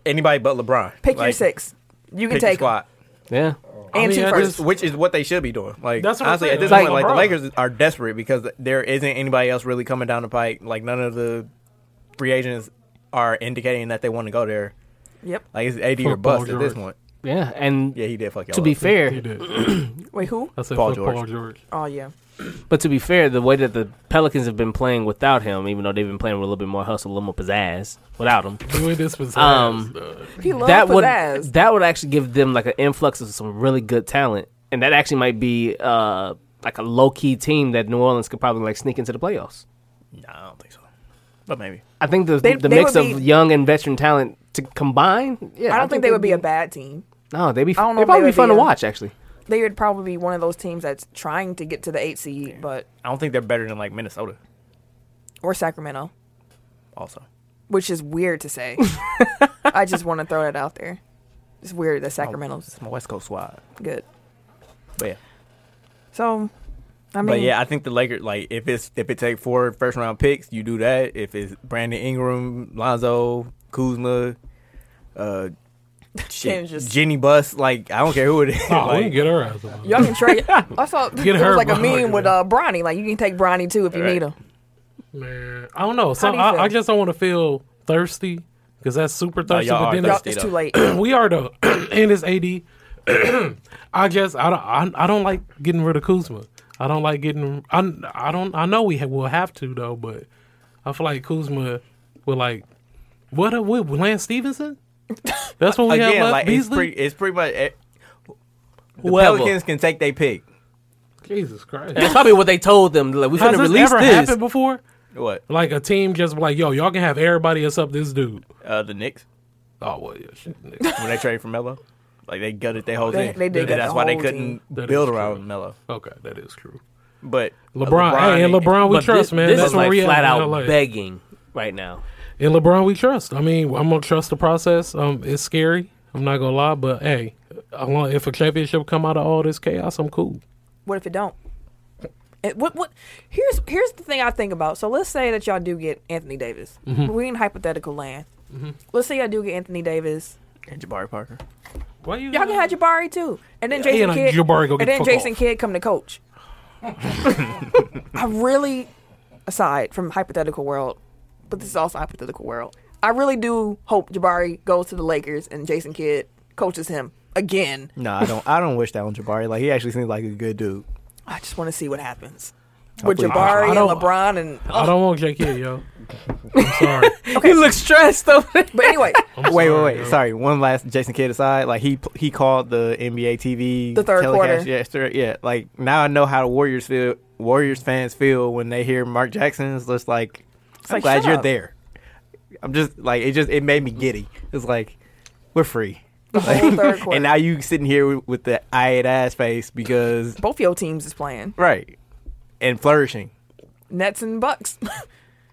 [SPEAKER 1] anybody but LeBron.
[SPEAKER 4] pick your
[SPEAKER 1] Like,
[SPEAKER 4] six. You can
[SPEAKER 1] Pick your
[SPEAKER 4] take 'em.
[SPEAKER 1] squad.
[SPEAKER 3] Yeah.
[SPEAKER 4] and
[SPEAKER 2] mean,
[SPEAKER 4] two
[SPEAKER 2] I
[SPEAKER 4] firsts.
[SPEAKER 2] just-
[SPEAKER 1] which is what they should be doing. Like
[SPEAKER 2] That's what I'm
[SPEAKER 1] honestly,
[SPEAKER 2] saying.
[SPEAKER 1] at this
[SPEAKER 2] Like,
[SPEAKER 1] point, like the
[SPEAKER 2] LeBron.
[SPEAKER 1] Lakers are desperate because there isn't anybody else really coming down the pike. Like none of the free agents are indicating that they want to go there.
[SPEAKER 4] Yep.
[SPEAKER 1] Like it's AD
[SPEAKER 2] Fuck
[SPEAKER 1] or bust
[SPEAKER 2] Paul
[SPEAKER 1] at this
[SPEAKER 2] George.
[SPEAKER 1] point.
[SPEAKER 3] Yeah. And
[SPEAKER 1] Yeah, he did fuck y'all.
[SPEAKER 3] to be
[SPEAKER 1] up.
[SPEAKER 2] He
[SPEAKER 3] fair,
[SPEAKER 2] did.
[SPEAKER 4] Wait, who?
[SPEAKER 2] I said
[SPEAKER 1] Paul
[SPEAKER 2] fuck
[SPEAKER 1] George.
[SPEAKER 2] Paul George.
[SPEAKER 4] Oh yeah.
[SPEAKER 3] but to be fair, the way that the Pelicans have been playing without him, even though they've been playing with a little bit more hustle, a little more pizzazz without him,
[SPEAKER 2] Doing this was
[SPEAKER 3] Um,
[SPEAKER 4] He loves
[SPEAKER 3] that would
[SPEAKER 4] pizzazz.
[SPEAKER 3] that would actually give them like an influx of some really good talent, and that actually might be uh like a low key team that New Orleans could probably like sneak into the playoffs.
[SPEAKER 1] Nah, I don't think so. But maybe
[SPEAKER 3] I think the
[SPEAKER 4] They-
[SPEAKER 3] the
[SPEAKER 4] they
[SPEAKER 3] mix of
[SPEAKER 4] would be-
[SPEAKER 3] young and veteran talent to combine. Yeah,
[SPEAKER 4] I don't think they
[SPEAKER 3] they'd
[SPEAKER 4] would be a bad team.
[SPEAKER 3] No, they'd be.
[SPEAKER 4] I don't know
[SPEAKER 3] They'd
[SPEAKER 4] if they
[SPEAKER 3] probably be
[SPEAKER 4] would
[SPEAKER 3] fun
[SPEAKER 4] be
[SPEAKER 3] to
[SPEAKER 4] a-
[SPEAKER 3] watch actually.
[SPEAKER 4] They would probably be one of those teams that's trying to get to the eight seed, but
[SPEAKER 1] I don't think they're better than like Minnesota.
[SPEAKER 4] or Sacramento,
[SPEAKER 1] Also,
[SPEAKER 4] which is weird to say. I just want to throw that out there. It's weird that Sacramento's
[SPEAKER 1] it's my West Coast squad.
[SPEAKER 4] good.
[SPEAKER 1] But yeah,
[SPEAKER 4] So, I mean,
[SPEAKER 1] but yeah, I think the Lakers. Like if it's if it take four first round picks, you do that. If it's Brandon Ingram, Lonzo, Kuzma. Uh, shit,
[SPEAKER 4] Ken's just-
[SPEAKER 1] Jenny Bus, like I don't care who it is.
[SPEAKER 2] Oh, we
[SPEAKER 1] like,
[SPEAKER 2] can get her ass on.
[SPEAKER 4] y'all can trade. I saw there
[SPEAKER 2] her,
[SPEAKER 4] was like a
[SPEAKER 2] bro.
[SPEAKER 4] meme with uh, Bronny. Like you can take Bronny too if you
[SPEAKER 1] Right.
[SPEAKER 4] need him.
[SPEAKER 2] Man, I don't know. So
[SPEAKER 4] do you feel?
[SPEAKER 2] I, I just don't want to feel thirsty because that's super thirsty.
[SPEAKER 1] y'all
[SPEAKER 2] but
[SPEAKER 1] are
[SPEAKER 2] then
[SPEAKER 4] Y'all,
[SPEAKER 1] Let's do
[SPEAKER 4] it's
[SPEAKER 1] that.
[SPEAKER 4] too late.
[SPEAKER 2] we are though, and it's AD. I just I don't I, I don't like getting rid of Kuzma. I don't like getting I I don't I know we ha- will have to though, but I feel like Kuzma will like what a- what Lance Stevenson. That's what we have
[SPEAKER 1] Again,
[SPEAKER 2] left.
[SPEAKER 1] like it's
[SPEAKER 2] Beasley.
[SPEAKER 1] pretty, it's pretty much eh, the
[SPEAKER 3] Whoever.
[SPEAKER 1] Pelicans can take their pick.
[SPEAKER 2] Jesus Christ!
[SPEAKER 3] That's probably what they told them. Like we're
[SPEAKER 2] Has
[SPEAKER 3] gonna
[SPEAKER 2] this
[SPEAKER 3] release
[SPEAKER 2] ever
[SPEAKER 3] this.
[SPEAKER 2] happened before?
[SPEAKER 1] What
[SPEAKER 2] Like a team just be like, yo, y'all can have everybody except this dude.
[SPEAKER 1] uh, the Knicks
[SPEAKER 2] Oh well, yeah, shit. nigga.
[SPEAKER 1] when they traded for Melo, like they gutted their whole
[SPEAKER 4] They-
[SPEAKER 1] thing.
[SPEAKER 4] they did gut
[SPEAKER 1] That's
[SPEAKER 4] the
[SPEAKER 1] why they
[SPEAKER 4] whole
[SPEAKER 1] couldn't
[SPEAKER 2] team.
[SPEAKER 1] build
[SPEAKER 2] That is
[SPEAKER 1] around
[SPEAKER 2] true.
[SPEAKER 1] Melo.
[SPEAKER 2] Okay, that is true.
[SPEAKER 1] But
[SPEAKER 2] LeBron, hey, and LeBron, we
[SPEAKER 3] But
[SPEAKER 2] trust,
[SPEAKER 3] this,
[SPEAKER 2] man.
[SPEAKER 3] This
[SPEAKER 2] That's
[SPEAKER 3] is
[SPEAKER 2] where
[SPEAKER 3] like
[SPEAKER 2] we at
[SPEAKER 3] flat
[SPEAKER 2] in
[SPEAKER 3] out
[SPEAKER 2] LA.
[SPEAKER 3] begging right now.
[SPEAKER 2] In LeBron, we trust. I mean, I'm gonna trust the process. Um, it's scary. I'm not gonna lie, but hey, I want- if a championship come out of all this chaos, I'm cool.
[SPEAKER 4] What if it don't? It, what what? Here's here's the thing I think about. So let's say that y'all do get Anthony Davis.
[SPEAKER 2] Mm-hmm.
[SPEAKER 4] We're in hypothetical land. Let's say y'all do get Anthony Davis.
[SPEAKER 1] and Jabari Parker,
[SPEAKER 2] Why you?
[SPEAKER 4] Y'all can have Jabari too, and then Jason
[SPEAKER 2] and, uh,
[SPEAKER 4] Kidd.
[SPEAKER 2] Jabari go get
[SPEAKER 4] and then
[SPEAKER 2] fuck
[SPEAKER 4] Jason
[SPEAKER 2] off.
[SPEAKER 4] Kidd come to coach. I really, aside from hypothetical world, but this is also hypothetical world. I really do hope Jabari goes to the Lakers and Jason Kidd coaches him again.
[SPEAKER 1] no, I don't. I don't wish that on Jabari. Like he actually seems like a good dude.
[SPEAKER 4] I just want to see what happens with
[SPEAKER 1] Hopefully-
[SPEAKER 4] Jabari
[SPEAKER 2] I- I
[SPEAKER 4] and
[SPEAKER 2] don't-
[SPEAKER 4] LeBron and.
[SPEAKER 2] I don't want Jake here, yo. I'm sorry.
[SPEAKER 3] He looks stressed over there.
[SPEAKER 4] But anyway,
[SPEAKER 2] I'm
[SPEAKER 1] Wait,
[SPEAKER 2] sorry,
[SPEAKER 1] wait,
[SPEAKER 2] yo.
[SPEAKER 1] wait. Sorry, one last Jason Kidd aside. Like he he called the NBA TV
[SPEAKER 4] The third
[SPEAKER 1] telecast
[SPEAKER 4] quarter.
[SPEAKER 1] yesterday. Yeah, like now I know how the Warriors feel. Warriors fans feel when they hear Mark Jackson's. Just like I'm
[SPEAKER 4] like,
[SPEAKER 1] glad
[SPEAKER 4] shut
[SPEAKER 1] you're
[SPEAKER 4] up.
[SPEAKER 1] there. I'm just like it. Just it made me giddy. It's like we're free.
[SPEAKER 4] whole third quarter.
[SPEAKER 1] and now you sitting here with, with the eyed ass face because
[SPEAKER 4] both your teams is playing
[SPEAKER 1] right and flourishing.
[SPEAKER 4] Nets and Bucks,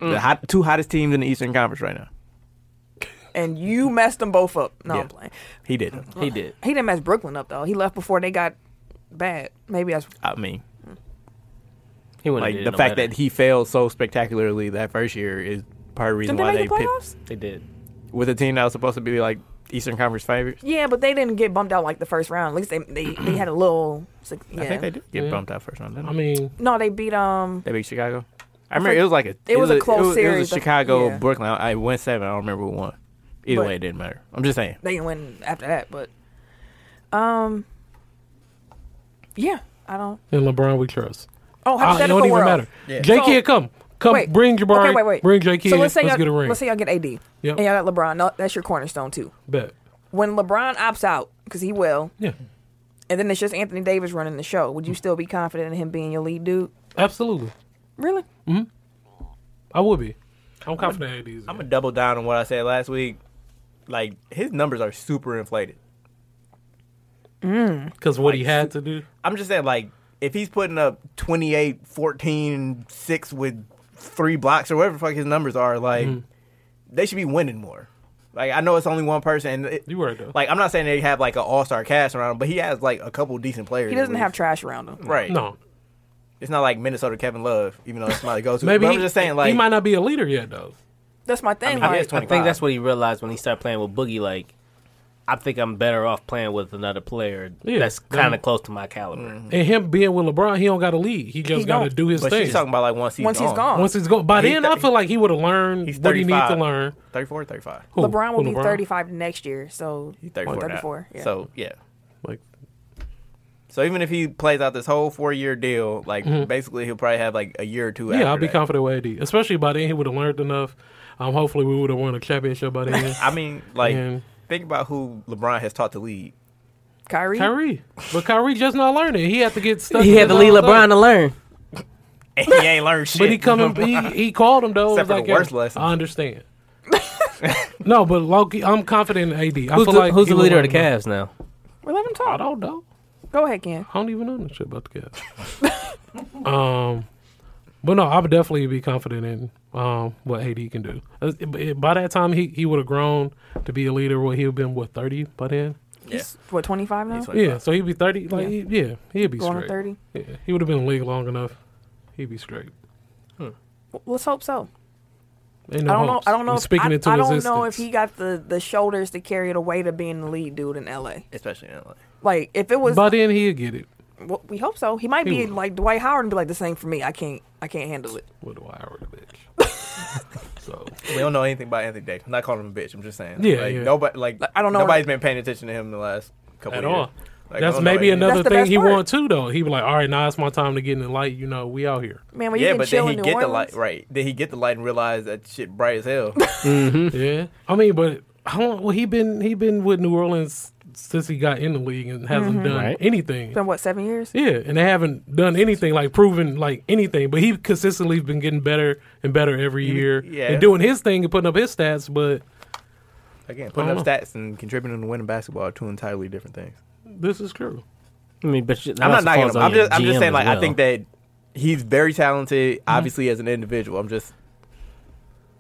[SPEAKER 4] Mm.
[SPEAKER 1] The hot, two hottest teams in the Eastern Conference right now.
[SPEAKER 4] and you messed them both up. No,
[SPEAKER 1] Yeah.
[SPEAKER 4] I'm playing.
[SPEAKER 1] He did.
[SPEAKER 3] He did.
[SPEAKER 4] He didn't mess Brooklyn up though. He left before they got bad. Maybe that's
[SPEAKER 1] I mean,
[SPEAKER 3] He wouldn't
[SPEAKER 1] like the fact that he failed so spectacularly that first year is part of the reason
[SPEAKER 4] didn't
[SPEAKER 1] why
[SPEAKER 4] they make
[SPEAKER 1] they
[SPEAKER 4] the playoffs?
[SPEAKER 1] picked
[SPEAKER 3] they did.
[SPEAKER 1] with a team that was supposed to be like Eastern Conference favorites.
[SPEAKER 4] Yeah, but they didn't get bumped out like the first round. At least they they, they had a little. suc- Yeah.
[SPEAKER 1] I think they did get
[SPEAKER 2] Yeah.
[SPEAKER 1] bumped out first round. Didn't
[SPEAKER 2] I
[SPEAKER 1] they?
[SPEAKER 2] mean,
[SPEAKER 4] No, they beat um.
[SPEAKER 1] they beat Chicago. I remember it was like a
[SPEAKER 4] It was a close
[SPEAKER 1] it was, It
[SPEAKER 4] series,
[SPEAKER 1] was a
[SPEAKER 4] but-
[SPEAKER 1] Chicago
[SPEAKER 4] yeah.
[SPEAKER 1] Brooklyn. I I went seven. I don't remember who won. Either
[SPEAKER 4] But-
[SPEAKER 1] way, it didn't matter. I'm just saying.
[SPEAKER 4] They didn't win after that, but um. Yeah, I don't.
[SPEAKER 2] in LeBron we trust.
[SPEAKER 1] Ah,
[SPEAKER 2] I,
[SPEAKER 4] Oh,
[SPEAKER 2] it
[SPEAKER 4] hypothetical
[SPEAKER 2] don't even
[SPEAKER 4] world.
[SPEAKER 2] matter.
[SPEAKER 1] Yeah.
[SPEAKER 2] Jake
[SPEAKER 4] So-
[SPEAKER 2] here, come, come,
[SPEAKER 4] Wait.
[SPEAKER 2] bring Jabari,
[SPEAKER 4] Okay, wait, wait.
[SPEAKER 2] bring Jake
[SPEAKER 4] So
[SPEAKER 2] here.
[SPEAKER 4] let's
[SPEAKER 2] Let's,
[SPEAKER 4] say y'all,
[SPEAKER 2] get a ring.
[SPEAKER 4] Let's say y'all get AD.
[SPEAKER 2] Yep.
[SPEAKER 4] And y'all got LeBron. No, that's your cornerstone too.
[SPEAKER 2] Bet.
[SPEAKER 4] When LeBron opts out, because he will,
[SPEAKER 2] Yeah,
[SPEAKER 4] and then it's just Anthony Davis running the show, would you still be confident in him being your lead dude?
[SPEAKER 2] absolutely.
[SPEAKER 4] Really?
[SPEAKER 2] I would be. I'm confident in AD's.
[SPEAKER 1] I'm gonna double down on what I said last week. Like his numbers are super inflated.
[SPEAKER 2] Because what he had to do.
[SPEAKER 1] I'm just saying, like, if he's putting up 28, 14, and 6 with three blocks or whatever the fuck his numbers are, like,
[SPEAKER 2] Mm-hmm.
[SPEAKER 1] they should be winning more. Like, I know it's only one person. And it,
[SPEAKER 2] You right, though.
[SPEAKER 1] Like, I'm not saying they have, like, an all star cast around him, but he has, like, a couple decent players.
[SPEAKER 4] He
[SPEAKER 1] at
[SPEAKER 4] doesn't have
[SPEAKER 1] least.
[SPEAKER 4] trash around him.
[SPEAKER 1] Right.
[SPEAKER 2] No,
[SPEAKER 1] It's not like Minnesota Kevin Love, even though it's my go to. Maybe.
[SPEAKER 2] maybe
[SPEAKER 1] But
[SPEAKER 2] he-
[SPEAKER 1] I'm just saying, like,
[SPEAKER 2] he might not be a leader yet though.
[SPEAKER 4] That's my thing.
[SPEAKER 1] I mean, he
[SPEAKER 4] like,
[SPEAKER 1] is 25.
[SPEAKER 3] I think that's what he realized when he started playing with Boogie. Like, I think I'm better off playing with another player
[SPEAKER 2] Yeah.
[SPEAKER 3] that's kind of close to my caliber.
[SPEAKER 1] Mm-hmm.
[SPEAKER 2] And him being with LeBron, he don't got to lead. He just
[SPEAKER 4] He
[SPEAKER 2] got to
[SPEAKER 4] don't.
[SPEAKER 2] do his
[SPEAKER 1] But
[SPEAKER 2] thing.
[SPEAKER 1] she's talking about, like, once he's
[SPEAKER 4] Once he's gone.
[SPEAKER 2] Once he's gone, by
[SPEAKER 1] He
[SPEAKER 2] then
[SPEAKER 1] th-
[SPEAKER 2] I feel like he would have learned
[SPEAKER 1] He's
[SPEAKER 2] what he needs
[SPEAKER 1] 35.
[SPEAKER 2] to learn.
[SPEAKER 1] 34, 35.
[SPEAKER 2] Who?
[SPEAKER 4] LeBron will
[SPEAKER 2] Who,
[SPEAKER 4] be 35 next year, so
[SPEAKER 1] He's 34. now.
[SPEAKER 4] 34, yeah.
[SPEAKER 1] So, yeah.
[SPEAKER 2] Like,
[SPEAKER 1] So even if he plays out this whole four year deal, like basically he'll probably have like a year or two. after
[SPEAKER 2] Mm-hmm. yeah, I'll be
[SPEAKER 1] that.
[SPEAKER 2] confident with AD. Especially by then, he would have learned enough. Um, hopefully, we would have won a championship by then.
[SPEAKER 1] I mean, like,
[SPEAKER 2] Yeah.
[SPEAKER 1] think about who LeBron has taught to lead.
[SPEAKER 4] Kyrie,
[SPEAKER 2] Kyrie, but Kyrie just not learning. He had to get stuck.
[SPEAKER 3] He
[SPEAKER 2] in
[SPEAKER 3] had to
[SPEAKER 2] his
[SPEAKER 3] lead
[SPEAKER 2] own
[SPEAKER 3] LeBron
[SPEAKER 2] thing.
[SPEAKER 3] to learn.
[SPEAKER 1] And he ain't learned shit.
[SPEAKER 2] But he come and he, he called him though.
[SPEAKER 1] Except
[SPEAKER 2] It
[SPEAKER 1] for
[SPEAKER 2] was like,
[SPEAKER 1] the worst
[SPEAKER 2] yeah,
[SPEAKER 1] lessons.
[SPEAKER 2] I understand. no, but Loki, I'm confident in AD. I
[SPEAKER 3] Who's
[SPEAKER 2] feel
[SPEAKER 3] the,
[SPEAKER 2] like
[SPEAKER 3] who's
[SPEAKER 2] he
[SPEAKER 3] the
[SPEAKER 2] would
[SPEAKER 3] leader of the
[SPEAKER 2] learn enough.
[SPEAKER 3] Cavs now?
[SPEAKER 4] we let him
[SPEAKER 2] I
[SPEAKER 4] talk.
[SPEAKER 2] don't know.
[SPEAKER 4] Go ahead, Ken.
[SPEAKER 2] I don't even know this shit about the Cavs. um, but no, I would definitely be confident in um what AD can do. Uh, it- By that time, he, he would have grown to be a leader. What he'd have been what thirty by then?
[SPEAKER 4] He's what 25 now?
[SPEAKER 1] He's like,
[SPEAKER 2] Yeah, so he'd be thirty. Like yeah, he, yeah, he'd be
[SPEAKER 4] Going on
[SPEAKER 2] straight.
[SPEAKER 4] 30.
[SPEAKER 2] Yeah, he would have been in the league long enough. He'd be straight.
[SPEAKER 4] W- Let's hope so.
[SPEAKER 2] Ain't no
[SPEAKER 4] I don't
[SPEAKER 2] hopes.
[SPEAKER 4] know. I don't know.
[SPEAKER 2] I'm
[SPEAKER 4] If,
[SPEAKER 2] speaking
[SPEAKER 4] I,
[SPEAKER 2] into
[SPEAKER 4] I don't know
[SPEAKER 2] existence.
[SPEAKER 4] if he got the the shoulders to carry the weight of being the lead dude in LA.
[SPEAKER 1] especially in LA.
[SPEAKER 4] Like if it was,
[SPEAKER 2] By then he'll get it.
[SPEAKER 4] well, we hope so. He might
[SPEAKER 2] He
[SPEAKER 4] be
[SPEAKER 2] will.
[SPEAKER 4] like Dwight Howard and be like, "This ain't for me. I can't. I can't handle it."
[SPEAKER 2] with a wire the bitch. so
[SPEAKER 1] We don't know anything about Anthony Davis. I'm not calling him a bitch. I'm just saying.
[SPEAKER 2] Yeah,
[SPEAKER 1] like,
[SPEAKER 2] yeah.
[SPEAKER 1] nobody like
[SPEAKER 4] I don't know-
[SPEAKER 1] Nobody's been paying attention to him in the last couple
[SPEAKER 2] At
[SPEAKER 1] of years.
[SPEAKER 2] all.
[SPEAKER 1] Like, I
[SPEAKER 2] that's
[SPEAKER 1] don't know
[SPEAKER 2] maybe
[SPEAKER 1] about
[SPEAKER 2] another
[SPEAKER 4] That's the
[SPEAKER 2] thing
[SPEAKER 4] best
[SPEAKER 2] he
[SPEAKER 4] part.
[SPEAKER 2] want too though. He be like, all right, now it's my time to get in the light. You know, we out here.
[SPEAKER 4] Man,
[SPEAKER 1] any-
[SPEAKER 4] when you
[SPEAKER 1] Yeah,
[SPEAKER 4] can
[SPEAKER 1] but
[SPEAKER 4] chill
[SPEAKER 1] then he
[SPEAKER 4] in New
[SPEAKER 1] get the
[SPEAKER 4] Orleans,
[SPEAKER 1] light right. Then he get the light and realize that shit bright as hell.
[SPEAKER 2] yeah, I mean, but how long? Well, he been he been with New Orleans since he got in the league and
[SPEAKER 4] Mm-hmm.
[SPEAKER 2] hasn't done
[SPEAKER 3] Right.
[SPEAKER 2] anything.
[SPEAKER 4] It's been what seven years?
[SPEAKER 2] Yeah, and they haven't done anything like proven like anything. But he consistently been getting better and better every year
[SPEAKER 1] Mm-hmm. yeah.
[SPEAKER 2] and doing his thing and putting up his stats. But
[SPEAKER 1] Again, putting
[SPEAKER 2] I
[SPEAKER 1] up
[SPEAKER 2] don't know.
[SPEAKER 1] stats and contributing to winning basketball are two entirely different things.
[SPEAKER 2] this is true.
[SPEAKER 3] I mean, but you,
[SPEAKER 1] I'm not knocking him. I'm just I'm just saying like I think that he's very talented, obviously as an individual. I'm just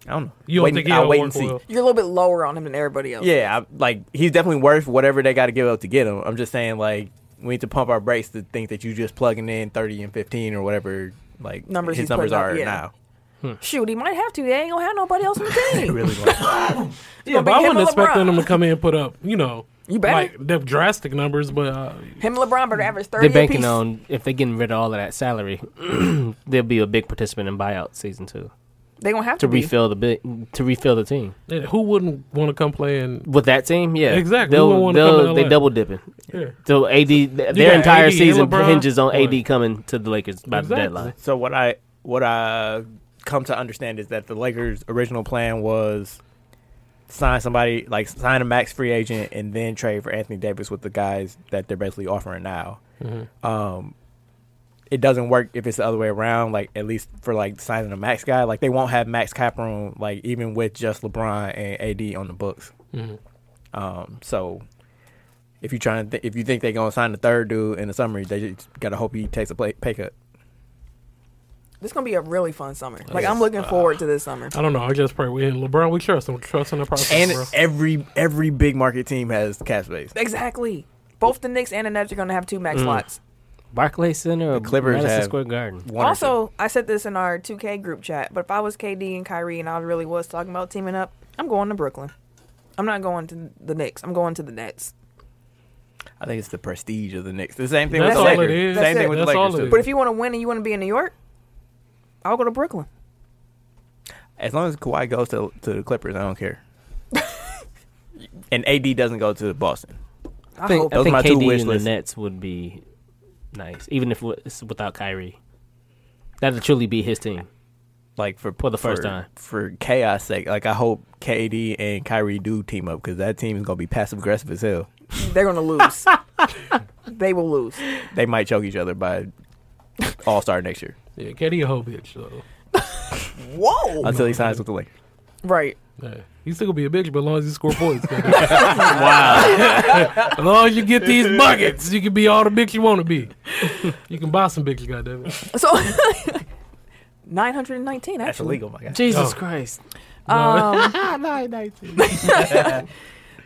[SPEAKER 1] I don't know.
[SPEAKER 2] You don't
[SPEAKER 1] Waiting-
[SPEAKER 2] think
[SPEAKER 1] I'll
[SPEAKER 2] he'll
[SPEAKER 1] wait
[SPEAKER 2] work
[SPEAKER 1] and see.
[SPEAKER 2] well?
[SPEAKER 4] You're a little bit lower on him than everybody else.
[SPEAKER 1] Yeah, I, like he's definitely worth whatever they got to give up to get him. I'm just saying, like we need to pump our brakes to think that you just plugging in 30 and 15 or whatever like
[SPEAKER 4] Numbers
[SPEAKER 1] his
[SPEAKER 4] he's
[SPEAKER 1] numbers
[SPEAKER 4] putting up,
[SPEAKER 1] are
[SPEAKER 4] yeah.
[SPEAKER 1] now.
[SPEAKER 4] Shoot, he might have to. They ain't gonna have nobody else on the
[SPEAKER 1] They
[SPEAKER 4] team.
[SPEAKER 1] really won't.
[SPEAKER 2] Yeah,
[SPEAKER 4] be
[SPEAKER 2] but I
[SPEAKER 4] him
[SPEAKER 2] wasn't
[SPEAKER 4] and
[SPEAKER 2] expecting
[SPEAKER 4] LeBron.
[SPEAKER 2] him to come in and put up you know
[SPEAKER 4] You better.
[SPEAKER 2] like the drastic numbers. But uh,
[SPEAKER 4] Him and LeBron better average thirty.
[SPEAKER 3] they're banking
[SPEAKER 4] apiece.
[SPEAKER 3] on if they're getting rid of all of that salary, they'll be a big participant in buyout season two.
[SPEAKER 4] They gonna have to,
[SPEAKER 3] to
[SPEAKER 4] be.
[SPEAKER 3] refill the bit to refill the team
[SPEAKER 2] Yeah, Who wouldn't want to come play in?
[SPEAKER 3] with that team. Yeah,
[SPEAKER 2] Exactly. Who would
[SPEAKER 3] They'll,
[SPEAKER 2] wanna come to
[SPEAKER 3] they'll, they
[SPEAKER 2] LA?
[SPEAKER 3] double dipping.
[SPEAKER 2] Yeah.
[SPEAKER 3] So AD, th- their
[SPEAKER 2] got
[SPEAKER 3] entire
[SPEAKER 2] AD and
[SPEAKER 3] season
[SPEAKER 2] LeBron.
[SPEAKER 3] hinges on
[SPEAKER 2] Right.
[SPEAKER 3] AD coming to the Lakers by the
[SPEAKER 2] Exactly.
[SPEAKER 3] deadline.
[SPEAKER 1] So what I what I come to understand is that the Lakers' original plan was sign somebody like sign a max free agent and then trade for Anthony Davis with the guys that they're basically offering now. Um, it doesn't work if it's the other way around. Like at least for like signing a max guy, like they won't have max cap room. Like even with just LeBron and AD on the books. Um, so if you trying to th- if you think they're gonna sign the third dude in the summer, they just gotta hope he takes a play- pay cut.
[SPEAKER 4] This gonna be a really fun summer. Like I'm
[SPEAKER 1] Uh,
[SPEAKER 4] looking forward to this summer.
[SPEAKER 2] I don't know. I just pray we LeBron. We trust him. Trust in the process,
[SPEAKER 1] And
[SPEAKER 2] bro.
[SPEAKER 1] every every big market team has cap space.
[SPEAKER 4] Exactly. Both the Knicks and the Nets are gonna have two
[SPEAKER 1] Mm.
[SPEAKER 4] max slots.
[SPEAKER 3] Barclays Center or
[SPEAKER 1] Clippers
[SPEAKER 3] Madison
[SPEAKER 1] have-
[SPEAKER 3] Square Garden.
[SPEAKER 1] One or
[SPEAKER 4] also, I said this in our 2K group chat, but if I was KD and Kyrie and I really was talking about teaming up, I'm going to Brooklyn. I'm not going to the Knicks. I'm going to the Nets.
[SPEAKER 1] two. I think it's the prestige of the Knicks. The same thing
[SPEAKER 2] That's
[SPEAKER 1] with
[SPEAKER 4] all
[SPEAKER 1] the
[SPEAKER 4] it
[SPEAKER 1] Lakers. Same
[SPEAKER 2] is.
[SPEAKER 4] That's
[SPEAKER 1] thing
[SPEAKER 4] it.
[SPEAKER 1] with
[SPEAKER 2] That's
[SPEAKER 1] the
[SPEAKER 2] all
[SPEAKER 1] Lakers.
[SPEAKER 2] it
[SPEAKER 1] Too.
[SPEAKER 2] is.
[SPEAKER 4] But if you want to win and you want to be in New York, I'll go to Brooklyn.
[SPEAKER 1] As long as Kawhi goes to to the Clippers, I don't care. and AD doesn't go to Boston.
[SPEAKER 4] I,
[SPEAKER 3] think,
[SPEAKER 4] hope.
[SPEAKER 1] Those
[SPEAKER 3] I think
[SPEAKER 1] are my two
[SPEAKER 3] KD
[SPEAKER 1] wish
[SPEAKER 3] and the
[SPEAKER 1] lists.
[SPEAKER 3] Nets would be nice, even if it's without Kyrie. That'd truly be his team.
[SPEAKER 1] Like for
[SPEAKER 3] For the first
[SPEAKER 1] for,
[SPEAKER 3] time.
[SPEAKER 1] for chaos sake. Like I hope KD and Kyrie do team up because that team is gonna be passive aggressive as hell.
[SPEAKER 4] They're going to lose. they will lose.
[SPEAKER 1] They might choke each other by All Star next year
[SPEAKER 2] yeah, KD a whole bitch. So.
[SPEAKER 4] Whoa.
[SPEAKER 1] until he signs with the Lakers.
[SPEAKER 4] Right.
[SPEAKER 2] Yeah. He's still gonna be a bitch, but as long as you score points. wow. as long as you get these buckets, you can be all the bitch you want to be. you can buy some bitches, goddamn it.
[SPEAKER 4] So 919
[SPEAKER 1] That's
[SPEAKER 4] actually.
[SPEAKER 1] illegal, Ah, my guy.
[SPEAKER 3] Jesus
[SPEAKER 2] Oh.
[SPEAKER 3] Christ!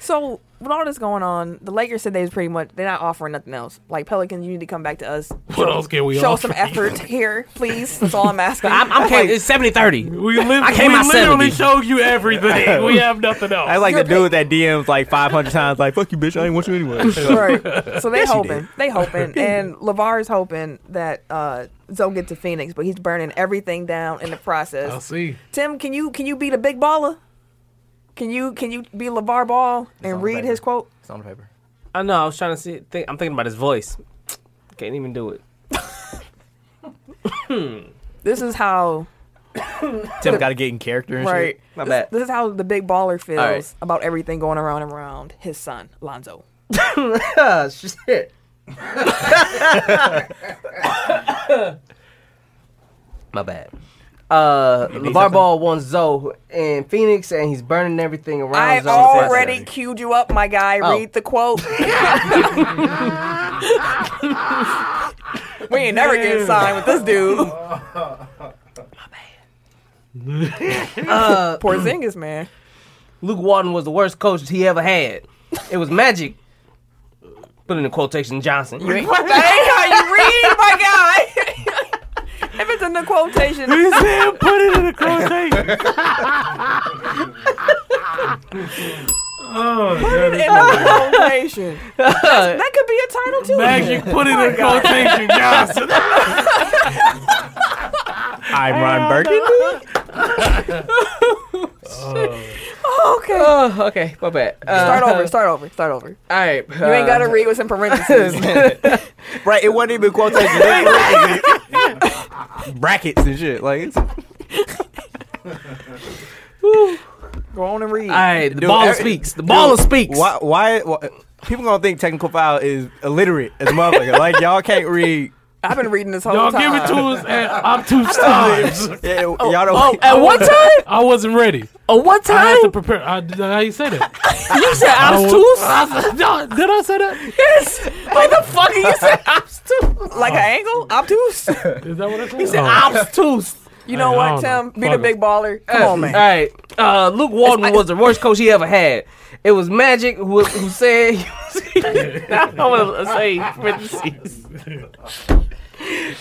[SPEAKER 4] So with all this going on, the Lakers said they was pretty much they're not offering nothing else. Like Pelicans, you need to come back to us.
[SPEAKER 2] What else can we
[SPEAKER 4] Show
[SPEAKER 2] offer
[SPEAKER 4] some
[SPEAKER 2] you?
[SPEAKER 4] effort here, please. That's all I'm asking.
[SPEAKER 3] I'm, I'm
[SPEAKER 4] Like,
[SPEAKER 3] okay. It's 70-30.
[SPEAKER 2] We, li-
[SPEAKER 3] I came
[SPEAKER 2] we
[SPEAKER 3] out
[SPEAKER 2] literally
[SPEAKER 3] 70.
[SPEAKER 2] showed you everything. we have nothing else.
[SPEAKER 1] I like
[SPEAKER 4] You're
[SPEAKER 1] the dude that DMs like 500 times, like, fuck you, bitch, I ain't want you anyway.
[SPEAKER 4] right. So they
[SPEAKER 1] Yes, you
[SPEAKER 4] hoping. They hoping. And LeVar is hoping that uh Zoe get to Phoenix, but he's burning everything down in the process.
[SPEAKER 2] I see.
[SPEAKER 4] Tim, can you can you be the big baller? Can you can you be LeVar Ball
[SPEAKER 1] on
[SPEAKER 4] and
[SPEAKER 1] the
[SPEAKER 4] read
[SPEAKER 1] paper.
[SPEAKER 4] his quote?
[SPEAKER 1] It's on paper.
[SPEAKER 3] I know. I was trying to see. Think, I'm thinking about his voice. Can't even do it.
[SPEAKER 4] This is how
[SPEAKER 1] Tim got to get in character and
[SPEAKER 4] right.
[SPEAKER 1] shit. My
[SPEAKER 4] this,
[SPEAKER 1] bad.
[SPEAKER 4] this is how the big baller feels
[SPEAKER 1] All right.
[SPEAKER 4] about everything going around and around his son, Lonzo.
[SPEAKER 3] shit. My bad. Uh, LeVar Ball wants Zoe in Phoenix, and he's burning everything around.
[SPEAKER 4] I
[SPEAKER 3] Zoe in Phoenix.
[SPEAKER 4] already queued you up, my guy.
[SPEAKER 3] Oh.
[SPEAKER 4] Read the quote. we ain't never getting signed with this dude. my man. Porzingis, Uh, man.
[SPEAKER 3] Luke Walton was the worst coach he ever had. It was magic. Put in the quotation Johnson.
[SPEAKER 4] You ain't- that ain't how you read, my guy. if it's in the quotation,
[SPEAKER 2] He said put it in the quotation. oh,
[SPEAKER 4] put it in the quotation. That's- that could be a title too.
[SPEAKER 2] magic put
[SPEAKER 4] Oh
[SPEAKER 2] it in the quotation, Johnson.
[SPEAKER 1] I'm Ron Burgundy.
[SPEAKER 4] Okay.
[SPEAKER 3] Oh, okay, my bad. Uh,
[SPEAKER 4] Start over. Start over. Start over.
[SPEAKER 3] all right, uh,
[SPEAKER 4] You ain't gotta read what's in parentheses.
[SPEAKER 1] Right, it wasn't even quotation. They were- Brackets and shit. Like, it's,
[SPEAKER 4] Go on and read.
[SPEAKER 3] All right, the
[SPEAKER 1] Dude,
[SPEAKER 3] baller
[SPEAKER 1] every-
[SPEAKER 3] speaks. The baller
[SPEAKER 1] dude,
[SPEAKER 3] speaks.
[SPEAKER 1] Why, why, why? People gonna think technical file is illiterate as a motherfucker. like, y'all can't read.
[SPEAKER 4] I've been reading this whole
[SPEAKER 2] Y'all
[SPEAKER 4] time.
[SPEAKER 2] give it to us at obtuse times.
[SPEAKER 1] Yeah, y'all don't.
[SPEAKER 3] Oh, At what time?
[SPEAKER 2] I wasn't ready.
[SPEAKER 3] At what
[SPEAKER 2] I had to
[SPEAKER 3] time?
[SPEAKER 2] prepare. I, how you say that?
[SPEAKER 3] You said
[SPEAKER 2] I
[SPEAKER 3] obtuse?
[SPEAKER 2] said- no, did I say that?
[SPEAKER 3] Yes. What the fuck? You said obtuse?
[SPEAKER 4] Like an angle? Obtuse?
[SPEAKER 2] Is that what I said? Oh. He
[SPEAKER 3] Obtuse.
[SPEAKER 4] You know
[SPEAKER 2] Hey, I
[SPEAKER 4] what, Tim?
[SPEAKER 2] don't know.
[SPEAKER 4] Be the
[SPEAKER 2] Fuck
[SPEAKER 4] big baller. Come on, man.
[SPEAKER 3] All right. Uh, Luke Walton was the worst coach he ever had. It was Magic who, who said. I want to say parentheses.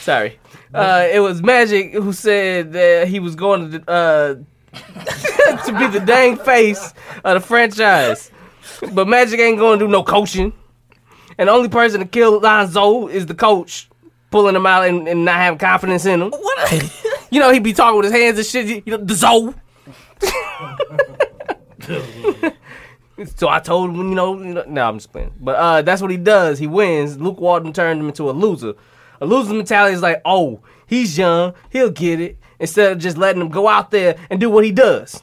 [SPEAKER 3] Sorry. Uh, it was Magic who said that he was going to uh, to be the dang face of the franchise, but Magic ain't going to do no coaching, and the only person to kill Lonzo is the coach, pulling him out and, and not having confidence in him.
[SPEAKER 4] What?
[SPEAKER 3] You know, he be talking with his hands and shit. You you know, the Zoe. so I told him, you know, you know- no, I'm just playing. But uh, that's what he does. He wins. Luke Walton turned him into a loser. A loser mentality is like, oh, he's young, he'll get it. Instead of just letting him go out there and do what he does.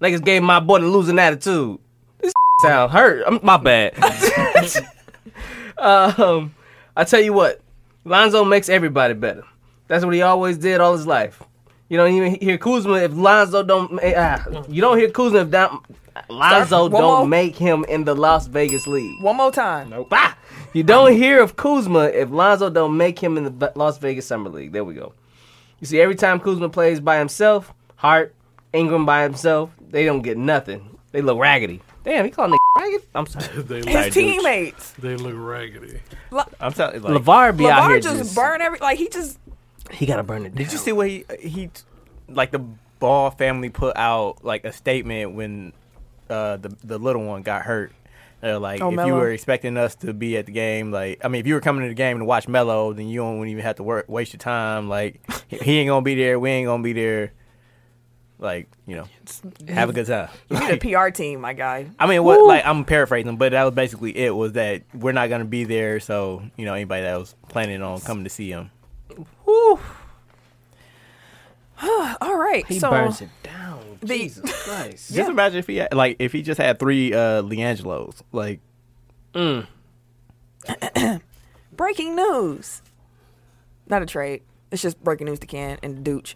[SPEAKER 3] Niggas gave my boy the losing attitude. This sound hurt. I'm, my bad. um, I tell you what, Lonzo makes everybody better. That's what he always did all his life. You don't even hear Kuzma if Lonzo don't. ma- ah, you don't hear Kuzma if don't, Lonzo
[SPEAKER 4] Start- one
[SPEAKER 3] don't
[SPEAKER 4] more.
[SPEAKER 3] make him in the Las Vegas League.
[SPEAKER 4] One more time.
[SPEAKER 3] Bah! You don't hear of Kuzma if Lonzo don't make him in the Ve- Las Vegas Summer League. There we go. You see, every time Kuzma plays by himself, Hart, Ingram by himself, they don't get nothing. They look raggedy. Damn, he called nigga ragged. I'm sorry.
[SPEAKER 2] they,
[SPEAKER 4] His
[SPEAKER 2] look,
[SPEAKER 1] Sorry, dude.
[SPEAKER 4] teammates.
[SPEAKER 2] they look raggedy.
[SPEAKER 1] I'm telling like,
[SPEAKER 3] Levar be out here.
[SPEAKER 4] LeVar
[SPEAKER 3] Just,
[SPEAKER 4] just, burn every. Like he just.
[SPEAKER 3] He gotta burn it down.
[SPEAKER 1] Did you see what he uh, he like the Ball family put out like a statement when uh, the the little one got hurt. They're like,
[SPEAKER 4] Oh,
[SPEAKER 1] if you
[SPEAKER 4] Melo.
[SPEAKER 1] were expecting us to be at the game, like I mean, if you were coming to the game to watch Mello, then you don't even have to work, waste your time. Like he- he ain't gonna be there, we ain't gonna be there. Like you know, have a good time.
[SPEAKER 4] You need a PR team, my guy.
[SPEAKER 1] I mean, what like I'm paraphrasing, but that was basically it. Was that we're not gonna be there, so you know anybody that was planning on coming to see him.
[SPEAKER 3] Woo.
[SPEAKER 4] All right.
[SPEAKER 3] He
[SPEAKER 4] so
[SPEAKER 3] burns it down.
[SPEAKER 4] The-
[SPEAKER 3] Jesus Christ.
[SPEAKER 1] Just imagine if he had, like if he just had three uh Leangelos. Like
[SPEAKER 4] breaking news. Not a trade. It's just breaking news to Ken and Dooch.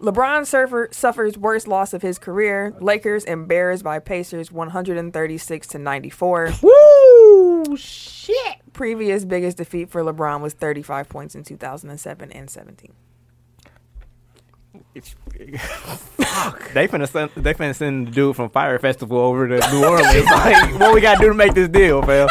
[SPEAKER 4] LeBron surfer, suffers worst loss of his career. Lakers embarrassed by Pacers 136 to 94.
[SPEAKER 3] Woo! Shit.
[SPEAKER 4] Previous biggest defeat for LeBron was 35 points in 2007 and 17.
[SPEAKER 1] they finna send they finna send the dude from Fire Festival over to New Orleans. like what we gotta do to make this deal, fam?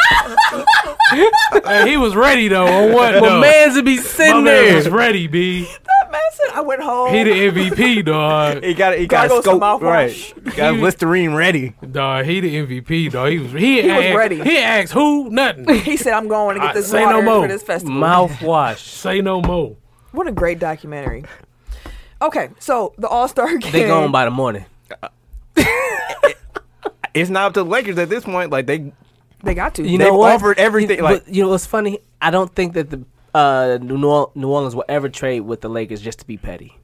[SPEAKER 2] Hey, he was ready though. Or what?
[SPEAKER 3] But
[SPEAKER 2] though?
[SPEAKER 3] man's be
[SPEAKER 2] My man
[SPEAKER 3] sitting there.
[SPEAKER 2] was ready, b.
[SPEAKER 4] Man said I went home.
[SPEAKER 2] He the MVP, dog.
[SPEAKER 1] He got he got
[SPEAKER 4] Gotta
[SPEAKER 1] to
[SPEAKER 4] go
[SPEAKER 1] scope
[SPEAKER 4] some mouthwash.
[SPEAKER 1] right. Got Listerine ready.
[SPEAKER 2] Dog, he the MVP, dog. He was he,
[SPEAKER 4] He was
[SPEAKER 2] asked,
[SPEAKER 4] ready.
[SPEAKER 2] He asked who? Nothing.
[SPEAKER 4] He said I'm going to
[SPEAKER 2] I-
[SPEAKER 4] get this
[SPEAKER 2] say no
[SPEAKER 4] water
[SPEAKER 2] more.
[SPEAKER 4] for this festival.
[SPEAKER 3] Mouthwash.
[SPEAKER 2] Say no more.
[SPEAKER 4] What a great documentary. Okay, so the All Star game.
[SPEAKER 3] they gone by the morning.
[SPEAKER 1] It's not up to the Lakers at this point. Like they
[SPEAKER 4] They got to.
[SPEAKER 3] You
[SPEAKER 1] They've
[SPEAKER 3] know what?
[SPEAKER 1] offered everything,
[SPEAKER 3] You,
[SPEAKER 1] like-
[SPEAKER 3] but you know what's funny? I don't think that the uh, New, Orleans, New Orleans will ever trade with the Lakers just to be petty.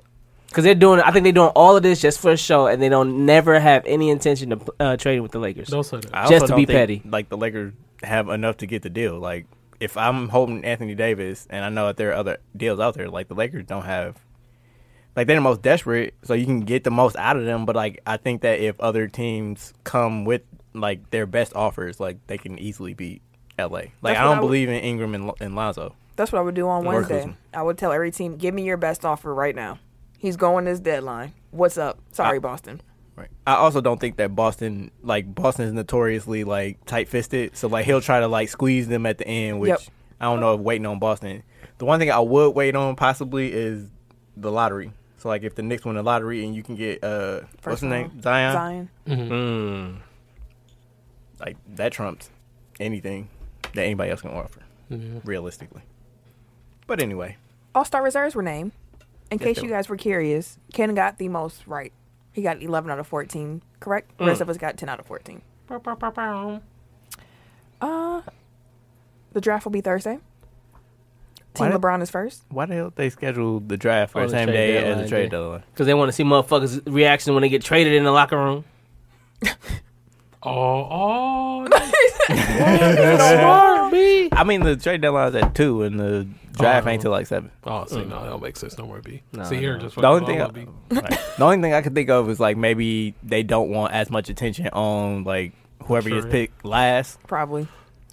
[SPEAKER 3] Because they're doing, I think they're doing all of this just for a show, and they don't never have any intention of uh, trading with the Lakers.
[SPEAKER 2] Don't say that.
[SPEAKER 1] I also
[SPEAKER 3] Just to
[SPEAKER 1] don't
[SPEAKER 3] be
[SPEAKER 1] think,
[SPEAKER 3] petty.
[SPEAKER 1] Like the Lakers have enough to get the deal. Like if I'm holding Anthony Davis and I know that there are other deals out there, like the Lakers don't have like they're the most desperate, so you can get the most out of them, but like I think that if other teams come with like their best offers, like they can easily beat LA. Like
[SPEAKER 4] That's
[SPEAKER 1] I
[SPEAKER 4] what
[SPEAKER 1] don't
[SPEAKER 4] I would-
[SPEAKER 1] believe in Ingram and, Lo- and Lonzo.
[SPEAKER 4] That's what I would do on
[SPEAKER 1] Or
[SPEAKER 4] Wednesday.
[SPEAKER 1] Kuzma.
[SPEAKER 4] I would tell every team, give me your best offer right now. He's going this deadline. What's up? Sorry, Boston.
[SPEAKER 1] Right. I also don't think that Boston like Boston is notoriously like tight fisted. So like he'll try to like squeeze them at the end, which
[SPEAKER 4] Yep.
[SPEAKER 1] I don't know if waiting on Boston. The one thing I would wait on possibly is the lottery. So like if the Knicks win the lottery and you can get uh what's
[SPEAKER 4] First
[SPEAKER 1] his name?
[SPEAKER 4] round.
[SPEAKER 1] Zion.
[SPEAKER 4] Zion.
[SPEAKER 1] Like that trumps anything that anybody else can offer. Realistically. But anyway.
[SPEAKER 4] All star reserves were named. In case
[SPEAKER 1] they
[SPEAKER 4] you
[SPEAKER 1] were.
[SPEAKER 4] guys were curious, Ken got the most right. He got 11 out of 14, correct? The
[SPEAKER 1] Mm.
[SPEAKER 4] rest of us got 10 out of 14. Uh, the draft will be Thursday. Team
[SPEAKER 1] Why did-
[SPEAKER 4] LeBron is first.
[SPEAKER 1] Why the hell they scheduled the draft for
[SPEAKER 3] On
[SPEAKER 1] the
[SPEAKER 3] the
[SPEAKER 1] same
[SPEAKER 3] trade
[SPEAKER 1] day as
[SPEAKER 3] deadline
[SPEAKER 1] the trade
[SPEAKER 3] day.
[SPEAKER 1] deadline?
[SPEAKER 3] Because they want to see motherfuckers' reaction when they get traded in the locker room.
[SPEAKER 2] Oh, oh.
[SPEAKER 3] Smart, B.
[SPEAKER 1] I mean the trade deadline's at two and the draft
[SPEAKER 2] Oh.
[SPEAKER 1] ain't till like seven.
[SPEAKER 2] Oh, see, no, that don't make sense. No more, B.
[SPEAKER 3] No,
[SPEAKER 2] see, you're just
[SPEAKER 1] The only
[SPEAKER 2] fucking
[SPEAKER 1] thing,
[SPEAKER 2] all up, B.
[SPEAKER 1] I, right. the only thing I could think of is like maybe they don't want as much attention on like whoever gets
[SPEAKER 2] True.
[SPEAKER 1] picked last,
[SPEAKER 4] Probably.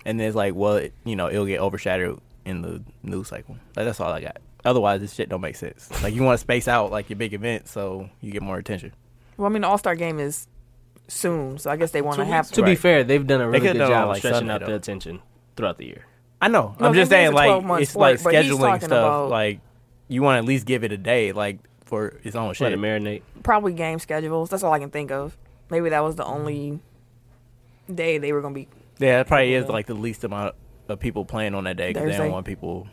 [SPEAKER 1] and then it's like, well, it, you know, it'll get overshadowed in the news cycle. Like that's all I got. Otherwise, this shit don't make sense. Like you want to space out like your big event so you get more attention.
[SPEAKER 4] Well, I mean, the All Star game is soon, so I guess they want to have
[SPEAKER 3] To be
[SPEAKER 1] Right.
[SPEAKER 3] fair, they've done a really
[SPEAKER 1] could've
[SPEAKER 3] good
[SPEAKER 1] done it
[SPEAKER 3] job
[SPEAKER 1] on,
[SPEAKER 3] of
[SPEAKER 1] like,
[SPEAKER 3] stretching
[SPEAKER 1] Sunday,
[SPEAKER 3] out their
[SPEAKER 1] though.
[SPEAKER 3] attention throughout the year.
[SPEAKER 1] I know.
[SPEAKER 4] No,
[SPEAKER 1] I'm just
[SPEAKER 4] NBA is
[SPEAKER 1] saying
[SPEAKER 4] a 12-month
[SPEAKER 1] like it's like
[SPEAKER 4] sport, but he's
[SPEAKER 1] scheduling
[SPEAKER 4] talking
[SPEAKER 1] stuff.
[SPEAKER 4] about-
[SPEAKER 1] Like you want to at least give it a day like for its own
[SPEAKER 3] Let
[SPEAKER 1] shit.
[SPEAKER 3] it marinate.
[SPEAKER 4] probably game schedules. That's all I can think of. Maybe that
[SPEAKER 1] Mm-hmm.
[SPEAKER 4] was the only day they were going to be.
[SPEAKER 1] Yeah, it probably is like the least amount of people playing on that day because they
[SPEAKER 4] Thursday.
[SPEAKER 1] don't want people.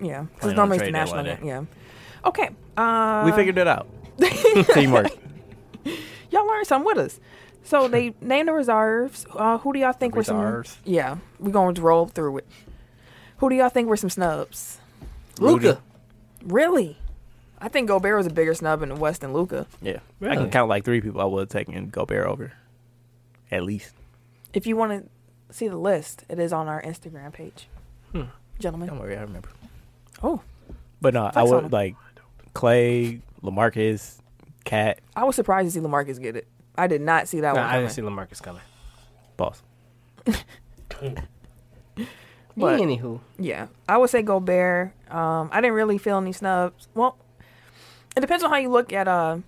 [SPEAKER 4] Yeah,
[SPEAKER 1] Playing
[SPEAKER 4] because
[SPEAKER 1] on
[SPEAKER 4] normally it's the
[SPEAKER 1] trade
[SPEAKER 4] national
[SPEAKER 1] deadline
[SPEAKER 4] game. Yeah. Okay. Uh,
[SPEAKER 1] we figured it out. Teamwork.
[SPEAKER 4] y'all learned something with us. So they name the reserves. Uh, who do y'all think were
[SPEAKER 1] Reserves.
[SPEAKER 4] some? Yeah, we're going to roll through it. Who do y'all think were some snubs?
[SPEAKER 3] Luca.
[SPEAKER 4] Really? I think Gobert was a bigger snub in the West than Luca.
[SPEAKER 1] Yeah. I
[SPEAKER 3] Really?
[SPEAKER 1] can count like three people I would have taken Gobert over. At least.
[SPEAKER 4] If you want to see the list, it is on our Instagram page.
[SPEAKER 1] Don't
[SPEAKER 4] Gentlemen.
[SPEAKER 1] worry, I remember.
[SPEAKER 4] Oh,
[SPEAKER 1] But no, I
[SPEAKER 4] Flex on
[SPEAKER 1] would
[SPEAKER 4] him.
[SPEAKER 1] like Clay, Lamarcus, Cat,
[SPEAKER 4] I was surprised to see Lamarcus get it. I did not see that
[SPEAKER 3] Nah,
[SPEAKER 4] one.
[SPEAKER 3] I didn't see
[SPEAKER 4] coming.
[SPEAKER 3] Lamarcus coming.
[SPEAKER 1] Boss.
[SPEAKER 4] But-
[SPEAKER 3] Anywho,
[SPEAKER 4] Yeah, I would say Gobert. Um, I didn't really feel any snubs. Well, it depends on how you look at uh,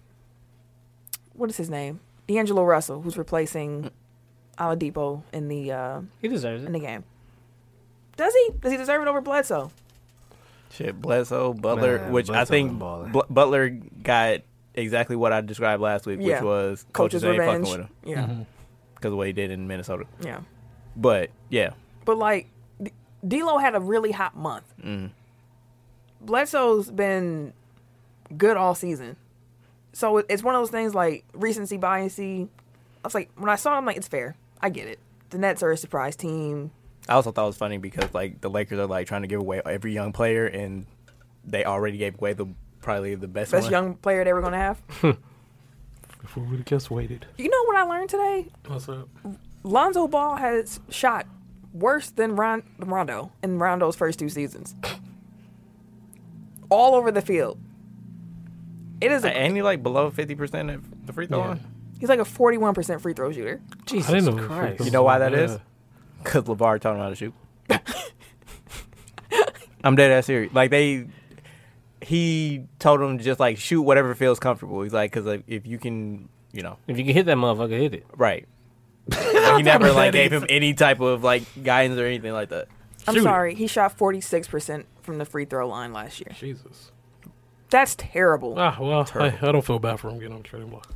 [SPEAKER 4] what is his name, D'Angelo Russell, who's
[SPEAKER 1] Mm.
[SPEAKER 4] replacing Aladipo in the uh,
[SPEAKER 3] he deserves
[SPEAKER 4] in
[SPEAKER 3] it.
[SPEAKER 4] the game. Does he? Does he deserve it over Bledsoe?
[SPEAKER 1] Shit, Bledsoe, Butler,
[SPEAKER 3] Man,
[SPEAKER 1] which I
[SPEAKER 3] Bledsoe
[SPEAKER 1] think
[SPEAKER 3] been balling.
[SPEAKER 1] Bl- Butler got exactly what I described last week,
[SPEAKER 4] Yeah.
[SPEAKER 1] which was
[SPEAKER 4] Coach's
[SPEAKER 1] coaches ain't
[SPEAKER 4] revenge.
[SPEAKER 1] fucking with him
[SPEAKER 4] Yeah,
[SPEAKER 1] because of what he did in Minnesota.
[SPEAKER 4] yeah.
[SPEAKER 1] But yeah,
[SPEAKER 4] But like, D- D'Lo had a really hot month. Bledsoe's been good all season, so it- it's one of those things like recency bias. I was like, when I saw him, like it's fair. I get it. The Nets are a surprise team.
[SPEAKER 1] I also thought it was funny because like the Lakers are like trying to give away every young player, and they already gave away the probably the best,
[SPEAKER 4] Best
[SPEAKER 1] one.
[SPEAKER 4] young player they were gonna have.
[SPEAKER 2] If we would have just waited.
[SPEAKER 4] You know what I learned today?
[SPEAKER 2] What's up?
[SPEAKER 4] Lonzo Ball has shot worse than Ron- Rondo in Rondo's first two seasons. All over the field. It is. A,
[SPEAKER 1] and he like below fifty percent at the free throw
[SPEAKER 2] Yeah.
[SPEAKER 1] line.
[SPEAKER 4] he's like a forty-one percent free throw shooter.
[SPEAKER 2] I didn't
[SPEAKER 3] Jesus
[SPEAKER 2] know. the free
[SPEAKER 3] Christ.
[SPEAKER 2] throws
[SPEAKER 1] You know why
[SPEAKER 2] were
[SPEAKER 1] that is?
[SPEAKER 2] bad.
[SPEAKER 1] Because LeVar taught him how to shoot. I'm dead ass serious. Like they, he told him just like shoot whatever feels comfortable. He's like, because like, if you can, you know,
[SPEAKER 3] If you can hit that motherfucker, hit it.
[SPEAKER 1] right. he never like gave him any type of like guidance or anything like that.
[SPEAKER 4] I'm
[SPEAKER 2] Shoot it.
[SPEAKER 4] sorry. He shot 46% from the free throw line last year.
[SPEAKER 2] Jesus.
[SPEAKER 4] That's terrible.
[SPEAKER 2] Ah, well, I, I don't feel bad for him getting on the trading block.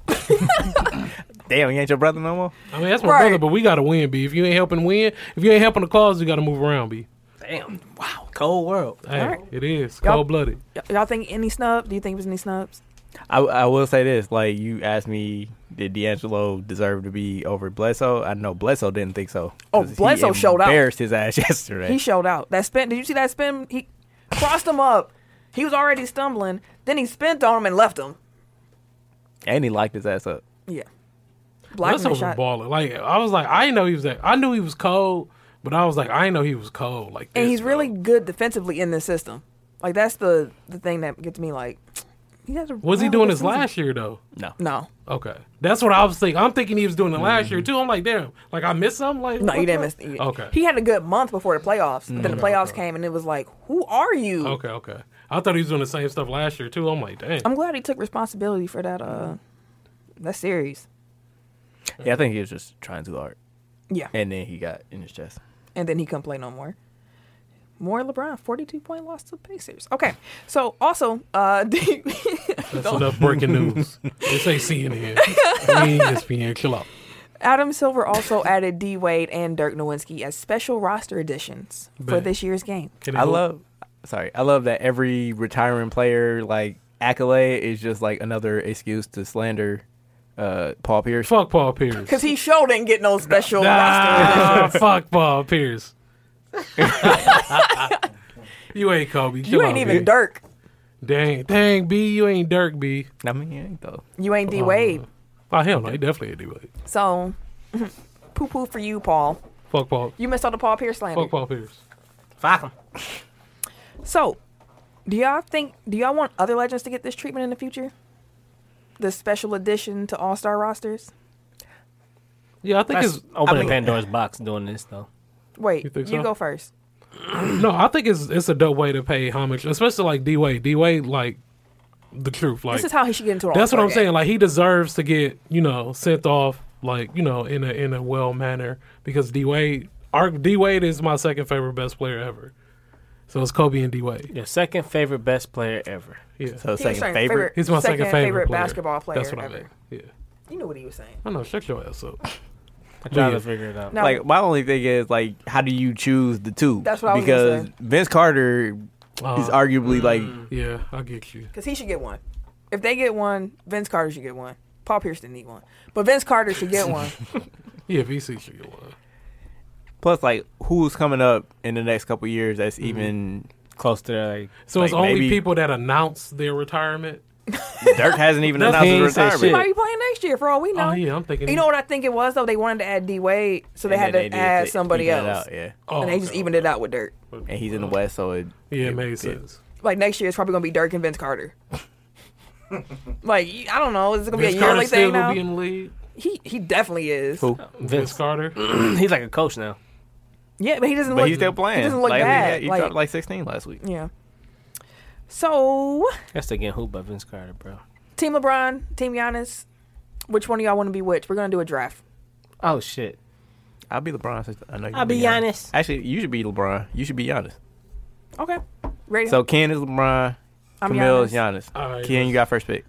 [SPEAKER 1] Damn, he ain't your brother no more.
[SPEAKER 2] I mean, that's my
[SPEAKER 4] Right.
[SPEAKER 2] brother, but we got to win, B. If you ain't helping win, if you ain't helping the cause, you got to move around, B.
[SPEAKER 3] Damn. Wow. Cold world.
[SPEAKER 2] Hey,
[SPEAKER 4] All right.
[SPEAKER 2] It is cold blooded.
[SPEAKER 4] Y- y'all think any snub? Do you think it was any snubs?
[SPEAKER 1] I, I will say this: like you asked me, did D'Angelo deserve to be over Bledsoe? I know Bledsoe didn't think so.
[SPEAKER 4] Oh,
[SPEAKER 1] 'Cause he
[SPEAKER 4] Bledsoe showed out.
[SPEAKER 1] Embarrassed his ass yesterday.
[SPEAKER 4] He showed out. That spin. Did you see that spin? He crossed him up. He was already stumbling. Then he spent on him and left him.
[SPEAKER 1] and he locked his ass up.
[SPEAKER 4] Yeah. Blocked
[SPEAKER 2] That's
[SPEAKER 4] him and
[SPEAKER 2] over
[SPEAKER 4] shot.
[SPEAKER 2] balling. Like I was like, I didn't know he was that. I knew he was cold, but I was like, I didn't know he was cold. Like,
[SPEAKER 4] And
[SPEAKER 2] this,
[SPEAKER 4] he's
[SPEAKER 2] bro.
[SPEAKER 4] really good defensively in this system. Like that's the the thing that gets me like. He has a
[SPEAKER 2] Was he
[SPEAKER 4] really
[SPEAKER 2] doing
[SPEAKER 4] good
[SPEAKER 2] this
[SPEAKER 4] season.
[SPEAKER 2] last year though?
[SPEAKER 1] No,
[SPEAKER 4] No,
[SPEAKER 2] Okay, that's what I was thinking. I'm thinking he was doing it last year too. I'm like, damn, like I missed something. Like,
[SPEAKER 4] Mm-hmm. no,
[SPEAKER 2] what
[SPEAKER 4] you
[SPEAKER 2] the-
[SPEAKER 4] didn't miss. he-
[SPEAKER 2] Okay.
[SPEAKER 4] He had a good month before the playoffs, but then the
[SPEAKER 2] Okay,
[SPEAKER 4] playoffs
[SPEAKER 2] okay.
[SPEAKER 4] came and it was like, who are you?
[SPEAKER 2] Okay, okay. I thought he was doing the same stuff last year too. I'm like, damn.
[SPEAKER 4] I'm glad he took responsibility for that uh that series.
[SPEAKER 1] yeah, I think he was just trying too hard,
[SPEAKER 4] Yeah.
[SPEAKER 1] and then he got in his chest.
[SPEAKER 4] And then he couldn't play no more. More LeBron, 42 point loss to the Pacers. Okay. So also, uh do you-
[SPEAKER 2] That's enough breaking news. this ain't CNN. we ain't ESPN. Chill out.
[SPEAKER 4] Adam Silver also added D Wade and Dirk Nowitzki as special roster additions for
[SPEAKER 2] Bet.
[SPEAKER 4] this year's game.
[SPEAKER 2] Can
[SPEAKER 1] I
[SPEAKER 2] go-
[SPEAKER 1] love, sorry, I love that every retiring player like accolade is just like another excuse to slander uh, Paul Pierce.
[SPEAKER 2] Fuck Paul Pierce.
[SPEAKER 4] Cause he sure didn't get no special roster addition.
[SPEAKER 2] Nah, fuck Paul Pierce. you ain't Kobe.
[SPEAKER 4] You
[SPEAKER 2] Chill
[SPEAKER 4] ain't
[SPEAKER 2] out,
[SPEAKER 4] even
[SPEAKER 2] B.
[SPEAKER 4] Dirk.
[SPEAKER 2] Dang, dang, B. You ain't Dirk, B.
[SPEAKER 1] I mean, he ain't though.
[SPEAKER 4] You ain't D Wade.
[SPEAKER 2] Oh hell no, he definitely ain't D-Wade.
[SPEAKER 4] So poo poo for you, Paul.
[SPEAKER 2] Fuck Paul.
[SPEAKER 4] You missed all the Paul Pierce slander.
[SPEAKER 2] Fuck Paul Pierce.
[SPEAKER 3] Fuck him.
[SPEAKER 4] So, do y'all think? Do y'all want other legends to get this treatment in the future? The special addition to All Star rosters.
[SPEAKER 2] Yeah, I think
[SPEAKER 3] That's
[SPEAKER 2] it's
[SPEAKER 3] opening
[SPEAKER 2] I mean-
[SPEAKER 3] Pandora's box doing this though.
[SPEAKER 4] Wait,
[SPEAKER 2] You
[SPEAKER 4] you,
[SPEAKER 2] think so?
[SPEAKER 4] go first.
[SPEAKER 2] No, I think it's it's a dope way to pay homage, especially like D Wade. D Wade like the truth. Like
[SPEAKER 4] This is how he should get into. an
[SPEAKER 2] that's what
[SPEAKER 4] All-Star
[SPEAKER 2] I'm saying.
[SPEAKER 4] game.
[SPEAKER 2] Like he deserves to get you know sent off like you know in a in a well manner because D Wade, our D Wade is my second favorite best player ever. So it's Kobe and D Wade.
[SPEAKER 3] Your second favorite best player ever.
[SPEAKER 2] Yeah,
[SPEAKER 1] So
[SPEAKER 4] He was
[SPEAKER 1] second
[SPEAKER 4] saying
[SPEAKER 1] favorite.
[SPEAKER 2] he's my second, favorite, player.
[SPEAKER 4] basketball player
[SPEAKER 2] That's what
[SPEAKER 4] ever.
[SPEAKER 2] I mean. Yeah,
[SPEAKER 4] You knew what he was saying.
[SPEAKER 2] I know. Shut your ass up.
[SPEAKER 3] I'm trying
[SPEAKER 2] Yeah.
[SPEAKER 3] to figure it out.
[SPEAKER 4] No,
[SPEAKER 1] Like my only thing is like, how do you choose the two?
[SPEAKER 4] That's what I was gonna
[SPEAKER 1] because
[SPEAKER 4] say.
[SPEAKER 1] Vince Carter
[SPEAKER 2] Uh,
[SPEAKER 1] He's arguably like
[SPEAKER 2] yeah, I get you.
[SPEAKER 4] Because he should get one. If they get one, Vince Carter should get one. Paul Pierce didn't need one. But Vince Carter should get one.
[SPEAKER 2] Yeah, VC should get one.
[SPEAKER 1] plus like who's coming up in the next couple years that's even Mm-hmm. close to like
[SPEAKER 2] So it's
[SPEAKER 1] like,
[SPEAKER 2] only
[SPEAKER 1] maybe
[SPEAKER 2] people that announce their retirement.
[SPEAKER 1] Dirk hasn't even
[SPEAKER 3] That's-
[SPEAKER 1] announced
[SPEAKER 3] he
[SPEAKER 1] his
[SPEAKER 3] ain't said
[SPEAKER 1] retirement.
[SPEAKER 3] shit.
[SPEAKER 4] He might be playing next year for all we know.
[SPEAKER 2] Oh yeah, I'm thinking.
[SPEAKER 4] You know what I think it was though? They wanted to add D Wade, so they
[SPEAKER 1] And
[SPEAKER 4] had
[SPEAKER 1] then
[SPEAKER 4] to
[SPEAKER 1] did
[SPEAKER 4] add
[SPEAKER 1] it-
[SPEAKER 4] somebody
[SPEAKER 1] even it
[SPEAKER 4] else.
[SPEAKER 1] out, yeah,
[SPEAKER 2] Oh,
[SPEAKER 4] and they just
[SPEAKER 2] okay.
[SPEAKER 4] evened it out with Dirk.
[SPEAKER 1] and he's in the West, so it
[SPEAKER 2] Yeah, it made sense.
[SPEAKER 4] Like next year, it's probably gonna be Dirk and Vince Carter. like I don't know, is it gonna
[SPEAKER 2] Vince
[SPEAKER 4] be a
[SPEAKER 2] Carter
[SPEAKER 4] yearly
[SPEAKER 2] still
[SPEAKER 4] thing
[SPEAKER 2] gonna
[SPEAKER 4] now?
[SPEAKER 2] be in the league.
[SPEAKER 4] he he definitely is.
[SPEAKER 1] Who?
[SPEAKER 2] Vince Carter.
[SPEAKER 3] He's like a coach now.
[SPEAKER 4] Yeah, but he doesn't.
[SPEAKER 1] But
[SPEAKER 4] look,
[SPEAKER 1] he's still playing.
[SPEAKER 4] He doesn't look
[SPEAKER 1] like, he-
[SPEAKER 4] bad.
[SPEAKER 1] He,
[SPEAKER 4] like,
[SPEAKER 1] dropped like 16 last week.
[SPEAKER 4] yeah. So
[SPEAKER 3] That's again who by Vince Carter, bro.
[SPEAKER 4] Team LeBron, Team Giannis. Which one of y'all want to be which? We're gonna do a draft.
[SPEAKER 3] Oh shit.
[SPEAKER 1] I'll be LeBron. since I know you
[SPEAKER 3] I'll be Giannis.
[SPEAKER 1] Actually, you should be LeBron. You should be Giannis.
[SPEAKER 4] Okay. Ready?
[SPEAKER 1] So Ken is LeBron.
[SPEAKER 4] I'm
[SPEAKER 1] Camille is Giannis.
[SPEAKER 4] Giannis.
[SPEAKER 2] All right,
[SPEAKER 1] Ken, you got first pick.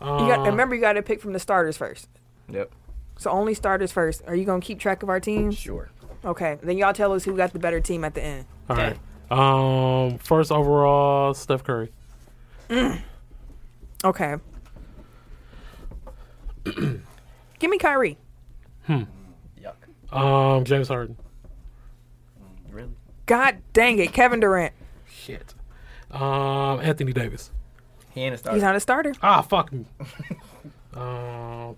[SPEAKER 4] You got,
[SPEAKER 2] Uh,
[SPEAKER 4] remember, you got to pick from the starters first.
[SPEAKER 1] Yep.
[SPEAKER 4] So only starters first. Are you gonna keep track of our teams?
[SPEAKER 5] Sure.
[SPEAKER 4] Okay. Then y'all tell us who got the better team at the end.
[SPEAKER 2] Uh, All right. Um, first overall, Steph Curry.
[SPEAKER 4] Okay. Give me Kyrie.
[SPEAKER 5] Yuck.
[SPEAKER 2] Um, James Harden.
[SPEAKER 5] Really?
[SPEAKER 4] God dang it, Kevin Durant.
[SPEAKER 2] Shit. Um, Anthony Davis.
[SPEAKER 1] He ain't a
[SPEAKER 4] He's not a starter.
[SPEAKER 2] Ah, fuck me. um,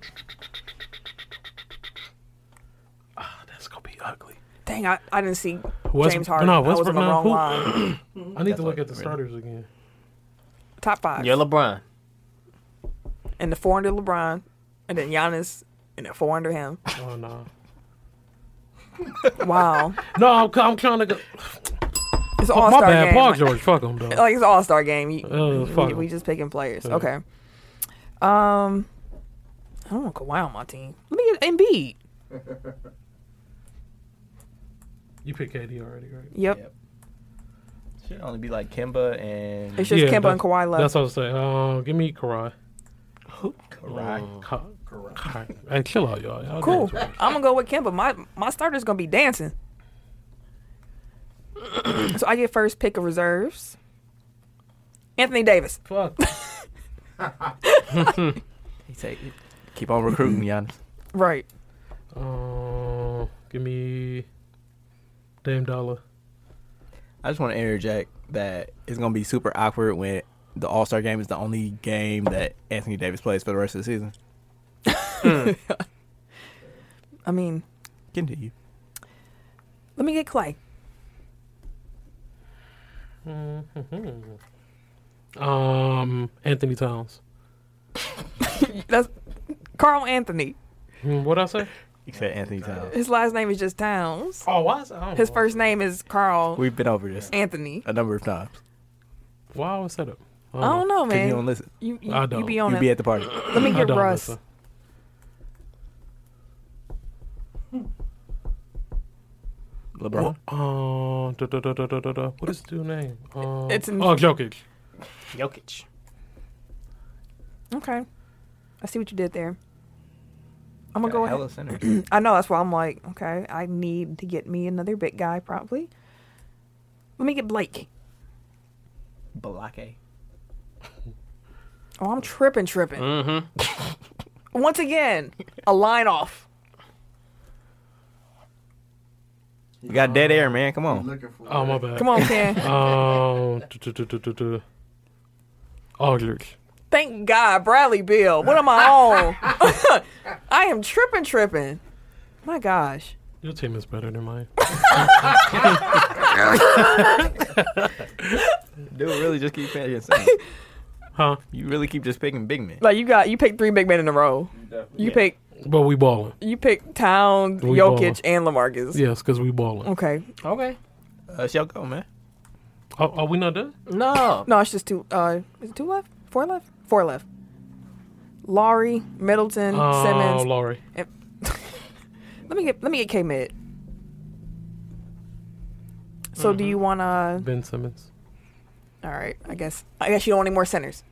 [SPEAKER 2] ah, that's gonna be ugly.
[SPEAKER 4] Dang, I, I didn't see
[SPEAKER 2] West-
[SPEAKER 4] James Harden.
[SPEAKER 2] no,
[SPEAKER 4] I was
[SPEAKER 2] Westbrook,
[SPEAKER 4] on the
[SPEAKER 2] no,
[SPEAKER 4] wrong
[SPEAKER 2] who-
[SPEAKER 4] line.
[SPEAKER 2] I need to look
[SPEAKER 1] what-
[SPEAKER 2] at the starters again.
[SPEAKER 4] Top five.
[SPEAKER 3] You're LeBron.
[SPEAKER 4] And the four under LeBron, and then Giannis, and then four under him.
[SPEAKER 2] Oh no.
[SPEAKER 4] Wow,
[SPEAKER 2] No, I'm, I'm trying to go.
[SPEAKER 4] it's
[SPEAKER 2] Fuck,
[SPEAKER 4] all
[SPEAKER 2] Oh, my
[SPEAKER 4] star
[SPEAKER 2] bad.
[SPEAKER 4] game. Uh,
[SPEAKER 2] Paul
[SPEAKER 4] Like-
[SPEAKER 2] George. Fuck him, dog.
[SPEAKER 4] Like it's all star game. You-
[SPEAKER 2] Oh, fuck
[SPEAKER 4] we,
[SPEAKER 2] 'em.
[SPEAKER 4] we just picking players.
[SPEAKER 2] Yeah.
[SPEAKER 4] Okay. Um, I don't want Kawhi on my team. Let me get Embiid.
[SPEAKER 2] You picked KD already, right?
[SPEAKER 4] Yep.
[SPEAKER 1] Yep. Should only be like Kimba and
[SPEAKER 4] It's just
[SPEAKER 2] Yeah,
[SPEAKER 4] Kemba and
[SPEAKER 2] that's-
[SPEAKER 4] Kawhi left.
[SPEAKER 2] That's what I was saying. Um, give me Karai.
[SPEAKER 1] Mm.
[SPEAKER 5] Karai.
[SPEAKER 2] Ka- Karai. Hey, chill out, y'all. y'all
[SPEAKER 4] Cool.
[SPEAKER 2] doing too much.
[SPEAKER 4] I'm gonna go with Kemba. My my starter's gonna be dancing. so I get first pick of reserves. Anthony Davis.
[SPEAKER 2] Fuck.
[SPEAKER 1] he take it. Keep on recruiting Giannis.
[SPEAKER 4] Right.
[SPEAKER 2] Um, give me Dame Dollar.
[SPEAKER 1] I just want to interject that it's gonna be super awkward when the All Star game is the only game that Anthony Davis plays for the rest of the season.
[SPEAKER 4] I mean,
[SPEAKER 1] Continue.
[SPEAKER 4] let me get Clay.
[SPEAKER 2] Um, Anthony Towns.
[SPEAKER 4] That's Carl Anthony.
[SPEAKER 2] Hmm, What I say?
[SPEAKER 1] Except Anthony Towns.
[SPEAKER 4] His last name is just Towns.
[SPEAKER 2] Oh, why? Is, I don't
[SPEAKER 4] His
[SPEAKER 2] know.
[SPEAKER 4] first name is Carl
[SPEAKER 1] We've been over this
[SPEAKER 4] Anthony.
[SPEAKER 1] a number of times.
[SPEAKER 2] Why was that up?
[SPEAKER 4] I don't know,
[SPEAKER 1] Cause you don't
[SPEAKER 4] man.
[SPEAKER 1] listen.
[SPEAKER 4] You, you,
[SPEAKER 2] I
[SPEAKER 4] you
[SPEAKER 2] don't.
[SPEAKER 4] be on
[SPEAKER 1] You be
[SPEAKER 4] it.
[SPEAKER 1] at the party.
[SPEAKER 4] Let me
[SPEAKER 2] I
[SPEAKER 4] get
[SPEAKER 2] don't know,
[SPEAKER 4] Russ.
[SPEAKER 2] so-
[SPEAKER 1] LeBron.
[SPEAKER 2] Uh, da, da, da, da, da, da, da. What is the dude name? Um,
[SPEAKER 4] It's in-
[SPEAKER 2] oh, Jokic.
[SPEAKER 3] Jokic.
[SPEAKER 4] Okay. I see what you did there. I'm gonna go ahead.
[SPEAKER 1] Hella center.
[SPEAKER 4] I know that's why I'm like, okay, I need to get me another big guy probably. Let me get Blake.
[SPEAKER 1] Balake.
[SPEAKER 4] Oh, I'm tripping, tripping. Mm-hmm. Once again, a line off.
[SPEAKER 1] You got dead air, man. Come on.
[SPEAKER 5] Looking for.
[SPEAKER 2] Oh, my bad.
[SPEAKER 4] Come on, Ken.
[SPEAKER 2] Um, da, da, da, da, da, da. Aldridge.
[SPEAKER 4] Thank God, Bradley Bill. What am I on? I am tripping, tripping. My gosh.
[SPEAKER 2] Your team is better than mine.
[SPEAKER 1] Dude, really just keep picking.
[SPEAKER 2] Huh?
[SPEAKER 1] You really keep just picking big men.
[SPEAKER 4] Like you got you picked three big men in a row.
[SPEAKER 5] definitely-
[SPEAKER 4] You pick
[SPEAKER 2] But we balling.
[SPEAKER 4] you pick Towns,
[SPEAKER 2] We
[SPEAKER 4] Jokic, and Lamarcus.
[SPEAKER 2] Yes, because we balling.
[SPEAKER 4] Okay.
[SPEAKER 3] Okay.
[SPEAKER 1] Uh, shall go, man.
[SPEAKER 2] Are, are we not done?
[SPEAKER 3] No.
[SPEAKER 4] No, it's just two. Uh, is it two left? Four left? Four left. Laurie, Middleton,
[SPEAKER 2] Oh,
[SPEAKER 4] Simmons.
[SPEAKER 2] Laurie.
[SPEAKER 4] let me get let me get K Mid. So do you want to?
[SPEAKER 2] Ben Simmons.
[SPEAKER 4] All right, I guess I guess you don't want any more centers.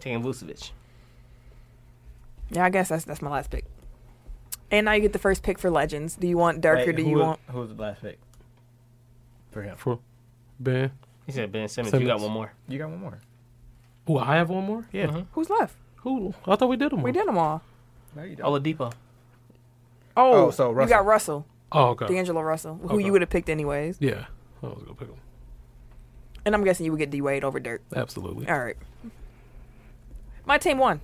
[SPEAKER 3] Taking Vucevic.
[SPEAKER 4] Yeah, I guess that's that's my last pick. And now you get the first pick for legends. Do you want Dirk or do you want?
[SPEAKER 1] Who's the last pick? For him.
[SPEAKER 2] For Ben.
[SPEAKER 3] He said Ben Simmons. You got
[SPEAKER 2] Simmons.
[SPEAKER 3] one more. Mm-hmm.
[SPEAKER 1] You got one more.
[SPEAKER 2] Who I have one more?
[SPEAKER 1] Yeah.
[SPEAKER 4] Who's left?
[SPEAKER 2] Who? I thought we did them.
[SPEAKER 4] We did them all.
[SPEAKER 1] No, you don't.
[SPEAKER 3] Oladipo.
[SPEAKER 4] Oh,
[SPEAKER 1] Oh, so
[SPEAKER 4] you
[SPEAKER 1] Russell.
[SPEAKER 4] got Russell,
[SPEAKER 2] Oh, okay.
[SPEAKER 4] D'Angelo Russell, who
[SPEAKER 2] Okay.
[SPEAKER 4] you would have picked anyways.
[SPEAKER 2] yeah, I was gonna pick them.
[SPEAKER 4] And I'm guessing you would get D Wade over Dirk.
[SPEAKER 2] Absolutely.
[SPEAKER 4] All right. My team won.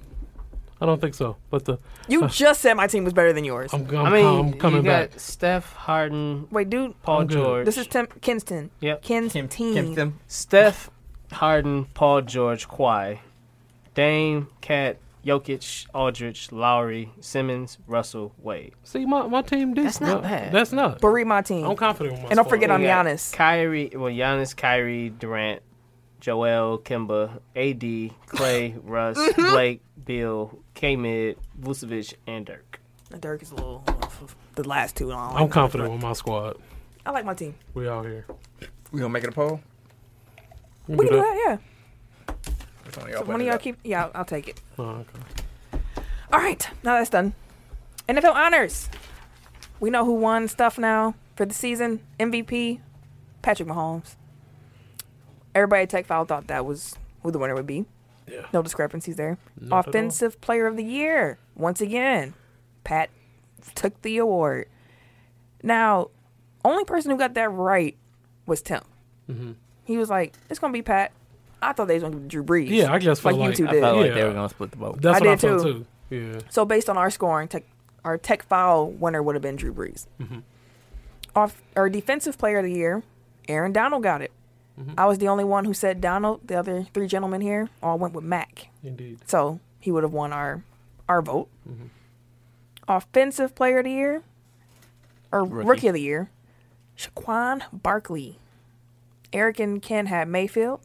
[SPEAKER 2] I don't think so. But the
[SPEAKER 4] You just said my team was better than yours.
[SPEAKER 2] I'm, I'm,
[SPEAKER 3] I mean,
[SPEAKER 2] I'm coming
[SPEAKER 3] you got
[SPEAKER 2] back.
[SPEAKER 3] Steph Harden,
[SPEAKER 4] Wait, dude,
[SPEAKER 3] Paul
[SPEAKER 2] I'm good.
[SPEAKER 3] George.
[SPEAKER 4] this is Tim Kinston.
[SPEAKER 3] Yep.
[SPEAKER 4] Ken's
[SPEAKER 1] Kim,
[SPEAKER 4] team.
[SPEAKER 1] Kim Tim.
[SPEAKER 3] Steph Harden, Paul George, Kawhi, Dame, Cat, Jokic, Aldrich, Lowry, Simmons, Russell, Wade.
[SPEAKER 2] See, my, my team did.
[SPEAKER 3] That's not
[SPEAKER 2] no,
[SPEAKER 3] bad.
[SPEAKER 2] That's not.
[SPEAKER 4] But read my team.
[SPEAKER 2] I'm confident. With my
[SPEAKER 4] And don't
[SPEAKER 2] squad.
[SPEAKER 4] forget I'm
[SPEAKER 3] We got
[SPEAKER 4] Giannis.
[SPEAKER 3] Kyrie, well, Giannis, Kyrie, Durant, Joel, Kimba, AD, Clay, Russ,
[SPEAKER 4] Mm-hmm.
[SPEAKER 3] Blake, Bill, K Mid, Vucevic, and Dirk.
[SPEAKER 4] Dirk is a little. The last two. I, don't
[SPEAKER 2] I'm
[SPEAKER 4] like.
[SPEAKER 2] confident with my squad.
[SPEAKER 4] I like my team.
[SPEAKER 2] We out here.
[SPEAKER 1] We gonna make it a poll.
[SPEAKER 2] can
[SPEAKER 4] We
[SPEAKER 2] do
[SPEAKER 4] can do that, yeah.
[SPEAKER 1] Which one of y'all,
[SPEAKER 4] So
[SPEAKER 1] putting
[SPEAKER 4] one of
[SPEAKER 1] it
[SPEAKER 4] y'all
[SPEAKER 1] up?
[SPEAKER 4] keep. Yeah, I'll, I'll take it.
[SPEAKER 2] Oh, okay.
[SPEAKER 4] All right, now that's done. NFL honors. We know who won stuff now for the season. MVP, Patrick Mahomes. Everybody at Tech File thought that was who the winner would be.
[SPEAKER 2] Yeah.
[SPEAKER 4] No discrepancies there.
[SPEAKER 2] Not at
[SPEAKER 4] Offensive Player of the Year once again. Pat took the award. Now, only person who got that right was Tim.
[SPEAKER 2] Mm-hmm.
[SPEAKER 4] He was like, "It's gonna be Pat." I thought they was gonna be Drew Brees.
[SPEAKER 2] Yeah, I just
[SPEAKER 4] like
[SPEAKER 2] felt
[SPEAKER 4] you
[SPEAKER 2] like-
[SPEAKER 4] two
[SPEAKER 2] I
[SPEAKER 1] I
[SPEAKER 4] did.
[SPEAKER 1] felt like
[SPEAKER 2] Yeah.
[SPEAKER 1] they were gonna split the vote.
[SPEAKER 2] That's
[SPEAKER 4] I
[SPEAKER 2] what I
[SPEAKER 4] did
[SPEAKER 2] felt
[SPEAKER 4] too.
[SPEAKER 2] too. Yeah.
[SPEAKER 4] So based on our scoring, tech, our tech file winner would have been Drew Brees. Off our defensive player of the year, Aaron Donald got it. I was the only one who said Donald. The other three gentlemen here all went with Mac,
[SPEAKER 2] Indeed.
[SPEAKER 4] so he would have won our our vote. Offensive player of the year, or rookie, of the year, Shaquan Barkley. Eric and Ken had Mayfield.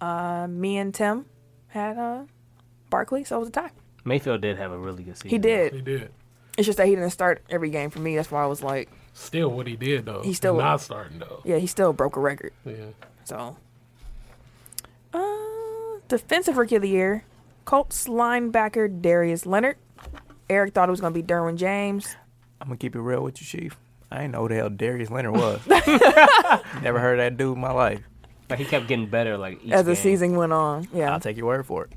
[SPEAKER 4] Uh, me and Tim had uh, Barkley, so it was a tie.
[SPEAKER 3] Mayfield did have a really good season.
[SPEAKER 4] He did.
[SPEAKER 2] He did.
[SPEAKER 4] It's just that he didn't start every game for me. That's why I was like,
[SPEAKER 2] Still, what he did though.
[SPEAKER 4] He still-
[SPEAKER 2] not starting though.
[SPEAKER 4] yeah, he still broke a record.
[SPEAKER 2] Yeah.
[SPEAKER 4] So, uh, defensive rookie of the year, Colts linebacker Darius Leonard. Eric thought it was going to be Derwin James.
[SPEAKER 1] I'm gonna keep it real with you, Chief. I didn't know who the hell Darius Leonard was. Never heard of that dude in my life.
[SPEAKER 3] Like, he kept getting better. Like each
[SPEAKER 4] As the
[SPEAKER 3] game.
[SPEAKER 4] season went on, yeah.
[SPEAKER 1] I'll take your word for it.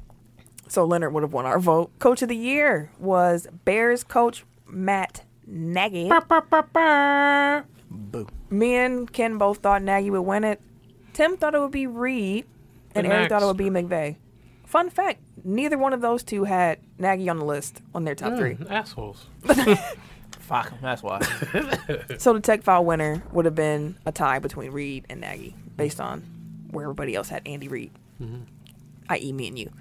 [SPEAKER 4] So Leonard would have won our vote. Coach of the year was Bears coach Matt Nagy.
[SPEAKER 1] Boo.
[SPEAKER 4] Me and Ken both thought Nagy would win it. Tim thought it would be Reed, and
[SPEAKER 2] The
[SPEAKER 4] Eric thought it
[SPEAKER 2] next.
[SPEAKER 4] would be McVay. Fun fact: neither one of those two had Nagy on the list on their top three.
[SPEAKER 2] Mm, assholes.
[SPEAKER 1] Fuck him. That's why.
[SPEAKER 4] So the Tech File winner would have been a tie between Reed and Nagy, based on where everybody else had Andy Reed,
[SPEAKER 1] Mm-hmm.
[SPEAKER 4] i.e., me and you.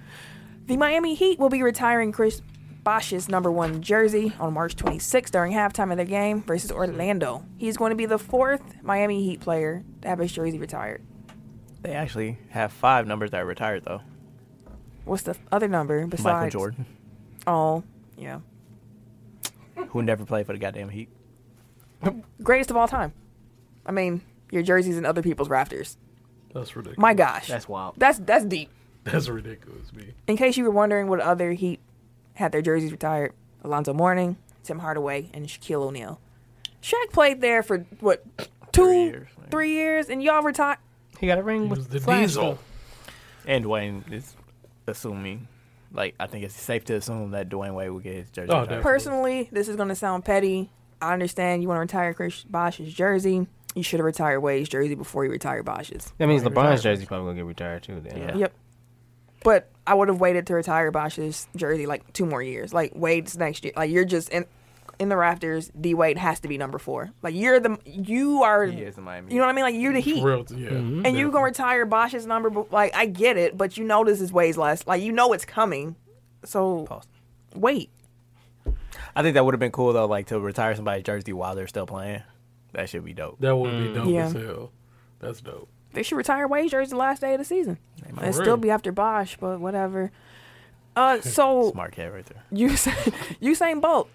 [SPEAKER 4] The Miami Heat will be retiring Chris Bosch's number one jersey on March 26th during halftime of their game versus Orlando. He's going to be the fourth Miami Heat player to have his jersey retired.
[SPEAKER 1] they actually have five numbers that are retired though.
[SPEAKER 4] What's the other number besides
[SPEAKER 1] Michael Jordan,
[SPEAKER 4] Oh, yeah.
[SPEAKER 1] who never played for the goddamn Heat.
[SPEAKER 4] Greatest of all time. I mean, your jerseys and other people's rafters.
[SPEAKER 2] That's ridiculous.
[SPEAKER 4] My gosh.
[SPEAKER 3] That's wild.
[SPEAKER 4] That's that's deep.
[SPEAKER 2] That's ridiculous, B.
[SPEAKER 4] In case you were wondering what other Heat had their jerseys retired, Alonzo Mourning, Tim Hardaway, and Shaquille O'Neal. Shaq played there for what two, three
[SPEAKER 1] years,
[SPEAKER 4] years,
[SPEAKER 1] maybe.
[SPEAKER 4] and y'all retired.
[SPEAKER 3] He got a ring
[SPEAKER 2] He
[SPEAKER 3] with
[SPEAKER 2] was the
[SPEAKER 3] Flash,
[SPEAKER 2] diesel.
[SPEAKER 3] though.
[SPEAKER 1] And Dwayne is assuming, like, I think it's safe to assume that Dwayne Wade will get his jersey.
[SPEAKER 2] Oh,
[SPEAKER 1] retired.
[SPEAKER 2] definitely.
[SPEAKER 4] Personally, this is gonna sound petty. I understand you want to retire Chris Bosh's jersey. You should have retired Wade's jersey before you retired Bosh's.
[SPEAKER 3] That means
[SPEAKER 1] He
[SPEAKER 3] LeBron's
[SPEAKER 1] retired.
[SPEAKER 3] jersey probably gonna get retired too. Then.
[SPEAKER 1] Yeah.
[SPEAKER 3] huh?
[SPEAKER 4] Yep. But I would have waited to retire Bosch's jersey like two more years. Like Wade's next year. Like you're just in in the rafters. D Wade has to be number four. Like you're the you are.
[SPEAKER 1] He is in Miami.
[SPEAKER 4] You know what I mean? Like you're the Heat,
[SPEAKER 2] Real, yeah.
[SPEAKER 1] Mm-hmm.
[SPEAKER 4] and you
[SPEAKER 2] Definitely.
[SPEAKER 4] gonna retire Bosch's number. But like I get it, but you know this is Wade's last. Like you know it's coming. So
[SPEAKER 1] Pause.
[SPEAKER 4] wait.
[SPEAKER 1] I think that would have been cool though, like to retire somebody's jersey while they're still playing. That should be dope.
[SPEAKER 2] That would be dope
[SPEAKER 4] Yeah.
[SPEAKER 2] as hell. That's dope.
[SPEAKER 4] They should retire Wade's jersey the last day of the season.
[SPEAKER 1] might.
[SPEAKER 4] It'd
[SPEAKER 2] For
[SPEAKER 4] still
[SPEAKER 2] real.
[SPEAKER 4] be after Bosch, but whatever. Uh, so
[SPEAKER 1] Smart cat right there.
[SPEAKER 4] Usain, Usain Bolt,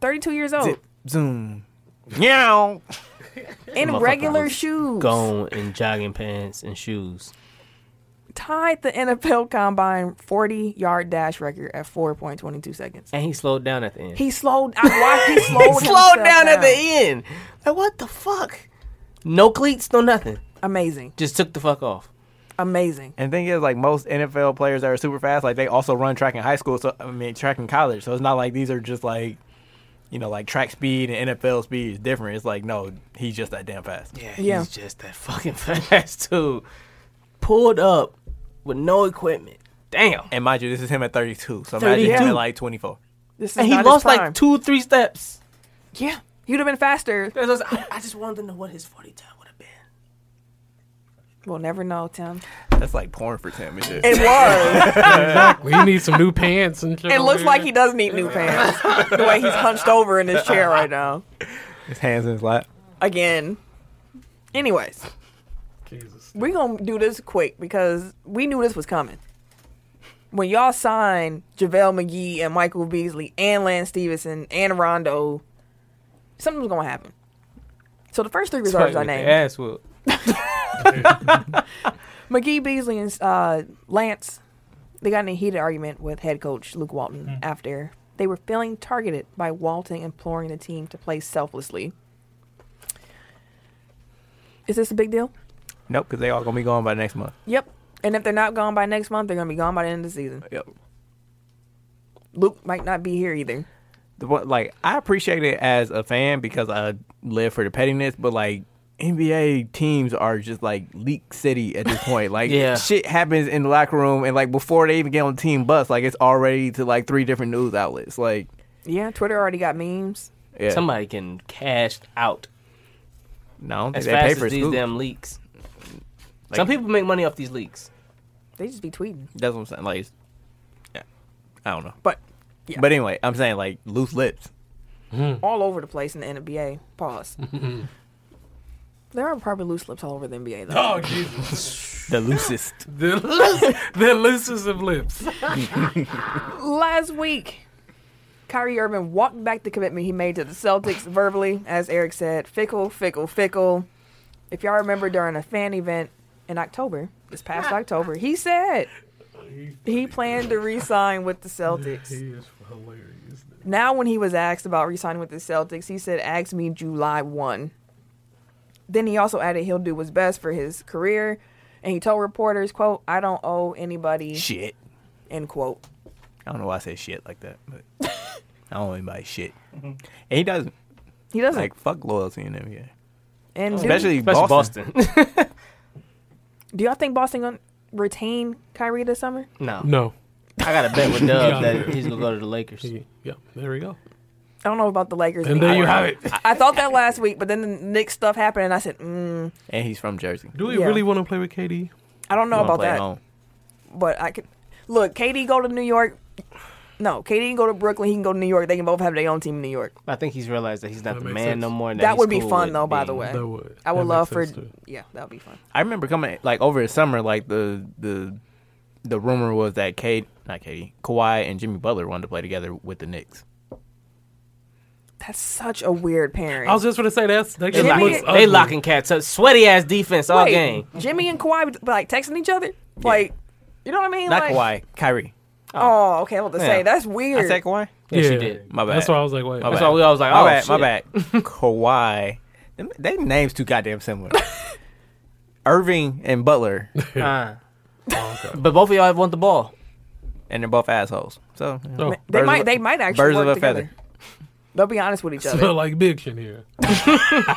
[SPEAKER 4] 32 years old,
[SPEAKER 1] Zip, zoom. Yeah.
[SPEAKER 4] in
[SPEAKER 3] Motherfucker
[SPEAKER 4] regular
[SPEAKER 3] was
[SPEAKER 4] shoes.
[SPEAKER 3] Gone in jogging pants and shoes.
[SPEAKER 4] tied the NFL Combine 40 yard dash record at 4.22 seconds.
[SPEAKER 3] And he slowed down at the end.
[SPEAKER 4] He slowed. I watched. He slowed.
[SPEAKER 3] slowed
[SPEAKER 4] himself
[SPEAKER 3] down at the end. Like what the fuck? No cleats, no nothing.
[SPEAKER 4] Amazing.
[SPEAKER 3] Just took the fuck off.
[SPEAKER 4] Amazing.
[SPEAKER 1] And the thing is, like most NFL players that are super fast, like they also run track in high school. So I mean, track in college. So it's not like these are just like, you know, like track speed and NFL speed is different. It's like no, he's just that damn fast.
[SPEAKER 3] Yeah,
[SPEAKER 4] Yeah.
[SPEAKER 3] he's just that fucking fast dude. Pulled up with no equipment. Damn.
[SPEAKER 1] And mind you, this is him at 32. So imagine him
[SPEAKER 3] 32.
[SPEAKER 1] at like 24.
[SPEAKER 4] This is
[SPEAKER 3] And he
[SPEAKER 4] not his
[SPEAKER 3] lost
[SPEAKER 4] prime.
[SPEAKER 3] like two, three steps.
[SPEAKER 4] Yeah, you'd have been faster.
[SPEAKER 3] I, was- I- I just wanted to know what his 40 time would have been.
[SPEAKER 4] We'll never know, Tim.
[SPEAKER 1] That's like porn for Tim. It's just-
[SPEAKER 4] It was.
[SPEAKER 2] Well, he needs some new pants and shit.
[SPEAKER 4] it looks
[SPEAKER 2] over
[SPEAKER 4] like
[SPEAKER 2] there.
[SPEAKER 4] he does need new pants. the way he's hunched over in his chair right now.
[SPEAKER 1] his hands in his lap.
[SPEAKER 4] Again. Anyways,
[SPEAKER 2] Jesus.
[SPEAKER 4] we're gonna do this quick because we knew this was coming. When y'all signed JaVale McGee and Michael Beasley and Lance Stevenson and Rondo, something was gonna happen. So the first three reserves I
[SPEAKER 3] With the
[SPEAKER 4] named.
[SPEAKER 3] Ass whoop.
[SPEAKER 4] McGee Beasley and uh, Lance, they got in a heated argument with head coach Luke Walton after they were feeling targeted by Walton imploring the team to play selflessly. Is this a big deal?
[SPEAKER 1] Nope, because they all gonna be gone by next month.
[SPEAKER 4] Yep. And if they're not gone by next month, they're going to be gone by the end of the season.
[SPEAKER 1] Yep.
[SPEAKER 4] Luke might not be here either.
[SPEAKER 1] the one- like I appreciate it as a fan because I live for the pettiness, but like NBA teams are just like leak city at this point. Like
[SPEAKER 3] Yeah.
[SPEAKER 1] shit happens in the locker room and like before they even get on the team bus, like it's already to like three different news outlets. Like
[SPEAKER 4] Yeah, Twitter already got memes.
[SPEAKER 1] yeah.
[SPEAKER 3] Somebody can cash out
[SPEAKER 1] no, I don't think
[SPEAKER 3] as
[SPEAKER 1] they
[SPEAKER 3] fast
[SPEAKER 1] pay
[SPEAKER 3] as
[SPEAKER 1] for
[SPEAKER 3] these
[SPEAKER 1] these
[SPEAKER 3] damn leaks. Some people make money off these leaks.
[SPEAKER 4] They just be tweeting.
[SPEAKER 1] That's what I'm saying. Like it's- yeah. I don't know.
[SPEAKER 4] But yeah.
[SPEAKER 1] But anyway, I'm saying like loose lips.
[SPEAKER 4] all over the place in the NBA. Pause. there are probably loose lips all over the NBA, though.
[SPEAKER 2] Oh Jesus.
[SPEAKER 1] The loosest.
[SPEAKER 2] the, loose- the loosest of lips.
[SPEAKER 4] Last week, Kyrie Irving walked back the commitment he made to the Celtics verbally, as Eric said, fickle, fickle, fickle. If y'all remember during a fan event in October, this past October, he said he planned to re sign with the Celtics.
[SPEAKER 2] is hilarious.
[SPEAKER 4] Now, when he was asked about re signing with the Celtics, he said, Ask me July 1. Then he also added he'll do what's best for his career. And he told reporters, quote, I don't owe
[SPEAKER 3] Mm-hmm.
[SPEAKER 4] anybody,
[SPEAKER 1] Shit.
[SPEAKER 4] end quote.
[SPEAKER 1] I don't know why I say shit like that, but I don't owe anybody shit.
[SPEAKER 3] Mm-hmm.
[SPEAKER 1] And he doesn't.
[SPEAKER 4] He doesn't.
[SPEAKER 1] Like fuck loyalty in NBA.
[SPEAKER 4] and dude-
[SPEAKER 1] Especially,
[SPEAKER 3] Especially Boston.
[SPEAKER 4] Do y'all think Boston gonna retain Kyrie this summer?
[SPEAKER 3] no.
[SPEAKER 2] No.
[SPEAKER 3] I got a bet with Dub
[SPEAKER 2] Yeah.
[SPEAKER 3] that he's going to go to the Lakers.
[SPEAKER 2] Yeah, there we go.
[SPEAKER 4] I don't know about the Lakers.
[SPEAKER 2] And there you have it.
[SPEAKER 4] I, I thought that last week, but then the Knicks stuff happened, and I said, mm,
[SPEAKER 1] And he's from Jersey.
[SPEAKER 2] Do we
[SPEAKER 4] Yeah.
[SPEAKER 2] really want to play with KD?
[SPEAKER 4] I don't know
[SPEAKER 1] Wanna
[SPEAKER 4] about
[SPEAKER 1] play
[SPEAKER 4] that.
[SPEAKER 1] home.
[SPEAKER 4] But I could look. KD go to New York. No, KD can go to Brooklyn. He can go to New York. They can both have their own team in New York.
[SPEAKER 3] I think he's realized that he's not
[SPEAKER 2] That
[SPEAKER 3] the
[SPEAKER 2] makes
[SPEAKER 3] man
[SPEAKER 2] sense.
[SPEAKER 3] no more. and
[SPEAKER 4] That
[SPEAKER 3] he's
[SPEAKER 4] would be
[SPEAKER 3] cool
[SPEAKER 4] fun,
[SPEAKER 3] with
[SPEAKER 4] though, by the
[SPEAKER 3] being-
[SPEAKER 4] way.
[SPEAKER 2] That would.
[SPEAKER 4] I would
[SPEAKER 2] that
[SPEAKER 4] love for
[SPEAKER 2] makes sense, too.
[SPEAKER 4] yeah, that would be fun.
[SPEAKER 1] I remember coming like over the summer, like the the the rumor was that Kate, not Katie, Kawhi and Jimmy Butler wanted to play together with the Knicks.
[SPEAKER 4] That's such a weird pairing.
[SPEAKER 2] I was just gonna say that's that
[SPEAKER 3] They,
[SPEAKER 2] just
[SPEAKER 4] Jimmy-
[SPEAKER 2] looks
[SPEAKER 3] lock,
[SPEAKER 2] ugly.
[SPEAKER 3] they locking cats up. Sweaty ass defense all
[SPEAKER 4] Wait,
[SPEAKER 3] game.
[SPEAKER 4] Jimmy and Kawhi would, like texting each other, like you know what I mean?
[SPEAKER 1] Not
[SPEAKER 4] like,
[SPEAKER 1] Kawhi, Kyrie.
[SPEAKER 4] Oh, okay. I was about to say
[SPEAKER 1] Yeah.
[SPEAKER 4] that's weird.
[SPEAKER 1] I said Kawhi.
[SPEAKER 3] Yes, you did.
[SPEAKER 1] My bad.
[SPEAKER 2] That's why I was like, wait.
[SPEAKER 1] My
[SPEAKER 3] That's
[SPEAKER 1] bad.
[SPEAKER 3] why we always like,
[SPEAKER 1] My
[SPEAKER 3] oh,
[SPEAKER 1] bad. My
[SPEAKER 3] shit.
[SPEAKER 1] bad. Kawhi. Them, they names too goddamn similar. Irving and Butler,
[SPEAKER 3] Uh, but both of y'all want the ball.
[SPEAKER 1] and they're both assholes. So you know,
[SPEAKER 2] Oh,
[SPEAKER 4] they
[SPEAKER 1] Birds of
[SPEAKER 4] might.
[SPEAKER 1] a-
[SPEAKER 4] they might actually
[SPEAKER 1] birds
[SPEAKER 4] work
[SPEAKER 1] of a
[SPEAKER 4] together.
[SPEAKER 1] feather.
[SPEAKER 4] They'll be honest with each other.
[SPEAKER 2] smell like bitch in here.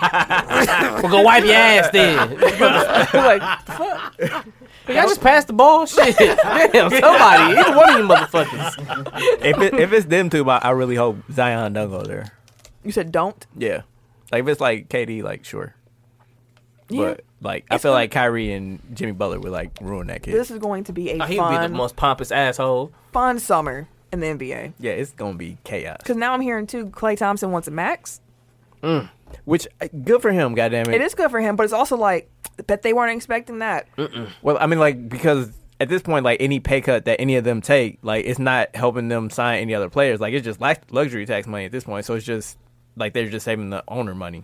[SPEAKER 3] Well, go wipe your ass then.
[SPEAKER 4] like, fuck.
[SPEAKER 3] Y'all just passed the ball? Shit. Damn, somebody. Either one of you motherfuckers.
[SPEAKER 1] if it, if it's them two, but I really hope Zion don't go there.
[SPEAKER 4] You said don't.
[SPEAKER 1] Yeah, like if it's like KD, like sure,
[SPEAKER 4] Yeah.
[SPEAKER 1] but like I feel like Kyrie and Jimmy Butler would like ruin that kid.
[SPEAKER 4] This is going to be a
[SPEAKER 3] Oh, he would be the
[SPEAKER 4] fun,
[SPEAKER 3] most pompous asshole.
[SPEAKER 4] fun summer in the NBA.
[SPEAKER 1] Yeah, it's gonna be chaos.
[SPEAKER 4] Because now I'm hearing too, Clay Thompson wants a max.
[SPEAKER 1] Which uh, good for him, goddamn
[SPEAKER 4] It is good for him, but it's also like, bet they weren't expecting that.
[SPEAKER 1] Well, I mean, like because at this point, like any pay cut that any of them take, like it's not helping them sign any other players. Like it's just lux- luxury tax money at this point. So it's just like they're just saving the owner money.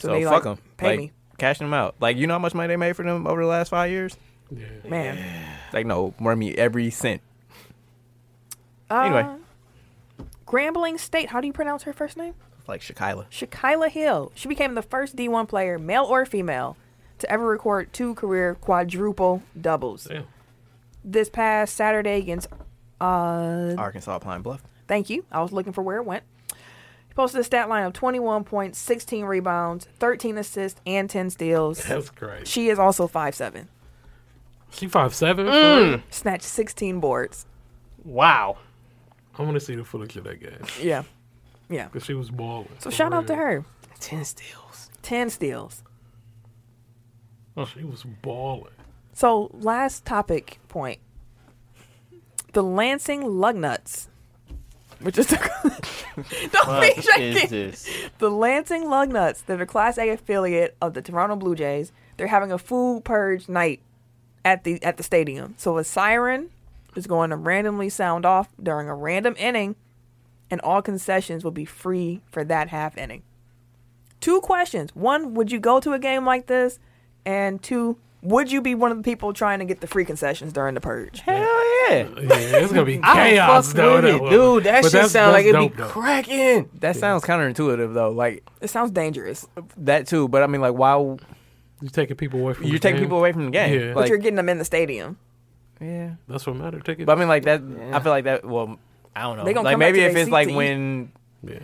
[SPEAKER 1] So,
[SPEAKER 4] they,
[SPEAKER 1] fuck
[SPEAKER 4] like,
[SPEAKER 1] them.
[SPEAKER 4] pay
[SPEAKER 1] like,
[SPEAKER 4] me.
[SPEAKER 1] Cash them out. Like you know how much money they made for them over the last five years?
[SPEAKER 2] Yeah.
[SPEAKER 4] Man.
[SPEAKER 1] Like no, worm me every cent. Anyway,
[SPEAKER 4] Uh, Grambling State, how do you pronounce her first name?
[SPEAKER 1] like Shaquilla.
[SPEAKER 4] Shaquilla Hill. She became the first D1 player, male or female, to to ever record two career quadruple doubles.
[SPEAKER 2] Damn.
[SPEAKER 4] This past Saturday against uh,
[SPEAKER 1] Arkansas Pine Bluff.
[SPEAKER 4] Thank you. I was looking for where it went. He posted a stat line of 21 points, 16 rebounds, 13 assists, and 10 steals.
[SPEAKER 2] That's great.
[SPEAKER 4] She is also 5'7.
[SPEAKER 2] She five seven.
[SPEAKER 4] Snatched 16 boards.
[SPEAKER 3] Wow.
[SPEAKER 2] I want to see the footage of that game
[SPEAKER 4] Yeah.
[SPEAKER 2] because she was balling.
[SPEAKER 4] So shout out to her.
[SPEAKER 3] 10 steals.
[SPEAKER 4] 10 steals.
[SPEAKER 2] She was balling.
[SPEAKER 4] So last topic point. The Lansing Lugnuts. Which is the, Don't be
[SPEAKER 6] What is
[SPEAKER 4] shaking.
[SPEAKER 6] this?
[SPEAKER 4] The Lansing Lugnuts, they're the Class A affiliate of the Toronto Blue Jays. They're having a food purge night at the at the stadium. So a siren is going to randomly sound off during a random inning, and all concessions will be free for that half inning. Two questions: one, would you go to a game like this? And two, would you be one of the people trying to get the free concessions during the purge?
[SPEAKER 1] Hell yeah.
[SPEAKER 2] Yeah, it's gonna be
[SPEAKER 3] I don't
[SPEAKER 2] chaos
[SPEAKER 3] fuck
[SPEAKER 2] though,
[SPEAKER 3] with
[SPEAKER 2] that
[SPEAKER 3] it,
[SPEAKER 2] one.
[SPEAKER 3] dude. That
[SPEAKER 2] But
[SPEAKER 3] shit
[SPEAKER 2] that's-
[SPEAKER 3] sound like
[SPEAKER 2] that's
[SPEAKER 3] it'd
[SPEAKER 2] dope,
[SPEAKER 3] be
[SPEAKER 2] though.
[SPEAKER 3] cracking.
[SPEAKER 1] That sounds counterintuitive though. Like
[SPEAKER 4] It sounds dangerous,
[SPEAKER 1] that too, but I mean like why
[SPEAKER 2] You're taking people away from.
[SPEAKER 1] you're
[SPEAKER 2] the
[SPEAKER 1] taking
[SPEAKER 2] game.
[SPEAKER 1] people away from the game.
[SPEAKER 2] Yeah.
[SPEAKER 1] Like,
[SPEAKER 4] but you're getting them in the stadium.
[SPEAKER 1] yeah.
[SPEAKER 2] That's what matter. Take it.
[SPEAKER 1] But I mean like that I feel like that well I don't know.
[SPEAKER 4] They gonna
[SPEAKER 1] like
[SPEAKER 4] come back
[SPEAKER 1] maybe
[SPEAKER 4] to
[SPEAKER 1] if
[SPEAKER 4] their
[SPEAKER 1] it's
[SPEAKER 4] seat
[SPEAKER 1] like
[SPEAKER 4] to eat.
[SPEAKER 1] when
[SPEAKER 2] yeah.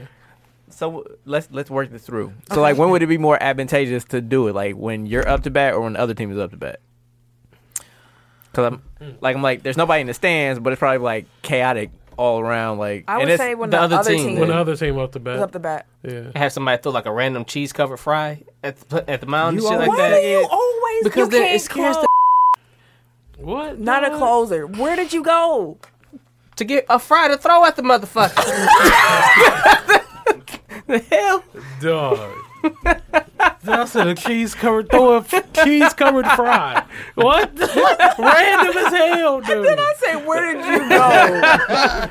[SPEAKER 1] So let's let's work this through. So like, when would it be more advantageous to do it? Like when you're up to bat or when the other team is up to bat? Because I'm like I'm like there's nobody in the stands, but it's probably like chaotic all around. Like
[SPEAKER 4] I
[SPEAKER 1] and
[SPEAKER 4] would
[SPEAKER 1] it's-
[SPEAKER 4] say when
[SPEAKER 3] the
[SPEAKER 4] the,
[SPEAKER 3] other
[SPEAKER 4] other
[SPEAKER 3] team.
[SPEAKER 4] team,
[SPEAKER 2] When the other team off the
[SPEAKER 4] is
[SPEAKER 2] bat.
[SPEAKER 4] up the bat.
[SPEAKER 2] yeah.
[SPEAKER 3] Have somebody throw like a random cheese covered fry at the, at the mound and shit like
[SPEAKER 4] Why
[SPEAKER 3] that.
[SPEAKER 4] do you always
[SPEAKER 3] Because
[SPEAKER 4] you
[SPEAKER 3] then
[SPEAKER 4] can't
[SPEAKER 3] it scares
[SPEAKER 4] close.
[SPEAKER 3] the
[SPEAKER 2] What?
[SPEAKER 4] Not a closer. Where did you go?
[SPEAKER 3] to get a fry to throw at the motherfucker. the hell?
[SPEAKER 2] Dog. I said a cheese covered throw a cheese covered fry. What? Random as hell, dude.
[SPEAKER 4] I said, where did you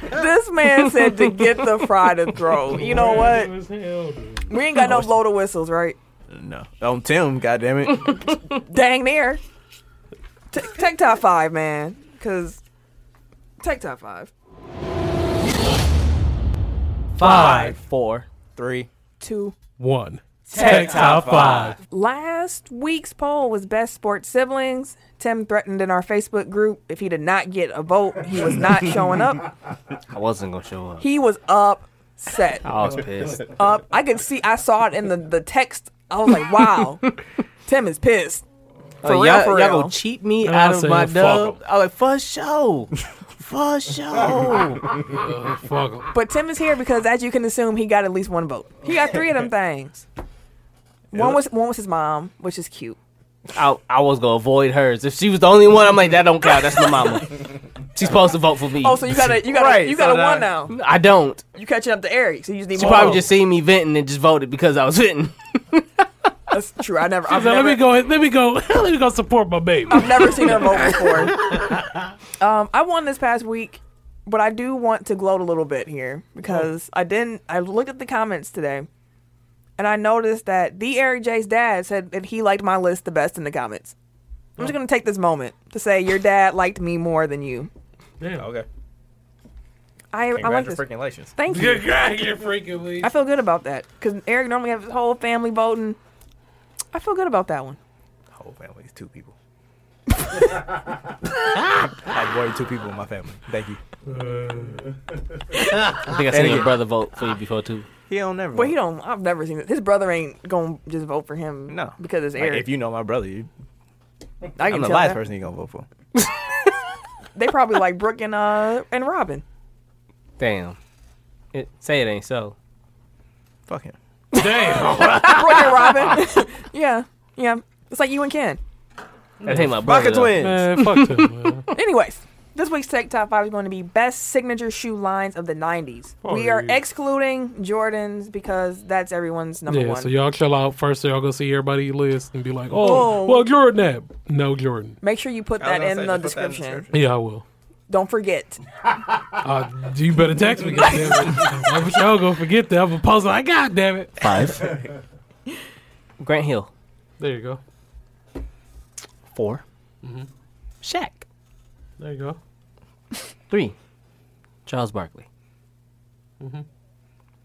[SPEAKER 4] go? this man said to get the fry to throw. You know what?
[SPEAKER 2] Random as hell, dude.
[SPEAKER 4] We ain't got no blow to whistles, right?
[SPEAKER 1] no on Tim, goddamn it,
[SPEAKER 4] Dang near. T- take top five, man. Cause take top five.
[SPEAKER 1] five, four, three.
[SPEAKER 4] Two.
[SPEAKER 2] One. Tech top five.
[SPEAKER 4] Last week's poll was best sports siblings. Tim threatened in our Facebook group if he did not get a vote, he was not showing up.
[SPEAKER 3] I wasn't gonna show up.
[SPEAKER 4] He was upset.
[SPEAKER 3] I was pissed.
[SPEAKER 4] up. I could see. I saw it in the the text. I was like, "Wow, Tim is pissed." For
[SPEAKER 3] Like,
[SPEAKER 4] real,
[SPEAKER 3] y'all,
[SPEAKER 4] for
[SPEAKER 3] y'all
[SPEAKER 4] real.
[SPEAKER 3] gonna cheat me
[SPEAKER 2] And
[SPEAKER 3] out
[SPEAKER 2] I
[SPEAKER 3] of
[SPEAKER 2] said,
[SPEAKER 3] my
[SPEAKER 2] "Fuck
[SPEAKER 3] dub?
[SPEAKER 2] 'em."
[SPEAKER 3] I was like, for sure. for sure.
[SPEAKER 2] Uh, fuck 'em.
[SPEAKER 4] But Tim is here because, as you can assume, he got at least one vote. He got three of them things. One was one was his mom, which is cute.
[SPEAKER 3] I, I was gonna avoid hers. If she was the only one, I'm like, that don't count. That's my mama. She's supposed to vote for me.
[SPEAKER 4] Oh, so you got a you got
[SPEAKER 1] Right,
[SPEAKER 4] a, you got
[SPEAKER 1] so
[SPEAKER 4] a one
[SPEAKER 1] now-
[SPEAKER 4] now.
[SPEAKER 3] I don't.
[SPEAKER 4] You catching up to Eric, so you just need
[SPEAKER 3] She
[SPEAKER 4] more.
[SPEAKER 3] probably just seen me venting and just voted because I was venting.
[SPEAKER 4] That's true. I never. I've
[SPEAKER 2] So
[SPEAKER 4] never,
[SPEAKER 2] let me go. Let me go. Let me go support my baby.
[SPEAKER 4] I've never seen her vote before. um, I won this past week, but I do want to gloat a little bit here because I didn't. I looked at the comments today, and I noticed that the Eric J's dad said that he liked my list the best in the comments. I'm just gonna take this moment to say your dad liked me more than you.
[SPEAKER 2] Yeah.
[SPEAKER 1] Okay,
[SPEAKER 4] I, I like this.
[SPEAKER 1] congratulations.
[SPEAKER 4] Thank you.
[SPEAKER 2] Good guy, you freaking leave.
[SPEAKER 4] I feel good about that because Eric normally has his whole family voting. I feel good about that one.
[SPEAKER 1] Whole family is two people. I'm more than two people in my family. Thank you.
[SPEAKER 3] I think I seen your brother vote for you before too.
[SPEAKER 1] He don't never.
[SPEAKER 4] But he don't. I've never seen it. His brother ain't gonna just vote for him.
[SPEAKER 1] No.
[SPEAKER 4] because it's
[SPEAKER 1] Like,
[SPEAKER 4] Eric.
[SPEAKER 1] if you know my brother, you,
[SPEAKER 4] I
[SPEAKER 1] I'm
[SPEAKER 4] can
[SPEAKER 1] the
[SPEAKER 4] tell
[SPEAKER 1] last
[SPEAKER 4] that.
[SPEAKER 1] person you gonna vote for.
[SPEAKER 4] They probably like Brooke and uh and Robin.
[SPEAKER 3] Damn. It, say it ain't so.
[SPEAKER 1] Fuck him.
[SPEAKER 2] Damn.
[SPEAKER 4] Brooke and Robin. yeah, yeah. It's like you and Ken.
[SPEAKER 3] That ain't my brother.
[SPEAKER 1] Bucket
[SPEAKER 3] though.
[SPEAKER 1] twins.
[SPEAKER 2] Man, fuck him. Man.
[SPEAKER 4] Anyways, this week's Tech Top 5 is going to be best signature shoe lines of the 90s. we
[SPEAKER 2] Oh,
[SPEAKER 4] are
[SPEAKER 2] yeah.
[SPEAKER 4] excluding Jordans because that's everyone's number
[SPEAKER 2] Yeah,
[SPEAKER 4] one.
[SPEAKER 2] so y'all chill out. First, y'all go see everybody you list and be like, oh,
[SPEAKER 4] Whoa.
[SPEAKER 2] well, Jordan that. No, Jordan.
[SPEAKER 4] Make sure you put
[SPEAKER 1] I was
[SPEAKER 4] that
[SPEAKER 1] gonna
[SPEAKER 4] in
[SPEAKER 1] say,
[SPEAKER 4] the
[SPEAKER 1] just put that in the
[SPEAKER 4] description.
[SPEAKER 1] description.
[SPEAKER 2] Yeah, I will.
[SPEAKER 4] Don't forget.
[SPEAKER 2] Uh, you better text me. goddamn it. I wish y'all gonna forget that. I'm a puzzle. I got, damn it.
[SPEAKER 3] Five. Grant Hill.
[SPEAKER 2] There you go.
[SPEAKER 3] 4
[SPEAKER 1] Mm-hmm.
[SPEAKER 3] Shaq.
[SPEAKER 2] There you go.
[SPEAKER 3] Three. Charles
[SPEAKER 1] Mm-hmm.
[SPEAKER 3] Barkley.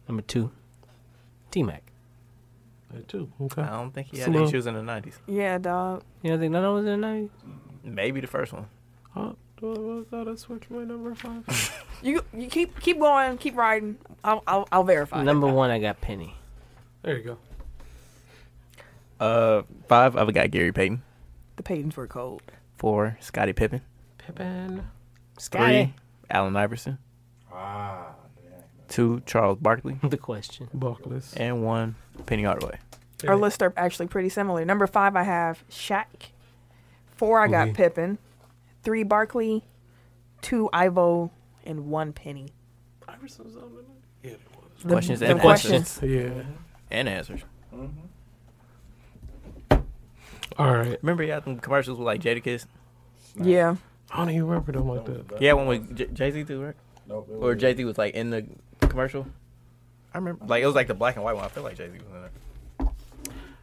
[SPEAKER 3] Number two. T Mac.
[SPEAKER 2] That too. Okay.
[SPEAKER 1] I don't think he
[SPEAKER 2] It's
[SPEAKER 1] had
[SPEAKER 2] a
[SPEAKER 1] any
[SPEAKER 2] little-
[SPEAKER 1] shoes in the nineties.
[SPEAKER 4] Yeah, dog.
[SPEAKER 3] You don't think none of them was in the 90s?
[SPEAKER 1] Maybe the first one.
[SPEAKER 2] Huh? What was that? Uh, I switched my number five.
[SPEAKER 4] You you keep keep going, keep riding. I'll I'll, I'll verify.
[SPEAKER 3] Number one, I got Penny.
[SPEAKER 2] There you go.
[SPEAKER 1] Uh, five. I've got Gary Payton.
[SPEAKER 4] The Paytons were cold.
[SPEAKER 1] Four. Scottie Pippen.
[SPEAKER 2] Pippin.
[SPEAKER 1] Three. Allen Iverson.
[SPEAKER 5] Ah,
[SPEAKER 1] Two. Charles Barkley.
[SPEAKER 3] The question.
[SPEAKER 2] Buckless.
[SPEAKER 1] And one. Penny Hardaway.
[SPEAKER 4] Our lists are actually pretty similar. Number five, I have Shaq. Four, I got
[SPEAKER 2] Mhm.
[SPEAKER 4] Pippen. Three, Barkley. Two, Ivo, and one Penny.
[SPEAKER 2] Iverson's on the Yeah, there was.
[SPEAKER 4] The,
[SPEAKER 1] Questions
[SPEAKER 4] the
[SPEAKER 1] and
[SPEAKER 4] questions.
[SPEAKER 2] Yeah.
[SPEAKER 1] And answers.
[SPEAKER 2] All right.
[SPEAKER 1] Remember he had some commercials with like Jadakiss.
[SPEAKER 4] Yeah,
[SPEAKER 2] I don't even remember them like that.
[SPEAKER 1] He had one with J- Jay Z too, right?
[SPEAKER 5] Nope, it
[SPEAKER 1] Or
[SPEAKER 5] was-
[SPEAKER 1] Jay Z was like in the commercial. I remember, like it was like the black and white one. I feel like Jay Z was in there.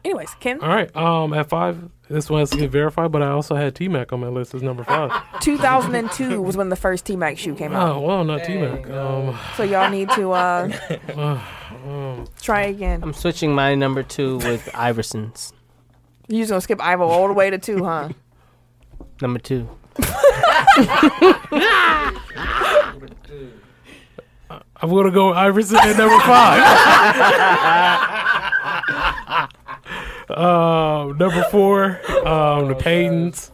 [SPEAKER 4] Anyways, Ken,
[SPEAKER 2] All right. Um, at five, this one has to get verified, but I also had T Mac on my list as number five.
[SPEAKER 4] 2002 was when the first T Mac shoe came out.
[SPEAKER 2] oh well, not T Mac. Um,
[SPEAKER 4] So y'all need to uh,
[SPEAKER 2] um,
[SPEAKER 4] try again.
[SPEAKER 3] I'm switching my number two with Iverson's.
[SPEAKER 4] You just gonna skip Ivo all the way to two, huh?
[SPEAKER 3] Number two.
[SPEAKER 2] I'm gonna go with Iverson at number five. um, number four, um, the Paytons.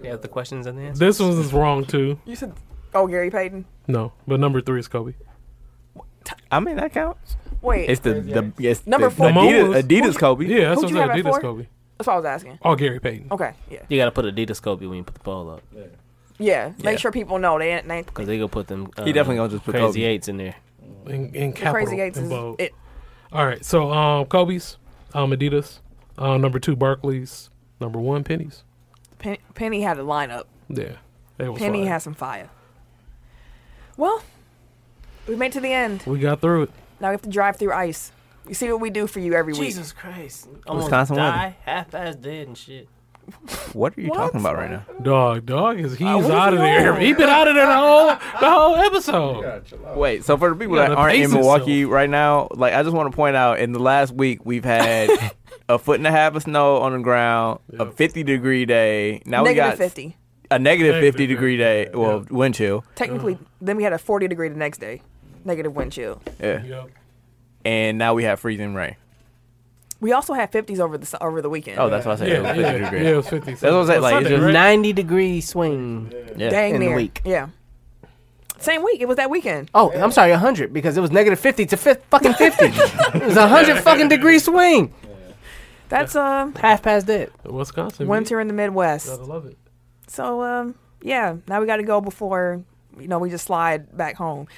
[SPEAKER 3] You have the questions and the answers?
[SPEAKER 2] This one is wrong too.
[SPEAKER 4] You said, oh, Gary Payton.
[SPEAKER 2] No, but number three is Kobe.
[SPEAKER 1] I mean that counts.
[SPEAKER 4] Wait,
[SPEAKER 1] It's the the it's
[SPEAKER 4] Number
[SPEAKER 1] the,
[SPEAKER 4] four.
[SPEAKER 2] Momo's-
[SPEAKER 1] Adidas, Adidas Kobe.
[SPEAKER 2] Yeah, that's
[SPEAKER 4] Who'd you
[SPEAKER 2] what
[SPEAKER 4] have
[SPEAKER 2] I said.
[SPEAKER 4] at four?
[SPEAKER 2] Adidas Kobe.
[SPEAKER 4] that's what I was asking.
[SPEAKER 2] Oh, Gary Payton.
[SPEAKER 4] Okay, yeah,
[SPEAKER 3] You got to put Adidas Kobe when you put the poll up.
[SPEAKER 4] yeah. Make
[SPEAKER 1] Yeah.
[SPEAKER 4] sure people know they ain't. They ain't
[SPEAKER 3] Because they going to put them uh,
[SPEAKER 1] He definitely gonna just put
[SPEAKER 3] Crazy
[SPEAKER 1] Kobe.
[SPEAKER 3] Eights in there.
[SPEAKER 2] In, in
[SPEAKER 4] the
[SPEAKER 2] capital,
[SPEAKER 4] crazy eights
[SPEAKER 2] in
[SPEAKER 4] is
[SPEAKER 2] bold.
[SPEAKER 4] it.
[SPEAKER 2] All right, so um, Kobe's, um, Adidas, uh, number two Barclays, number one Pennies.
[SPEAKER 4] Penny, Penny had a lineup.
[SPEAKER 2] Yeah, it was
[SPEAKER 4] Penny
[SPEAKER 2] fire.
[SPEAKER 4] has some fire. Well, we made it to the end.
[SPEAKER 2] We got through it.
[SPEAKER 4] Now we have to drive through ice. You see what we do for you every
[SPEAKER 3] Jesus Christ. Almost
[SPEAKER 1] Wisconsin weather.
[SPEAKER 3] die, half-ass dead and shit.
[SPEAKER 1] What are you
[SPEAKER 4] What?
[SPEAKER 1] talking about right now?
[SPEAKER 2] Dog, dog is he's
[SPEAKER 4] Uh, what is
[SPEAKER 2] out of
[SPEAKER 4] wrong?
[SPEAKER 2] there. He been out of there the whole the whole episode.
[SPEAKER 5] Yeah, chill out.
[SPEAKER 1] Wait, so for the people
[SPEAKER 2] Yeah,
[SPEAKER 1] that
[SPEAKER 2] the
[SPEAKER 1] aren't in
[SPEAKER 2] pace
[SPEAKER 1] Milwaukee right now, like I just want to point out, in the last week we've had a foot and a half of snow on the ground, a
[SPEAKER 2] Yep.
[SPEAKER 1] fifty degree day. Now
[SPEAKER 4] week.
[SPEAKER 1] we got
[SPEAKER 4] Negative 50.
[SPEAKER 1] a negative
[SPEAKER 2] Negative
[SPEAKER 1] fifty degree day. Well, wind chill.
[SPEAKER 4] Technically, then we had a 40 degree the next day. Negative wind chill.
[SPEAKER 1] Yeah,
[SPEAKER 2] Yep.
[SPEAKER 1] and now we have freezing rain.
[SPEAKER 4] We also had 50s over the su- over the weekend.
[SPEAKER 1] Oh, that's what I said.
[SPEAKER 2] Yeah,
[SPEAKER 1] It was
[SPEAKER 2] yeah,
[SPEAKER 1] 50
[SPEAKER 2] yeah,
[SPEAKER 1] degree.
[SPEAKER 2] it was fifty.
[SPEAKER 1] That's what I'm saying, like, it's just-
[SPEAKER 3] 90 degree swing.
[SPEAKER 1] Yeah.
[SPEAKER 4] Dang
[SPEAKER 3] in the
[SPEAKER 4] near.
[SPEAKER 3] week.
[SPEAKER 4] Yeah. Same week. It was that weekend.
[SPEAKER 3] Oh, I'm sorry, 100 because it was negative 50 to fifth fucking 50. it was a 100 fucking degree swing.
[SPEAKER 4] That's uh,
[SPEAKER 3] Half past dead.
[SPEAKER 2] Wisconsin.
[SPEAKER 4] winter in the Midwest.
[SPEAKER 2] I love it.
[SPEAKER 4] So um, yeah, now we got to go before you know we just slide back home.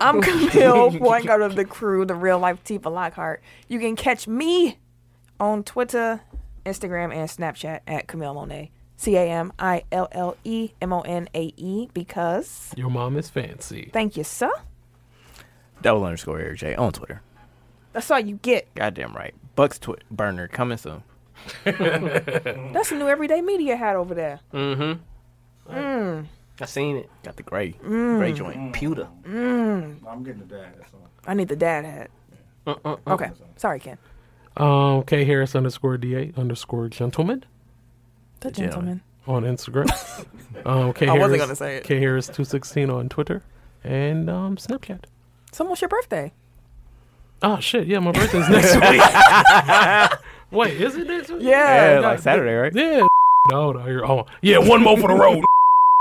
[SPEAKER 4] I'm Camille, point guard of the crew, the real life Tifa Lockhart. You can catch me on Twitter, Instagram, and Snapchat at Camille Monet. C A M I L L E M O N A E because
[SPEAKER 2] Your mom is fancy.
[SPEAKER 4] thank you, sir.
[SPEAKER 1] Double underscore Eric J on Twitter.
[SPEAKER 4] That's all you get.
[SPEAKER 1] Goddamn right. Bucks twi- burner coming soon.
[SPEAKER 4] That's a new everyday media hat over there.
[SPEAKER 3] Mm-hmm. I seen it.
[SPEAKER 1] Got the gray, gray joint.
[SPEAKER 3] Mm. Pewter.
[SPEAKER 5] I'm getting the dad. So.
[SPEAKER 4] I need the dad hat. Uh, Okay, sorry, Ken.
[SPEAKER 2] Um, K Harris underscore D eight underscore gentleman
[SPEAKER 4] The
[SPEAKER 1] gentleman.
[SPEAKER 4] gentleman.
[SPEAKER 2] on Instagram. um, K
[SPEAKER 4] I
[SPEAKER 2] Harris,
[SPEAKER 4] wasn't gonna say it.
[SPEAKER 2] K Harris two sixteen on Twitter and um Snapchat.
[SPEAKER 4] Someone's your birthday.
[SPEAKER 2] Oh shit! Yeah, my birthday's next week. Wait, is it next week?
[SPEAKER 1] Yeah,
[SPEAKER 4] Yeah.
[SPEAKER 1] like Saturday, right?
[SPEAKER 2] Yeah. No, no, you're oh yeah, one more for the road.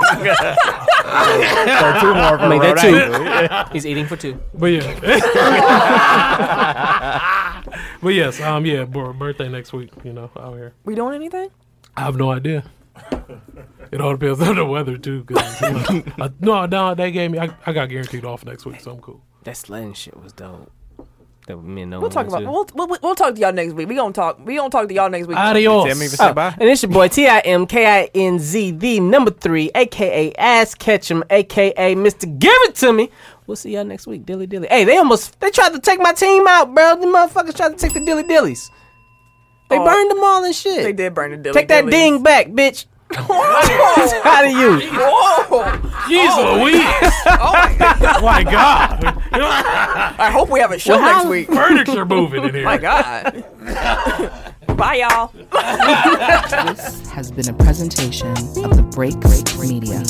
[SPEAKER 1] So two more from
[SPEAKER 3] Make
[SPEAKER 1] Rhode
[SPEAKER 3] that two.
[SPEAKER 1] Island.
[SPEAKER 3] He's eating for two.
[SPEAKER 2] But yeah. but yes, um, yeah, b- birthday next week. You know, out here.
[SPEAKER 4] We doing anything?
[SPEAKER 2] I have no idea. It all depends on the weather too. 'cause, like, I- no, no, they gave me. I, I got guaranteed off next week, so I'm cool.
[SPEAKER 3] That sledding shit was dope. That Oh, me and no
[SPEAKER 4] We'll talk about we'll, we'll we'll talk to y'all next week. We gonna talk. We gonna talk to y'all next week.
[SPEAKER 2] Adios.
[SPEAKER 1] Tell me if it's not bye.
[SPEAKER 3] Oh, And it's your boy T I M K I N Z the number three, aka Ass Ketchum, aka Mr. Give It To Me. We'll see y'all next week, dilly dilly. Hey, they almost they tried to take my team out, bro. The motherfuckers tried to take the dilly dillies. They
[SPEAKER 4] Oh.
[SPEAKER 3] burned them all and shit.
[SPEAKER 4] They did burn the dilly.
[SPEAKER 3] Take that
[SPEAKER 4] dillies.
[SPEAKER 3] ding back, bitch.
[SPEAKER 4] Whoa!
[SPEAKER 3] How do you?
[SPEAKER 4] Whoa!
[SPEAKER 2] Jeez Louise! Oh my God!
[SPEAKER 4] I hope we have a show next week.
[SPEAKER 2] Furniture moving in here.
[SPEAKER 4] My God. Bye, y'all.
[SPEAKER 6] This has been a presentation of the Break Break Media.